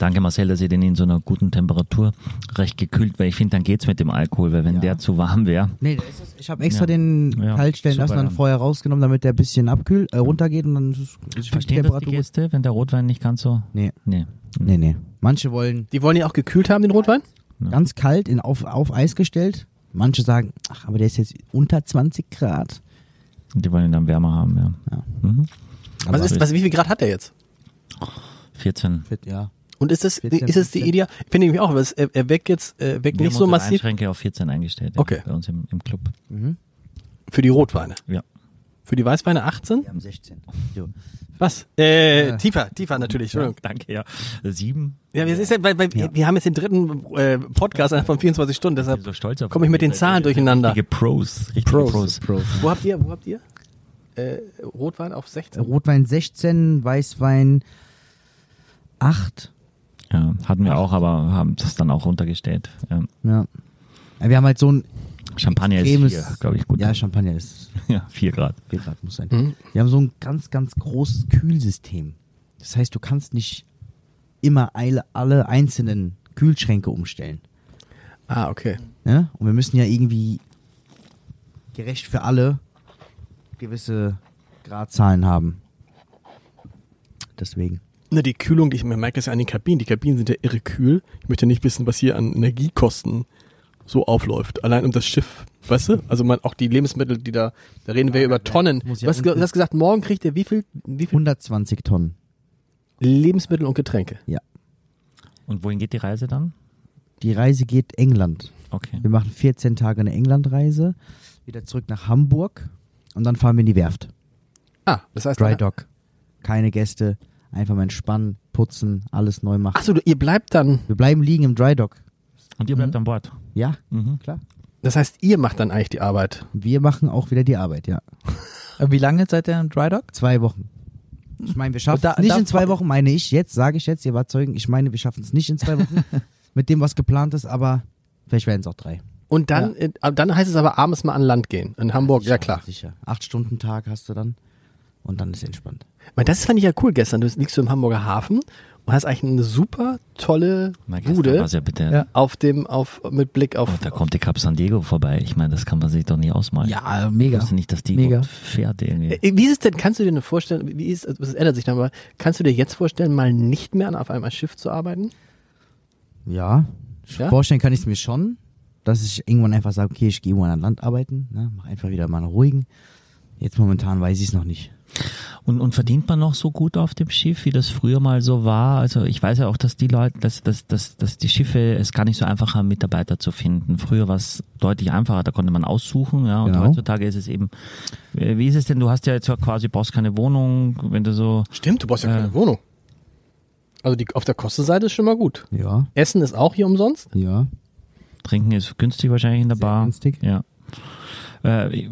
S5: Danke Marcel, dass ihr den in so einer guten Temperatur recht gekühlt, weil ich finde, dann geht's mit dem Alkohol, weil wenn der zu warm wäre,
S6: Nee, da ist es, ich habe extra
S5: Ja.
S6: den
S5: Ja,
S6: kalt stellen
S5: super,
S6: lassen, dann
S5: ja.
S6: vorher rausgenommen, damit der ein bisschen abkühlt, äh, runtergeht und dann ist es ist die
S5: verstehen das die Gäste, wenn der Rotwein nicht ganz so... ne,
S6: Nee.
S5: Nee.
S6: Nee, nee. Manche wollen
S4: Die wollen ja auch gekühlt haben, den Rotwein?
S6: ganz kalt in, auf, auf Eis gestellt. Manche sagen, ach, aber der ist jetzt unter 20 Grad.
S5: Die wollen ihn dann wärmer haben, ja. Mhm.
S4: Was ist, was, wie viel Grad hat der jetzt?
S5: 14.
S6: Ja.
S4: Und ist das,
S6: 14,
S4: ist das die
S6: 15?
S4: Idee? Finde ich mich auch, aber es, er, er weckt jetzt, äh, weckt nicht
S5: Wir haben
S4: so
S5: unsere
S4: massiv
S5: Einschränke auf 14 eingestellt.
S4: Okay.
S5: Ja, bei uns im, im Club.
S4: für die Rotweine.
S5: Ja.
S4: Für die Weißweine 18?
S6: Wir haben 16. Jo.
S4: Was? Äh, tiefer, tiefer natürlich. Entschuldigung.
S5: Danke, ja. Sieben.
S4: Ja, wir, Ist ja, weil, weil wir haben jetzt den dritten äh, Podcast innerhalb von 24 Stunden,
S5: Ich bin
S4: deshalb
S5: so stolz auf
S4: komme ich mit den Zahlen durcheinander.
S5: Richtige Pros. Richtige Pros.
S4: Wo habt ihr, wo habt ihr? äh, Rotwein auf 16.
S6: Rotwein 16, Weißwein 8.
S5: Ja, hatten wir auch, aber haben das dann auch runtergestellt. Ja.
S6: Ja. Ja, Wir haben halt so ein
S5: Champagner ist
S6: extremes-
S5: vier, glaube ich, gut. *laughs*
S6: Ja, Champagner ist
S5: Ja, vier Grad.
S6: 4 Grad muss sein. Wir haben so ein ganz, ganz großes Kühlsystem. Das heißt, du kannst nicht immer alle, alle einzelnen Kühlschränke umstellen.
S4: Ah, okay.
S6: Ne? Und wir müssen ja irgendwie gerecht für alle gewisse Gradzahlen haben. Deswegen.
S4: Ne, die Kühlung, ich man merkt das ja an den Kabinen. Die Kabinen sind ja irre kühl. Ich möchte nicht wissen, was hier an Energiekosten so aufläuft. Allein um das Schiff, weißt du? Also man, auch die Lebensmittel, die da, da reden wir über Tonnen.
S6: muss
S4: Du
S6: ja
S4: hast, ge-
S6: unten-
S4: du hast gesagt, morgen kriegt ihr wie viel, wie viel
S6: 120 Tonnen.
S4: Lebensmittel und Getränke?
S5: Und wohin geht die Reise dann?
S6: Die Reise geht England.
S5: Okay.
S6: Wir machen 14 Tage eine Englandreise, wieder zurück nach Hamburg und dann fahren wir in die Werft.
S4: Ah, das heißt.
S6: Dry Dock. Keine Gäste, einfach mal entspannen, putzen, alles neu machen.
S4: Achso, ihr bleibt dann,
S6: Wir bleiben liegen im Dry Dock.
S5: Und ihr bleibt an Bord.
S6: Ja,
S5: Mhm.
S6: klar.
S4: das heißt, ihr macht dann eigentlich die Arbeit.
S6: Wir machen auch wieder die Arbeit, ja.
S3: Äh, Wie lange seid ihr im Dry Dock?
S6: Zwei Wochen. Ich meine, wir schaffen
S3: Da-
S6: es nicht
S3: da-
S6: in zwei Wochen, meine ich jetzt, sage ich jetzt, ihr wart Zeugen, ich meine, wir schaffen es nicht in zwei Wochen mit dem, was geplant ist, aber vielleicht werden es auch drei.
S4: Und dann, äh, dann heißt es aber abends mal an Land gehen. In Hamburg, ja klar.
S6: Sicher. Acht Stunden Tag hast du dann und dann ist entspannt.
S4: Weil das fand ich ja cool gestern. Du liegst du im Hamburger Hafen und hast eigentlich eine super tolle
S5: Na, gestern
S4: Bude
S5: war's ja bitte.
S3: Ja.
S4: auf dem, auf, mit Blick auf.
S5: Oh, da kommt die Cap San Diego vorbei. Ich meine, das kann man sich doch nie ausmalen.
S3: Ja,
S5: Ich
S3: mega.
S5: wusste nicht, dass die
S3: Mega.
S5: gut fährt irgendwie.
S4: Äh, Wie ist es denn, kannst du dir denn vorstellen, wie ist, also das ändert sich dann mal, kannst du dir jetzt vorstellen, mal nicht mehr an, auf einem Schiff zu arbeiten?
S6: Ja,
S4: Ja?
S6: vorstellen kann ich es mir schon, dass ich irgendwann einfach sage, okay, ich gehe irgendwann an Land arbeiten, ne? mach einfach wieder mal einen ruhigen. Jetzt momentan weiß ich es noch nicht.
S5: Und, und verdient man noch so gut auf dem Schiff, wie das früher mal so war? Also ich weiß ja auch, dass die Leute, dass, dass, dass, dass die Schiffe es gar nicht so einfach haben, Mitarbeiter zu finden. Früher war es deutlich einfacher, da konnte man aussuchen, ja. Und
S6: Genau.
S5: heutzutage ist es eben. äh, Wie ist es denn? Du hast ja jetzt ja quasi brauchst keine Wohnung, wenn du so.
S4: Stimmt, du brauchst ja
S5: keine
S4: Wohnung. Also die, auf der Kostenseite ist schon mal gut.
S6: Ja,
S4: Essen ist auch hier umsonst.
S6: ja.
S5: Trinken ist günstig wahrscheinlich in der Bar.
S6: günstig.
S5: Ja. Äh,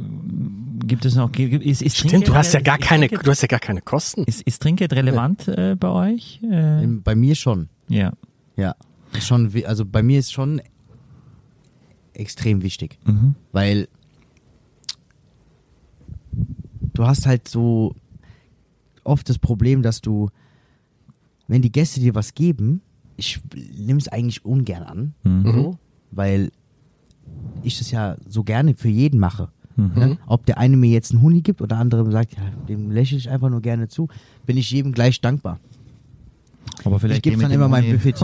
S5: gibt es noch? gibt- Ist, ist Trinkgeld- ist Trinkgeld-
S4: hast ja gar keine Kosten.
S5: Ist, ist Trinkgeld relevant äh, bei euch? Äh,
S6: Im- Bei mir schon.
S5: ja.
S6: Ja, schon, wi- also bei mir ist schon extrem wichtig,
S5: Mhm.
S6: weil du hast halt so oft das Problem, dass du, wenn die Gäste dir was geben, ich nehme es eigentlich ungern an,
S4: Mhm.
S6: weil ich das ja so gerne für jeden mache.
S5: Mhm.
S6: Ne? Ob der eine mir jetzt einen Huni gibt oder der andere sagt, ja, dem lächle ich einfach nur gerne zu, bin ich jedem gleich dankbar.
S5: Aber vielleicht
S6: geb's
S5: geh mit
S6: dann
S5: dem
S6: immer meinem
S5: Uni-
S6: Buffet.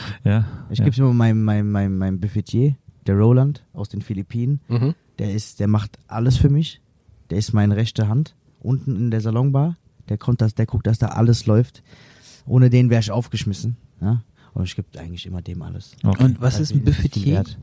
S5: *laughs* ja.
S6: Ich
S5: ja.
S6: gebe es immer meinem, meinem, meinem, meinem Buffetier, der Roland aus den Philippinen.
S4: Mhm.
S6: Der ist, der macht alles für mich. Der ist meine rechte Hand. Unten in der Salonbar. Der kommt, dass, der guckt, dass da alles läuft. Ohne den wäre ich aufgeschmissen. Ja? Und ich gebe eigentlich immer dem alles.
S5: Okay.
S3: Und was ist ein
S6: Also, den
S3: Buffetier?
S6: Wert.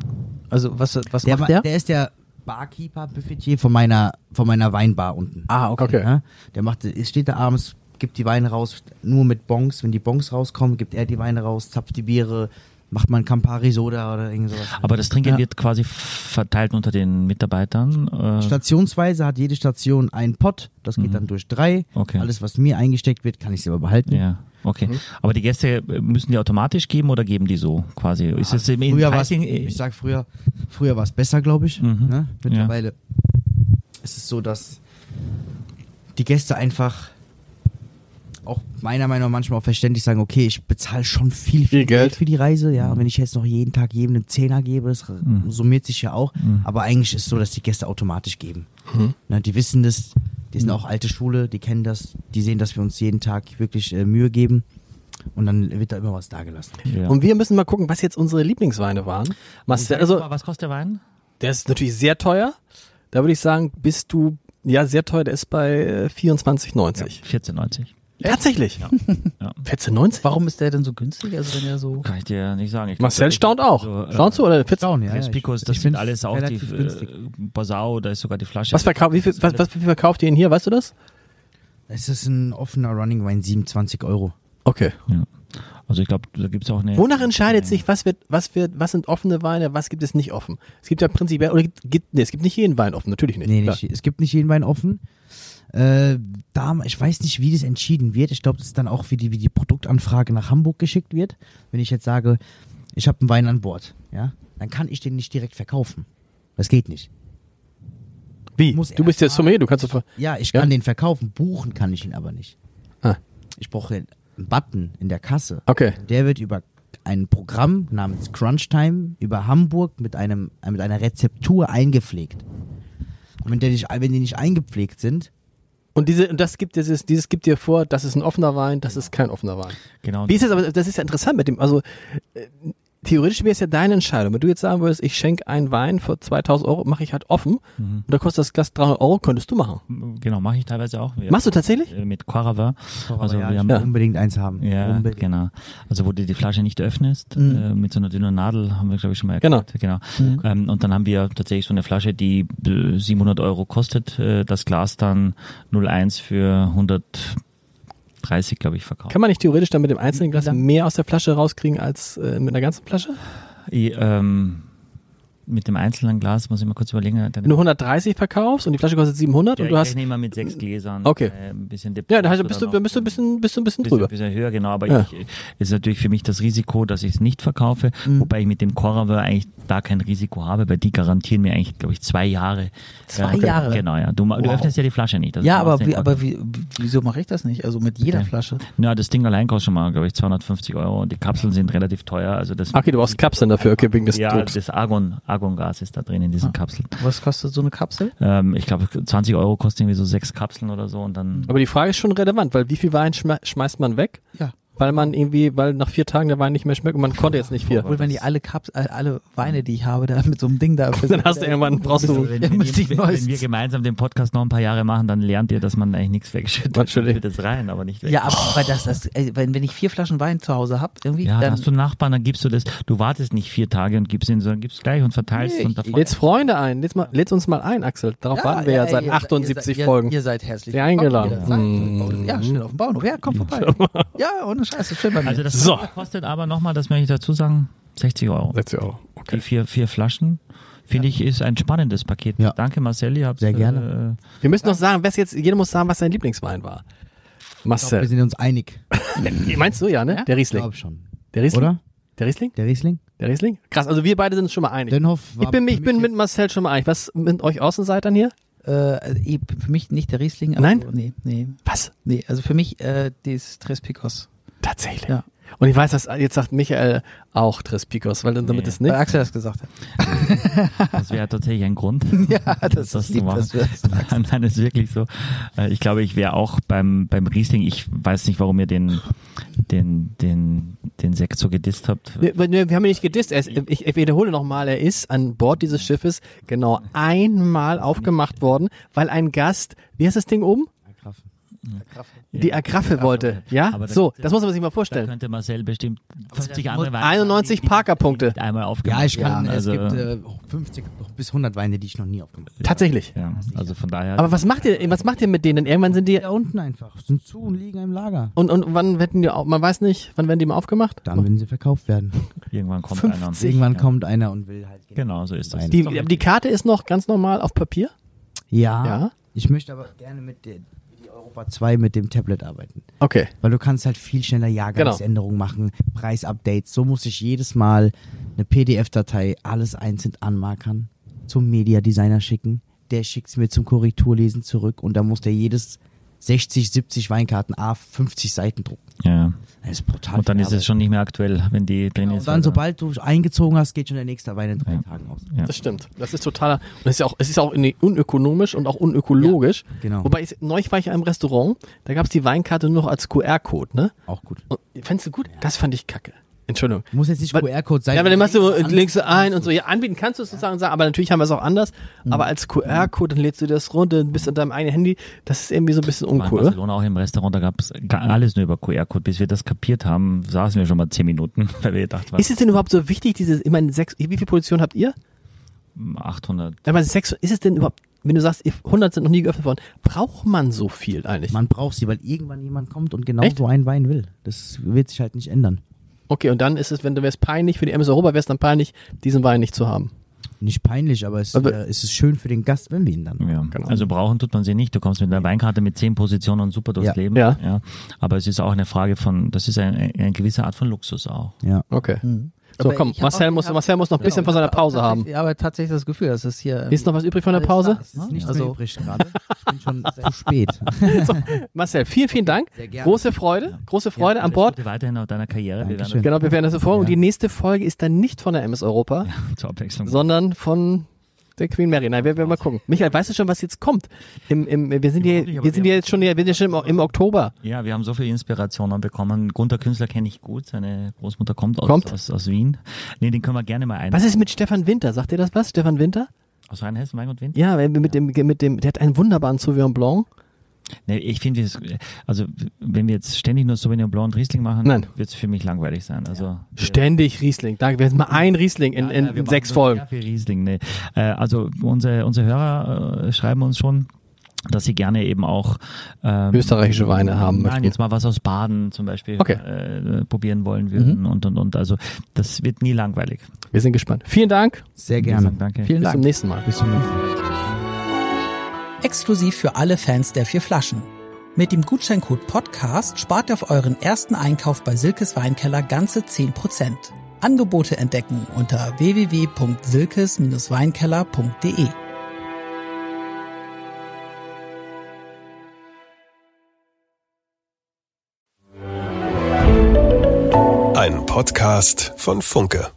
S3: Also was, was
S6: Der,
S3: macht
S6: der?
S3: der?
S6: der ist der Barkeeper, Buffetier von meiner, von meiner Weinbar unten.
S3: Ah, okay.
S4: Okay.
S6: Ja? Der macht, es steht da abends, gibt die Weine raus, nur mit Bongs. Wenn die Bongs rauskommen, gibt er die Weine raus, zapft die Biere, macht mal ein Campari Soda oder irgend sowas.
S3: Ah.
S5: Aber das Trinkgeld
S6: Ja.
S5: wird quasi verteilt unter den Mitarbeitern. Äh,
S6: Stationsweise hat jede Station einen Pot, das
S3: Mhm.
S6: geht dann durch drei.
S5: Okay.
S6: Alles, was mir eingesteckt wird, kann ich selber behalten.
S5: ja. Okay. Aber die Gäste äh, müssen die automatisch geben oder geben die so quasi? Ist es im
S6: Früher war es,
S5: Pricing-
S6: ich sag früher, früher war es besser, glaube ich.
S5: äh, Mhm.
S6: Ne?
S5: Ja.
S6: Mittlerweile ist es so, dass die Gäste einfach auch meiner Meinung nach manchmal auch verständlich sagen, okay, ich bezahle schon viel, viel,
S4: Viel
S6: Geld.
S4: Geld.
S6: für die Reise, ja. Und wenn ich jetzt noch jeden Tag jedem einen Zehner gebe, das
S5: Mhm.
S6: summiert sich ja auch. Aber eigentlich ist es so, dass die Gäste automatisch geben. Ne, die wissen das, die sind auch alte Schule, die kennen das, die sehen, dass wir uns jeden Tag wirklich äh, Mühe geben. Und dann wird da immer was dagelassen.
S5: ja.
S4: Und wir müssen mal gucken, was jetzt unsere Lieblingsweine waren. Marcel, also
S5: Aber was kostet der Wein?
S4: Der ist natürlich sehr teuer. Da würde ich sagen, bist du, ja, sehr teuer, der ist bei äh, 24,90.
S5: 14,90.
S4: Tatsächlich. *laughs*
S5: Ja.
S4: 14,90?
S3: Warum ist der denn so günstig? Also wenn er so
S5: Kann ich dir nicht sagen. Ich
S4: Marcel
S5: glaub,
S4: staunt auch.
S5: Also, äh,
S4: Staunst du? Oder 14?
S6: Down,
S5: Tres Picos, das sind alles auch die äh, Basau, da ist sogar die Flasche.
S4: Was, verkau wie viel, was, was wie viel verkauft ihr ihn hier? Weißt du das?
S6: Es ist ein offener Running Wine, 27 Euro.
S4: Okay.
S5: ja. Also ich glaube, da gibt's auch eine.
S4: Wonach entscheidet sich, was wird, was wird, was sind offene Weine, was gibt es nicht offen? Es gibt ja prinzipiell, oder gibt, gibt, nee, es gibt nicht jeden Wein offen, natürlich nicht.
S6: Nee,
S4: Klar.
S6: nicht, es gibt nicht jeden Wein offen. Äh, da, ich weiß nicht, wie das entschieden wird. Ich glaube, das ist dann auch, wie die, wie die Produktanfrage nach Hamburg geschickt wird. Wenn ich jetzt sage, ich habe einen Wein an Bord, ja, dann kann ich den nicht direkt verkaufen. Das geht nicht.
S4: Wie?
S6: Muss
S4: Du bist
S6: erst
S4: der
S6: mal-
S4: Sommelier, du kannst doch. ver-
S6: Ja, ich
S4: Ja.
S6: kann den verkaufen, buchen kann ich ihn aber nicht.
S4: Ah.
S6: Ich brauche einen Button in der Kasse.
S4: Okay.
S6: Der wird über ein Programm namens Crunchtime über Hamburg mit, einem, mit einer Rezeptur eingepflegt. Und wenn, der nicht, wenn die nicht eingepflegt sind,
S4: Und diese, und das gibt dieses, dieses gibt dir vor, das ist ein offener Wein, das ist kein offener Wein.
S5: Genau.
S4: Wie ist das aber, das ist ja interessant mit dem, also äh, theoretisch wäre es ja deine Entscheidung. Wenn du jetzt sagen würdest, ich schenke einen Wein für 2000 Euro, mache ich halt offen und da kostet das Glas 300 Euro, könntest du machen.
S5: Genau, mache ich teilweise auch. Ja.
S4: Machst du tatsächlich?
S5: Äh, Mit Coravin. Also
S6: ja,
S5: wir
S6: ich
S5: haben
S6: will unbedingt eins haben.
S5: Ja,
S6: unbedingt.
S5: genau. Also wo du die Flasche nicht öffnest, äh, mit so einer dünnen Nadel, haben wir glaube ich schon mal
S4: Mhm. Genau.
S5: erklärt. Genau. Ähm, und dann haben wir tatsächlich so eine Flasche, die äh, 700 Euro kostet, äh, das Glas dann 01 für 130, glaube ich, verkauft.
S4: Kann man nicht theoretisch dann mit dem einzelnen Glas mehr aus der Flasche rauskriegen als äh, mit einer ganzen Flasche?
S5: Ich, ähm, mit dem einzelnen Glas muss ich mal kurz überlegen. Dann-
S4: Wenn du 130 verkaufst und die Flasche kostet 700
S5: ja,
S4: und Genau. du
S5: ich
S4: hast,
S5: nehme mal mit sechs Gläsern.
S4: Okay.
S5: Äh, ein bisschen Dip
S4: ja, dann hast,
S5: oder
S4: bist du,
S5: noch-
S4: bist du ein bisschen, bist du ein bisschen
S5: bisschen,
S4: drüber.
S5: bisschen höher, genau. Aber
S4: Ja.
S5: ich, ist natürlich für mich das Risiko, dass ich es nicht verkaufe,
S3: Mhm.
S5: wobei ich mit dem Coraveur eigentlich da kein Risiko habe, weil die garantieren mir eigentlich, glaube ich, zwei Jahre.
S3: Zwei Jahre?
S5: Genau, ja. Du, ma- du
S3: Wow.
S5: öffnest ja die Flasche nicht. Also
S3: Ja,
S5: du machst
S3: aber,
S5: den
S3: wie,
S5: Kork-
S3: aber wie, wieso mache ich das nicht? Also mit jeder Flasche.
S5: Na, das Ding allein kostet schon mal, glaube ich, 250 Euro und die Kapseln sind relativ teuer. Also das,
S4: Okay, du brauchst Kapseln dafür, okay, wegen des
S5: ja, also
S4: Drucks.
S5: das Argon, Argongas ist da drin
S3: Ah.
S5: in diesen Kapseln.
S3: Was kostet so eine Kapsel?
S5: Ähm, ich glaube, 20 Euro kosten irgendwie so sechs Kapseln oder so und dann
S4: Aber die Frage ist schon relevant, weil wie viel Wein schme schmeißt man weg?
S3: Ja.
S4: Weil man irgendwie, weil nach vier Tagen der Wein nicht mehr schmeckt und man konnte jetzt nicht
S3: *laughs*
S4: viel.
S3: Obwohl, wenn die alle Kaps äh, alle Weine, die ich habe, da mit so einem Ding da. äh,
S4: Dann hast du irgendwann, brauchst du
S5: Also wenn,
S3: Ja,
S5: wenn,
S3: mit
S5: die,
S3: die
S5: wenn, wenn
S3: neuesten.
S5: wir gemeinsam den Podcast noch ein paar Jahre machen, dann lernt ihr, dass man eigentlich nichts wegschüttet.
S4: Natürlich.
S5: Schüttet es rein, aber nicht weg.
S3: Ja, aber, aber das, das ey, wenn, wenn ich vier Flaschen Wein zu Hause habe, irgendwie,
S5: Ja, dann
S3: dann
S5: hast du einen Nachbarn, dann gibst du das. Du wartest nicht vier Tage und gibst ihn, sondern gibst gleich und verteilst und davon.
S4: Lädst Freunde ein, lädst, mal, lädst uns mal ein, Axel. Darauf warten wir ja,
S3: ey,
S4: seit
S3: ihr-
S4: 78
S3: ihr,
S4: Folgen.
S3: Ihr, ihr seid herzlich
S4: Sehr
S3: willkommen,
S4: eingeladen.
S3: jederzeit. Ja, schnell auf dem Bauernhof. Ja, komm vorbei. Ja, ohne Scheiße, schön bei mir.
S5: Also das
S4: So.
S5: kostet aber nochmal, das möchte ich dazu sagen, 60 Euro.
S4: 60 Euro.
S5: Die
S4: Okay.
S5: vier, vier Flaschen, finde ich, ist ein spannendes Paket.
S6: Ja.
S5: Danke Marcel, ihr habt
S6: Sehr gerne.
S5: Äh,
S4: Wir müssen noch sagen, wer jetzt, jeder muss sagen, was sein Lieblingswein war.
S6: Ich glaub, wir
S4: Marcel.
S6: sind uns einig.
S4: Meinst du ja, ne? Der
S6: Ich
S4: Riesling.
S6: glaube schon.
S4: Der Riesling?
S6: Oder?
S4: Der Riesling?
S6: Der Riesling?
S4: Der Riesling? Krass, also wir beide sind uns schon mal einig.
S6: Dönhoff war
S4: Ich bin, ich
S6: für
S4: bin
S6: mich
S4: mit Marcel schon mal einig. Was mit euch Außenseitern hier?
S3: äh, eh, für mich nicht der Riesling. Also,
S4: Nein?
S3: Nee, nee,
S4: Was?
S3: nee. Also für mich äh, das Tres Picos.
S4: Tatsächlich.
S3: Ja.
S4: Und ich weiß, dass jetzt sagt Michael auch Tres Picos, weil dann damit
S5: Nee.
S4: es nicht.
S3: Weil Äh, Axel das gesagt hat.
S5: äh, das wäre tatsächlich ein Grund.
S3: Ja,
S5: *laughs*
S3: das, ist
S5: zu
S3: lieb,
S5: machen.
S3: dass du das sagst.
S5: Nein, ist wirklich so. Äh, Ich glaube, ich wäre auch beim, beim Riesling, ich weiß nicht, warum ihr den, den, den, den Sekt so gedisst habt.
S4: Wir, wir wir haben ihn nicht gedisst. Er ist, ich, ich wiederhole nochmal, er ist an Bord dieses Schiffes genau einmal aufgemacht worden, weil ein Gast, wie heißt das Ding oben?
S6: Agraffe.
S4: Die Agraffe wollte. Ja,
S5: Aber da
S4: so,
S5: gibt's ja-
S4: das muss man sich mal
S5: Da
S4: vorstellen.
S5: könnte Marcel bestimmt 50 andere Weine
S4: 91 Parker-Punkte.
S5: nicht einmal aufgemacht
S6: Ja, ich
S5: haben.
S6: kann.
S5: also,
S6: es gibt äh, 50 bis 100 Weine, die ich noch nie aufgemacht habe.
S4: Tatsächlich.
S5: Ja, also von daher.
S4: Aber was macht ihr, was macht ihr mit denen? Denn irgendwann sind die,
S6: Da unten einfach. Sind zu und liegen im Lager.
S4: und, und wann werden die, au- man weiß nicht, wann werden die mal aufgemacht?
S6: Dann, wenn sie verkauft werden.
S5: irgendwann kommt
S4: 50.
S5: einer.
S6: Irgendwann kommt einer und will halt.
S5: Genau, so ist das.
S6: Wein.
S4: Die, die Karte ist noch ganz normal auf Papier.
S6: Ja.
S4: Ja.
S6: Ich möchte aber gerne mit der die Europa 2 mit dem Tablet arbeiten.
S4: Okay.
S6: Weil du kannst halt viel schneller
S5: Genau.
S6: Jahrgangsänderungen machen, Preisupdates. So muss ich jedes Mal eine PDF-Datei alles einzeln anmarkern, zum Media-Designer schicken. Der schickt es mir zum Korrekturlesen zurück und dann muss der jedes 60, 70 Weinkarten A 50 Seiten drucken.
S5: Ja.
S6: Das ist brutal.
S5: Und dann
S6: viel
S5: ist es
S6: Arbeit.
S5: schon nicht mehr aktuell, wenn die drin
S6: Und
S5: ist.
S6: dann,
S5: also.
S6: sobald du eingezogen hast, geht schon der nächste Wein in drei Tagen aus.
S5: Ja.
S4: Das stimmt. Das ist totaler. Und es ist ja auch, es ist auch in- unökonomisch und auch unökologisch.
S6: genau.
S4: Wobei ich, neulich war ich in einem Restaurant, da gab es die Weinkarte nur noch als QR-Code, ne?
S6: Auch gut.
S4: Und, fändest du gut? Das fand ich kacke. Entschuldigung.
S6: Muss jetzt nicht
S4: Weil-
S6: QR-Code sein.
S4: ja, aber dann machst du,
S6: An-
S4: legst du ein und so. Ja, Mhm. anbieten kannst du es sozusagen sagen, aber natürlich haben wir es auch anders. Aber als QR-Code, dann lädst du das runter, bist an deinem eigenen Handy. Das ist irgendwie so ein bisschen
S5: War in
S4: uncool. oder?
S5: Barcelona auch im Restaurant, da gab es alles nur über QR-Code. Bis wir das kapiert haben, saßen wir schon mal zehn Minuten, *laughs* weil wir gedacht haben,
S4: Ist es denn überhaupt so wichtig, dieses, ich meine, sechs, wie viel Position habt ihr?
S5: hm, 800.
S4: Aber sechs, ist es denn überhaupt, wenn du sagst, ihr- 100 sind noch nie geöffnet worden, braucht man so viel eigentlich?
S6: Man braucht sie, weil irgendwann jemand kommt und genau
S4: Echt?
S6: so einen Wein will. Das wird sich halt nicht ändern.
S4: Okay, und dann ist es, wenn du wärst peinlich für die MS Europa, wär's dann peinlich, diesen Wein nicht zu haben.
S6: Nicht peinlich, aber es,
S4: Aber-
S6: äh, es ist schön für den Gast, wenn wir ihn dann.
S5: Ja.
S4: Genau.
S5: Also brauchen tut man sie nicht. Du kommst mit einer Weinkarte mit zehn Positionen und super durchs
S6: Ja.
S5: Leben.
S4: Ja.
S5: Aber es ist auch eine Frage von, das ist ein, eine gewisse Art von Luxus auch.
S6: Ja.
S4: Okay. So,
S3: Mhm. Aber
S4: komm,
S3: ich hab
S4: Marcel
S3: auch-
S4: muss,
S3: ich hab-
S4: Marcel muss noch ein bisschen von seiner Pause haben.
S3: Ja, aber tatsächlich ähm, das Gefühl, dass es hier.
S4: Ist noch was übrig von der Pause?
S6: Es ist nichts
S3: Also-
S6: mehr übrig
S3: *laughs*
S6: gerade. Ich
S4: *laughs*
S6: bin schon zu spät.
S4: Marcel, vielen, vielen Dank.
S6: Sehr gerne.
S4: Große Freude, große Freude
S5: Ja,
S4: an
S5: alles
S4: Bord.
S5: Gute weiterhin auf deiner Karriere. Wir werden
S6: Dankeschön.
S4: Genau, wir werden das so folgen. Und die nächste Folge ist dann nicht von der MS Europa,
S5: das zur Abwechslung.
S4: sondern von der Queen Mary. Nein, wir werden mal gucken. Michael, weißt du schon, was jetzt kommt? Im, im, wir sind hier,
S5: Überhaupt nicht,
S4: wir sind
S5: aber
S4: hier jetzt schon, wir sind ja schon im, im Oktober.
S5: Ja, wir haben so viele Inspirationen bekommen. Gunther Künstler kenne ich gut. Seine Großmutter kommt aus,
S4: Kommt.
S5: aus, aus Wien. Nee, den können wir gerne mal ein.
S4: Was ist mit Stefan Winter? Sagt ihr das was? Stefan Winter?
S5: Aus Rheinhessen, Wein und Wind?
S4: Ja, mit dem, mit dem, der hat einen wunderbaren Sauvignon Blanc.
S5: Nee, ich finde, es- also, wenn wir jetzt ständig nur Sauvignon Blanc und Riesling machen,
S4: Nein.
S5: wird es für mich langweilig sein. Also, wir-
S4: Ständig Riesling. Danke. Wir haben jetzt mal ein Riesling in, in,
S5: Ja, wir
S4: in
S5: machen
S4: sechs
S5: so
S4: Folgen.
S5: sehr viel Riesling, ne. äh, also unsere, unsere Hörer äh, schreiben uns schon, dass sie gerne eben auch ähm,
S4: Österreichische Weine haben
S5: Nein,
S4: möchten.
S5: jetzt mal was aus Baden zum Beispiel
S4: Okay. Mhm.
S5: äh, probieren wollen würden und und und. Also das wird nie langweilig.
S4: Wir sind gespannt. Vielen Dank.
S6: Sehr gerne.
S5: Danke.
S4: Bis
S3: Vielen
S4: zum
S3: Dank.
S4: nächsten Mal.
S6: Bis zum nächsten Mal.
S2: Exklusiv für alle Fans der vier Flaschen. Mit dem Gutscheincode Podcast spart ihr auf euren ersten Einkauf bei Silkes Weinkeller ganze 10%. Angebote entdecken unter www.silkes-weinkeller.de.
S7: Ein Podcast von Funke.